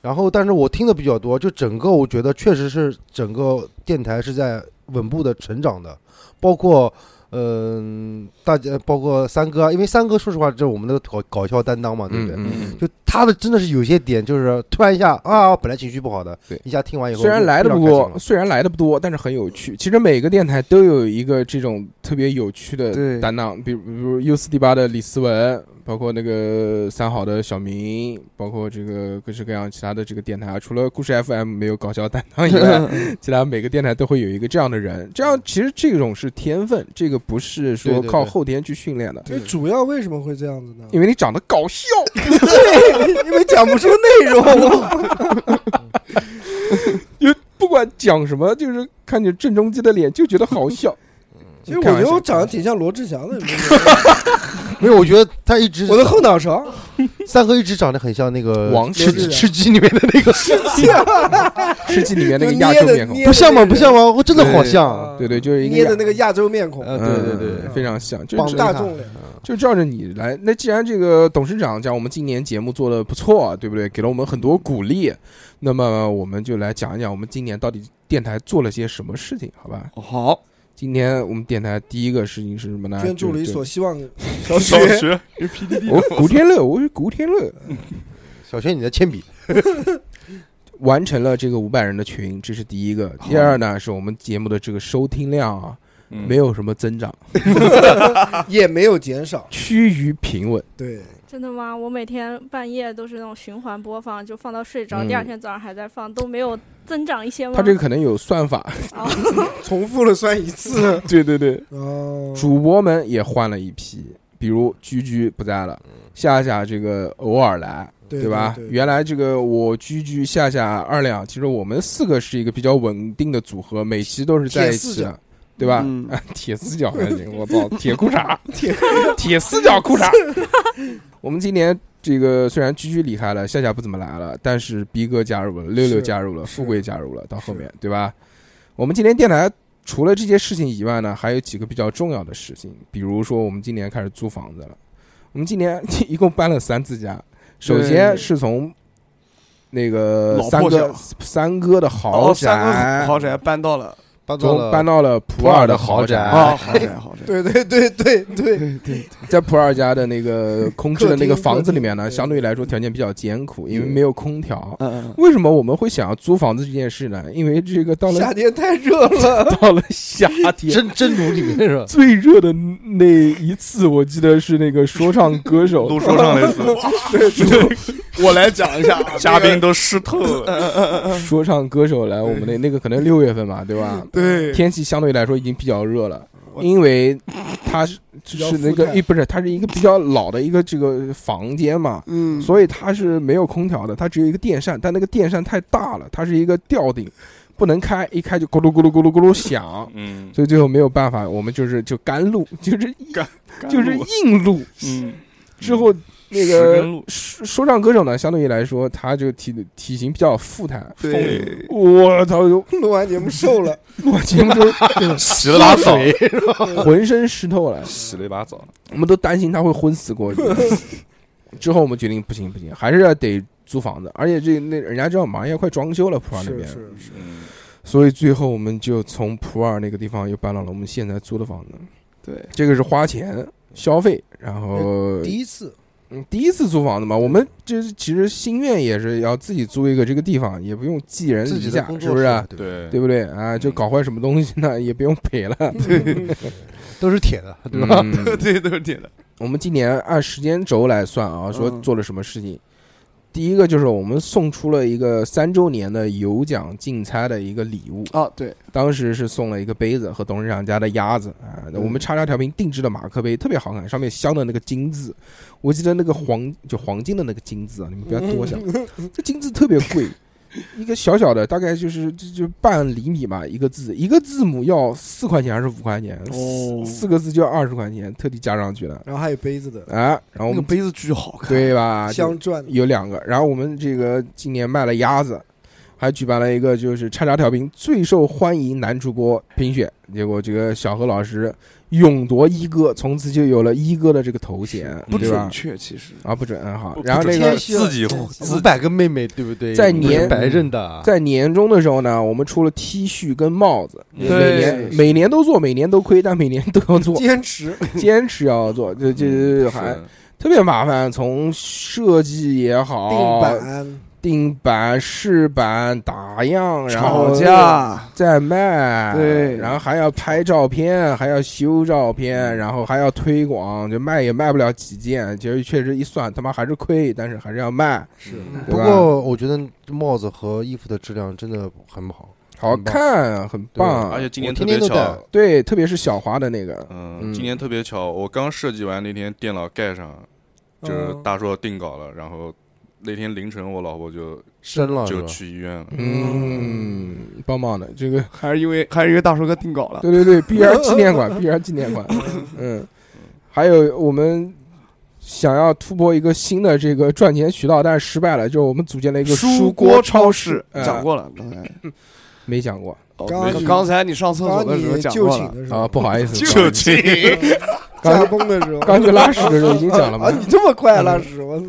然后但是我听的比较多，就整个我觉得确实是整个电台是在稳步的成长的，包括嗯、大家包括三哥，因为三哥说实话就是我们的搞搞笑担当嘛，啊对不对？嗯就他的真的是有些点，就是突然一下啊，本来情绪不好的对，一下听完以嗯，后，虽然来的的不多，虽然来的不多，但是很有趣。其实每个电台都有一个这种特别有趣的对担当，比如比如 U 四 D 八的李思文，包括那个三好的小明，包括这个各式各样其他的这个电台，啊除了故事 FM 没有搞笑担当以外， *laughs* 其他每个电台都会有一个这样的人。这样其实这种是天分，这个不是对说对靠对后天去训练的，这哎主要为什么会这样子呢？因为你长得搞笑。因为讲不出 *laughs* 内容，不管讲什么，就是看见郑中基的脸就觉得好 *laughs* 笑。其实我觉得我长得挺像罗志祥的，你知道吗没有，我觉得他一 *laughs* 直我的后脑勺，三哥一直长得很像那个王吃世基吃鸡里面的那个，吃鸡里面那个就亚捏洲的面孔，捏不像吗？那个不像吗？我真的好像。啊对对，就是一捏的个那个亚洲面孔，呃，亚，对嗯对对，非常像，就棒是棒大众脸，就照着你来。那既然这个董事长讲我们今年节目做的不错，啊对不对？给了我们很多鼓励，那么我们就来讲一讲我们今年到底电台做了些什么事情，好吧？好，今天我们电台第一个事情是什么呢？捐助了一就是所希望小学我 *laughs* 古天乐，我是古天乐，小轩，你的铅笔，完成了这个五百人的群，这是第一个。第二呢，是我们节目的这个收听量啊，没有有什么增长，也没有减少，趋于平稳。对，真的吗？我每天半夜都是那种循环播放，就放到睡着，嗯第二天早上还在放，都没有增长一些吗？他这个可能有算法， *laughs* 哦，重复了算一次，对对对，哦，主播们也换了一批，比如居居不在了，夏夏这个偶尔来，对吧？对原来这个我居居、夏夏、二两，其实我们四个是一个比较稳定的组合，每期都是在一起铁四的。对吧？嗯啊，铁四角还行，我操，铁裤 *laughs* 衩，铁铁 *laughs* 四角裤衩。我们今年这个虽然居居离开了，夏夏不怎么来了，但是逼哥加入了，六六是加入了，是富贵加入了，到后面对吧？我们今年电台除了这些事情以外呢，还有几个比较重要的事情，比如说我们今年开始租房子了。我们今年一共搬了三次家，首先是从那个老三破哥小三哥的豪哦三个宅豪宅搬到了搬到从了搬到了普洱的豪宅，普洱的啊，好豪宅宅好宅，对对对对对，对对， *laughs* 在普洱家的那个空置的那个房子里面客呢，厅相对来说条件比较艰苦，因为嗯没有空调。嗯，为什么我们会想要租房子这件事呢？因为这个到了夏天太热了，到了 *laughs* 夏天，蒸蒸炉里面是 *laughs* 吧？最热的那一次，我记得是那个说唱歌手都说上类似，我来讲一下，嘉宾都湿透 *laughs* 了。说唱歌手来我们那那个可能六月份嘛，对吧？对，天气相对来说已经比较热了，我因为它是较是那复个态一不是它是一个比较老的一个这个房间嘛，嗯，所以它是没有空调的，它只有一个电扇，但那个电扇太大了，它是一个吊顶，不能开，一开就咕噜咕噜咕噜咕噜响。嗯，所以最后没有办法，我们就是就干录，就是硬干 *laughs* 就是硬录。嗯，之后那十个根路说说唱歌手呢，相对于来说，他这个体体型比较富态。对，我操！就 *laughs* 录完节目瘦了，录完节目之后洗了把澡，浑身湿透了，嗯洗了一把澡，我们都担心他会昏死过 *laughs* 去。之后我们决定不行不行，还是要得租房子，而且这那人家知道马上要快装修了，普洱那是边，是是，嗯，所以最后我们就从普洱那个地方又搬到了我们现在租的房子。对，这个是花钱消费，然后哎第一次嗯，第一次租房子嘛，我们就是其实心愿也是要自己租一个这个地方，也不用寄人自己篱的下，工是作不室嗯是啊？对对对不对啊？就搞坏什么东西呢，也不用赔了，嗯都是铁的，对吧？嗯对，都是铁的，我们今年按时间轴来算啊，说嗯做了什么事情。第一个就是我们送出了一个三周年的有奖竞猜的一个礼物，啊，对，当时是送了一个杯子和董事长家的鸭子啊，我们叉叉调频定制的马克杯特别好看，上面镶的那个金字，我记得那个黄就黄金的那个金字啊，你们不要多 *laughs* 想，这金字特别贵，一个小小的大概就是就就半厘米吧，一个字一个字母要四块钱还是五块钱，四哦四个字就要二十块钱，特地加上去了然后还有杯子的啊，然后我那个们杯子巨好看，对吧？啊就镶钻的，有两个，然后我们这个今年卖了鸭子，还举办了一个就是叉叉调频最受欢迎男主播评选，结果这个小何老师勇夺一哥，从此就有了一哥的这个头衔，不对吧准？确，其实啊，不准，嗯好不。然后那天个蝎自己 *laughs* 五百个妹妹，对不对？在不是年白认的啊，在年终的时候呢，我们出了 T 恤跟帽子，每对年每年都做，每年都亏，但每年都要做，坚持，坚持要做，就嗯就还是特别麻烦，从设计也好，定版定版、试版、打样，然后吵架，再卖，对嗯然后还要拍照片，还要修照片，然后还要推广，就卖也卖不了几件，其实确实一算他妈还是亏，但是还是要卖，是对不吧过我觉得帽子和衣服的质量真的很不好，好很棒看，很棒，而且今我年特天别天都巧戴，。对，特别是小华的那个，嗯嗯，今年特别巧，我刚设计完那天电脑盖上，就是嗯大硕定稿了，然后那天凌晨我老婆就深哦了是就吧？去医院了。嗯，棒棒的，这个还是因为还是因为大叔哥定稿了， *laughs* 对对对，B R 纪念馆，B R 纪念馆，嗯，还有我们。想要突破一个新的这个赚钱渠道，但是失败了。就是我们组建了一个书锅锅超市市，呃讲过了，刚才没讲过哦刚对你刚才你上厕所当的时候你讲就过寝 *laughs* 了，的时候啊，不好意思，不好就意思这驾崩的时候， *laughs* 刚去嗯拉屎的时候已经讲了嘛啊，。你这么快拉屎，我操！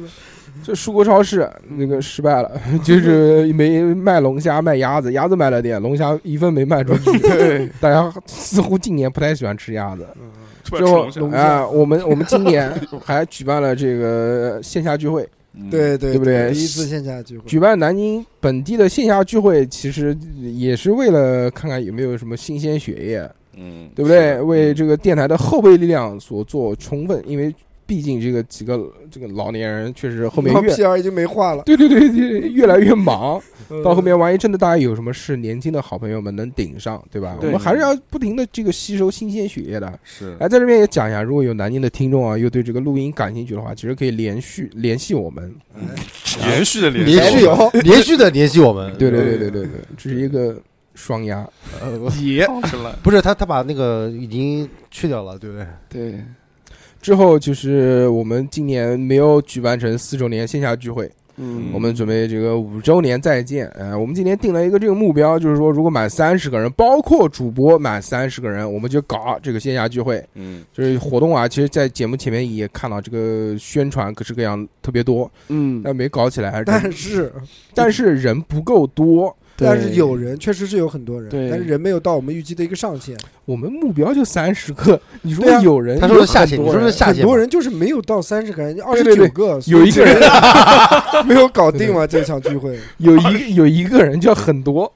这蔬果超市那个失败了， *laughs* 就是没卖龙虾，卖鸭子，鸭子卖了点，龙虾一份没卖出去。大家似乎今年不太喜欢吃鸭子。突之然冲后一下，啊，我们我们今年还举办了这个线下聚会，嗯，对对对不对第一次线下聚会，举办南京本地的线下聚会，其实也是为了看看有没有什么新鲜血液。嗯，对不对？是为这个电台的后备力量所做充分，因为毕竟这个几个这个老年人确实后面越 P R 已经没话了，对对对对越来越忙，嗯到后面万一真的大家有什么事，年轻的好朋友们能顶上，对吧？对我们还是要不停的这个吸收新鲜血液的。是哎，在这边也讲一下，如果有南京的听众啊，又对这个录音感兴趣的话，其实可以连续联系我们。 *laughs* 延续的联连续 *laughs* 系，连续的联系我们，对对对对对对，这是一个双压。 *laughs* 也呃不是他他把那个已经去掉了，对不对？对，之后就是我们今年没有举办成四周年线下聚会，嗯我们准备这个五周年再见。呃，我们今年定了一个这个目标，就是说如果满三十个人，包括主播满三十个人，我们就搞这个线下聚会，嗯，就是活动啊。其实，在节目前面也看到这个宣传各式各样特别多，嗯但没搞起来。人但是但是人不够多，但是有人确实是有很多人，对但是人没有到我们预期的一个上限，我们目标就三十个，你说对啊有人，他说的下限，有你很多说的人下很限，多人就是没有到三十个人，二对十对九对个，所以有一个人， *laughs* 没有搞定嘛这场聚会。有一个有一个人叫很多， *laughs*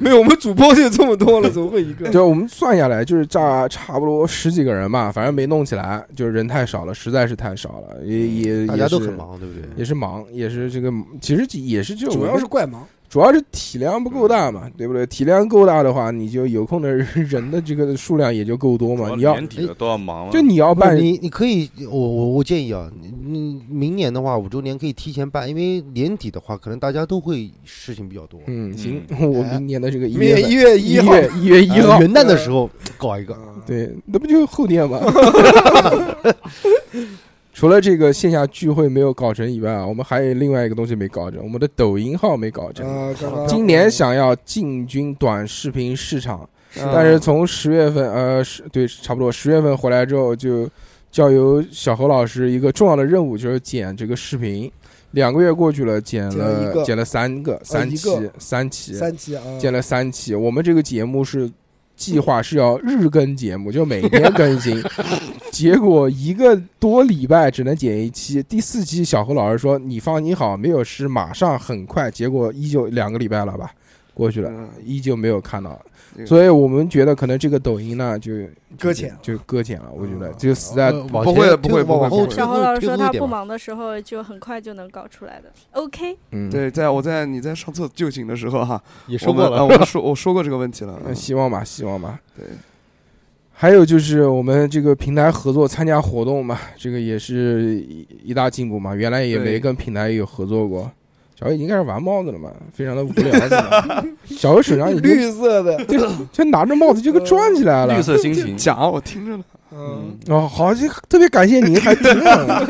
没有，我们主播就这么多了，怎么会 *laughs* 一个？对，我们算下来就是差差不多十几个人吧，反正没弄起来，就是人太少了，实在是太少了，也也大家都很也是忙，对不对？也是忙，也是这个，其实也是就主要是怪忙，主要是体量不够大嘛，对不对？体量够大的话，你就有空的人人的这个数量也就够多主嘛。要你要年底了都要忙嗯了，就你要不是办，你，你可以，我我我建议啊，你你明年的话，五周年可以提前办，因为年底的话，可能大家都会事情比较多。嗯，行，*laughs* 嗯我明年的这个一明年月一一月一号，月一月一呃号，元旦的时候搞 *laughs* 一个，啊对，那不就后天吗？除了这个线下聚会没有搞成以外啊，我们还有另外一个东西没搞成，我们的抖音号没搞成。啊，刚刚今年想要进军短视频市场，啊嗯但是从十月份，呃，十对，差不多十月份回来之后，就交由小何老师一个重要的任务，就是剪这个视频。两个月过去了，剪剪了一了个哦剪了三个，三一期个，三期，三期啊，剪了三期。我们这个节目是计划是要日更节目，就每天更新。结果一个多礼拜只能剪一期，第四期小何老师说你放心好，没有事，马上很快。结果依旧两个礼拜了吧，过去了，嗯依旧没有看到这。个所以我们觉得可能这个抖音呢就搁浅，就搁浅了。我觉得嗯就死在呃往不前会推不会不会往不后会推小侯老师推说后一他点不吧忙的时候就很快就能搞出来的。OK，嗯，对，在我在你在上厕就寝的时候哈，也我说们啊过了，我们说我说过这个问题了，嗯，希望吧，希望吧。对，还有就是我们这个平台合作参加活动嘛，这个也是一一大进步嘛。原来也对没跟平台有合作过。小欧已经开始玩帽子了嘛，非常的无聊了。小欧手上已经 *laughs* 绿色的，就拿着帽子就给转起来了绿。色心情，讲我听着呢，嗯，哦，好，这特别感谢您，还这样。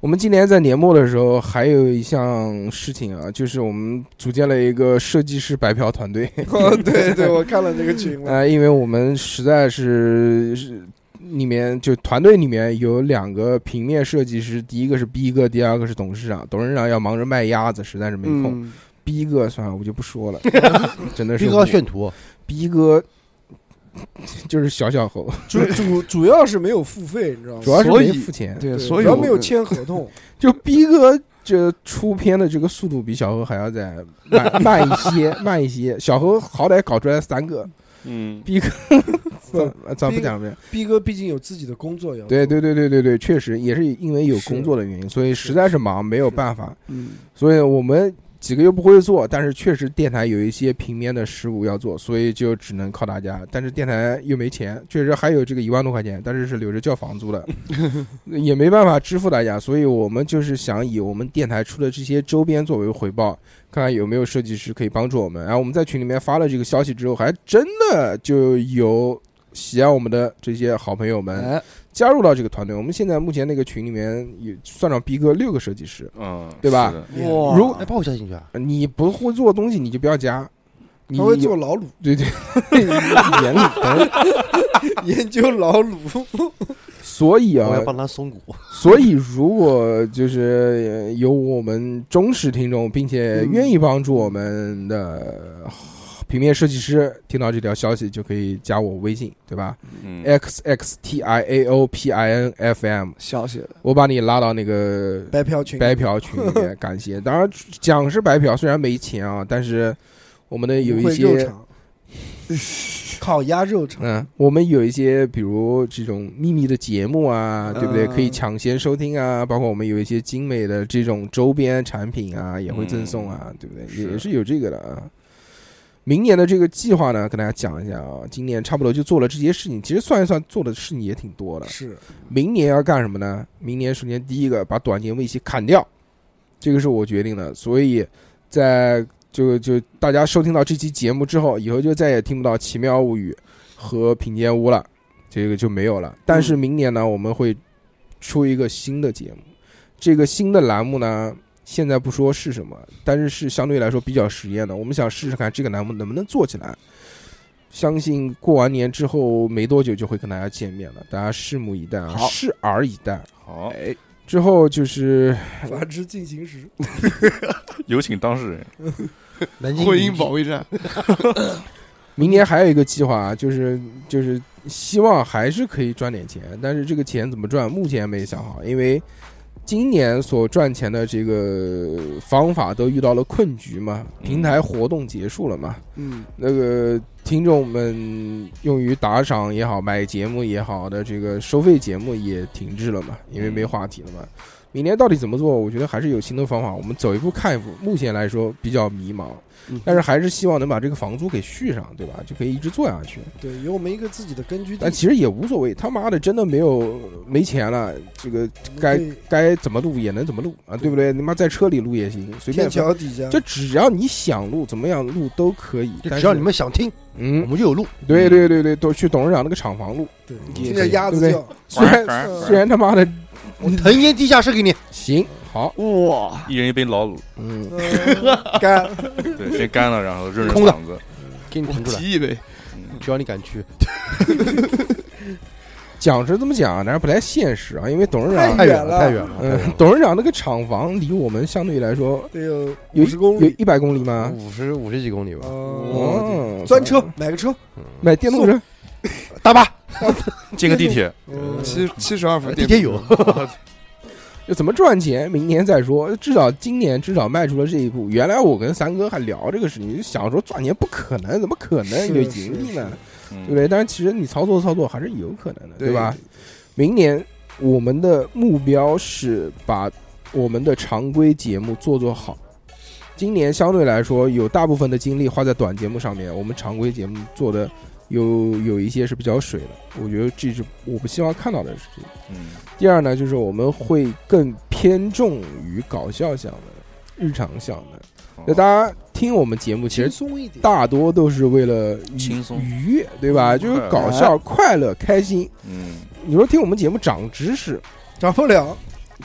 我们今年在年末的时候，还有一项事情啊，就是我们组建了一个设计师白嫖团队。哦 *laughs* 对对，我看了那个群了，呃，因为我们实在是是里面就团队里面有两个平面设计师，第一个是逼哥，第二个是董事长。董事长要忙着卖鸭子，实在是没空。嗯，逼哥算了，我就不说了，真的是逼哥要呃炫图，逼哥。 *laughs* 就是小小猴， *laughs* 主主主要是没有付费，你知道吗？主要是所没以付钱，对，对所以主要我没有们签合 *laughs* 同，就逼哥这出片的这个速度比小猴还要再慢慢一些，慢一些。小猴好歹搞出来三个，嗯，逼哥，咱咱不讲逼哥不讲，嗯逼哥毕竟有自己的工作要做对对对对对对，确实也是因为有工作的原因，所以实在是忙，没有办法。嗯所以我们几个又不会做，但是确实电台有一些平面的事务要做，所以就只能靠大家。但是电台又没钱，确实还有这个一万多块钱，但是是留着交房租的，也没办法支付大家。所以我们就是想以我们电台出的这些周边作为回报，看看有没有设计师可以帮助我们。然后我们在群里面发了这个消息之后，还真的就有喜爱我们的这些好朋友们。哎，加入到这个团队。我们现在目前那个群里面有算上逼哥六个设计师，嗯，对吧是的？哇，如哎，把我加进去啊！你不会做东西你就不要加。你他会做老鲁，对 *laughs* 对，严厉。 *laughs* 研究老鲁，所以我啊要，帮他松骨，所以如果就是呃有我们忠实听众，并且愿意帮助我们的平面设计师，听到这条消息就可以加我微信，对吧嗯， ？x x t i a o p i n f m，小写的，我把你拉到那个白嫖群，白嫖群里面，感谢。当然讲是白嫖，虽然没钱啊，但是我们的有会一肉些， *laughs* 肠，烤鸭肉 *laughs* 肠，嗯，我们有一些，比如这种秘密的节目啊，对不对？嗯可以抢先收听啊，包括我们有一些精美的这种周边产品啊，也会赠送啊，对不对？是也是有这个的啊。明年的这个计划呢，跟大家讲一下啊。今年差不多就做了这些事情，其实算一算做的事情也挺多的。是明年要干什么呢？明年首先第一个把短节目一起砍掉，这个是我决定的。所以在就就大家收听到这期节目之后，以后就再也听不到《奇妙物语》和《品鉴屋》了，这个就没有了。但是明年呢，我们会出一个新的节目，这个新的栏目呢。现在不说是什么，但是是相对来说比较实验的。我们想试试看这个栏目能不能做起来。相信过完年之后没多久就会跟大家见面了，大家拭目以待啊，好拭而以待。好，哎，之后就是法制进行时，有请当事人。南京婚女姻子保卫战，明年还有一个计划啊，就是就是希望还是可以赚点钱，但是这个钱怎么赚，目前没想好，因为今年所赚钱的这个方法都遇到了困局嘛，平台活动结束了嘛，嗯，那个听众们用于打赏也好，买节目也好的这个收费节目也停滞了嘛，因为没话题了嘛。明年到底怎么做？我觉得还是有新的方法，我们走一步看一步。目前来说比较迷茫，嗯但是还是希望能把这个房租给续上，对吧？就可以一直做下去。对，有我们一个自己的根据地但，其实也无所谓，他妈的真的没有没钱了，这个我们该可以该怎么录也能怎么录啊，对不对？你妈在车里录也行，随便天放。桥底下，就只要你想录，怎么样录都可以。就但只要是你们想听，我嗯，们就有路。对对对对，都去董事长那个厂房录。对，也听可见以鸭子对不叫， *laughs* 虽 *laughs* 然呱呱虽然他妈的我腾一间地下室给你，行好，哇，一人一杯老卤，嗯，呃干， *laughs* 对，先干了，然后润润空了嗓子。嗯给你腾出来，提一杯，只要你敢去。讲是这么讲，但是不太现实啊，因为董事长太太远远了了，太远了，哎太嗯远，董事长那个厂房离我们相对来说得有 *laughs* 有五十公有里，一百公里了吗？五十五十几公里吧，哦，哦，嗯专车买个车，买电动车，大巴建个 *laughs* 地铁，呃嗯七七十二分，地铁有，就怎么赚钱，明年再说。至少今年至少迈出了这一步。原来我跟三哥还聊这个事情，就想说赚钱不可能，怎么可能是有盈利呢？嗯对不对？但是其实你操作操作还是有可能的，对对吧？明年我们的目标是把我们的常规节目做做好。今年相对来说，有大部分的精力花在短节目上面，我们常规节目做的有有一些是比较水的，我觉得这是我不希望看到的事情。嗯，第二呢，就是我们会更偏重于搞笑向的、日常向的。哦那大家听我们节目，其轻实松一点，大多都是为了愉轻松愉悦，对嗯吧？就是搞笑、快乐、开心。嗯，你说听我们节目长知识，长不了，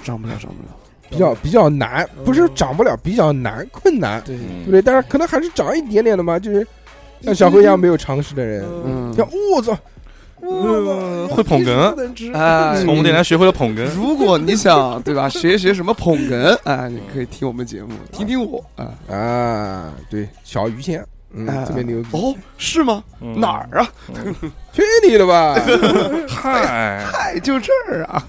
长不了，长不了，比较比较难，嗯不是长不了，比较难，困难，对，嗯对不对？但是可能还是长一点点的嘛，就是像小辉一样没有常识的人，嗯，嗯，像我操，哇呃会捧 *laughs* 哏不能吃哎从我们电台学会了捧哏，如果你想对吧，学一学什么捧哏啊，你可以听我们节目，听听我啊，啊，对，小于谦，嗯，啊特别牛逼，哦，是吗？嗯哪？儿啊？去你的吧！ *laughs* 嗨，哎，就这儿啊，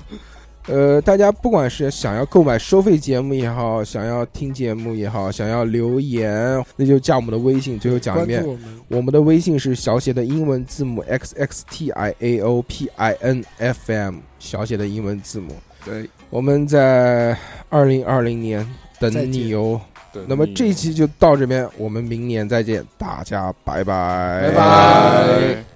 呃，大家不管是想要购买收费节目也好，想要听节目也好，想要留言，那就加我们的微信。最后讲一关遍注，我们，我们的微信是小写的英文字母 x x t i a o p i n f m，小写的英文字母。对，我们在二零二零年等你哦。 *laughs* 那么这一期就到这边，我们明年再见，大家拜拜，拜拜。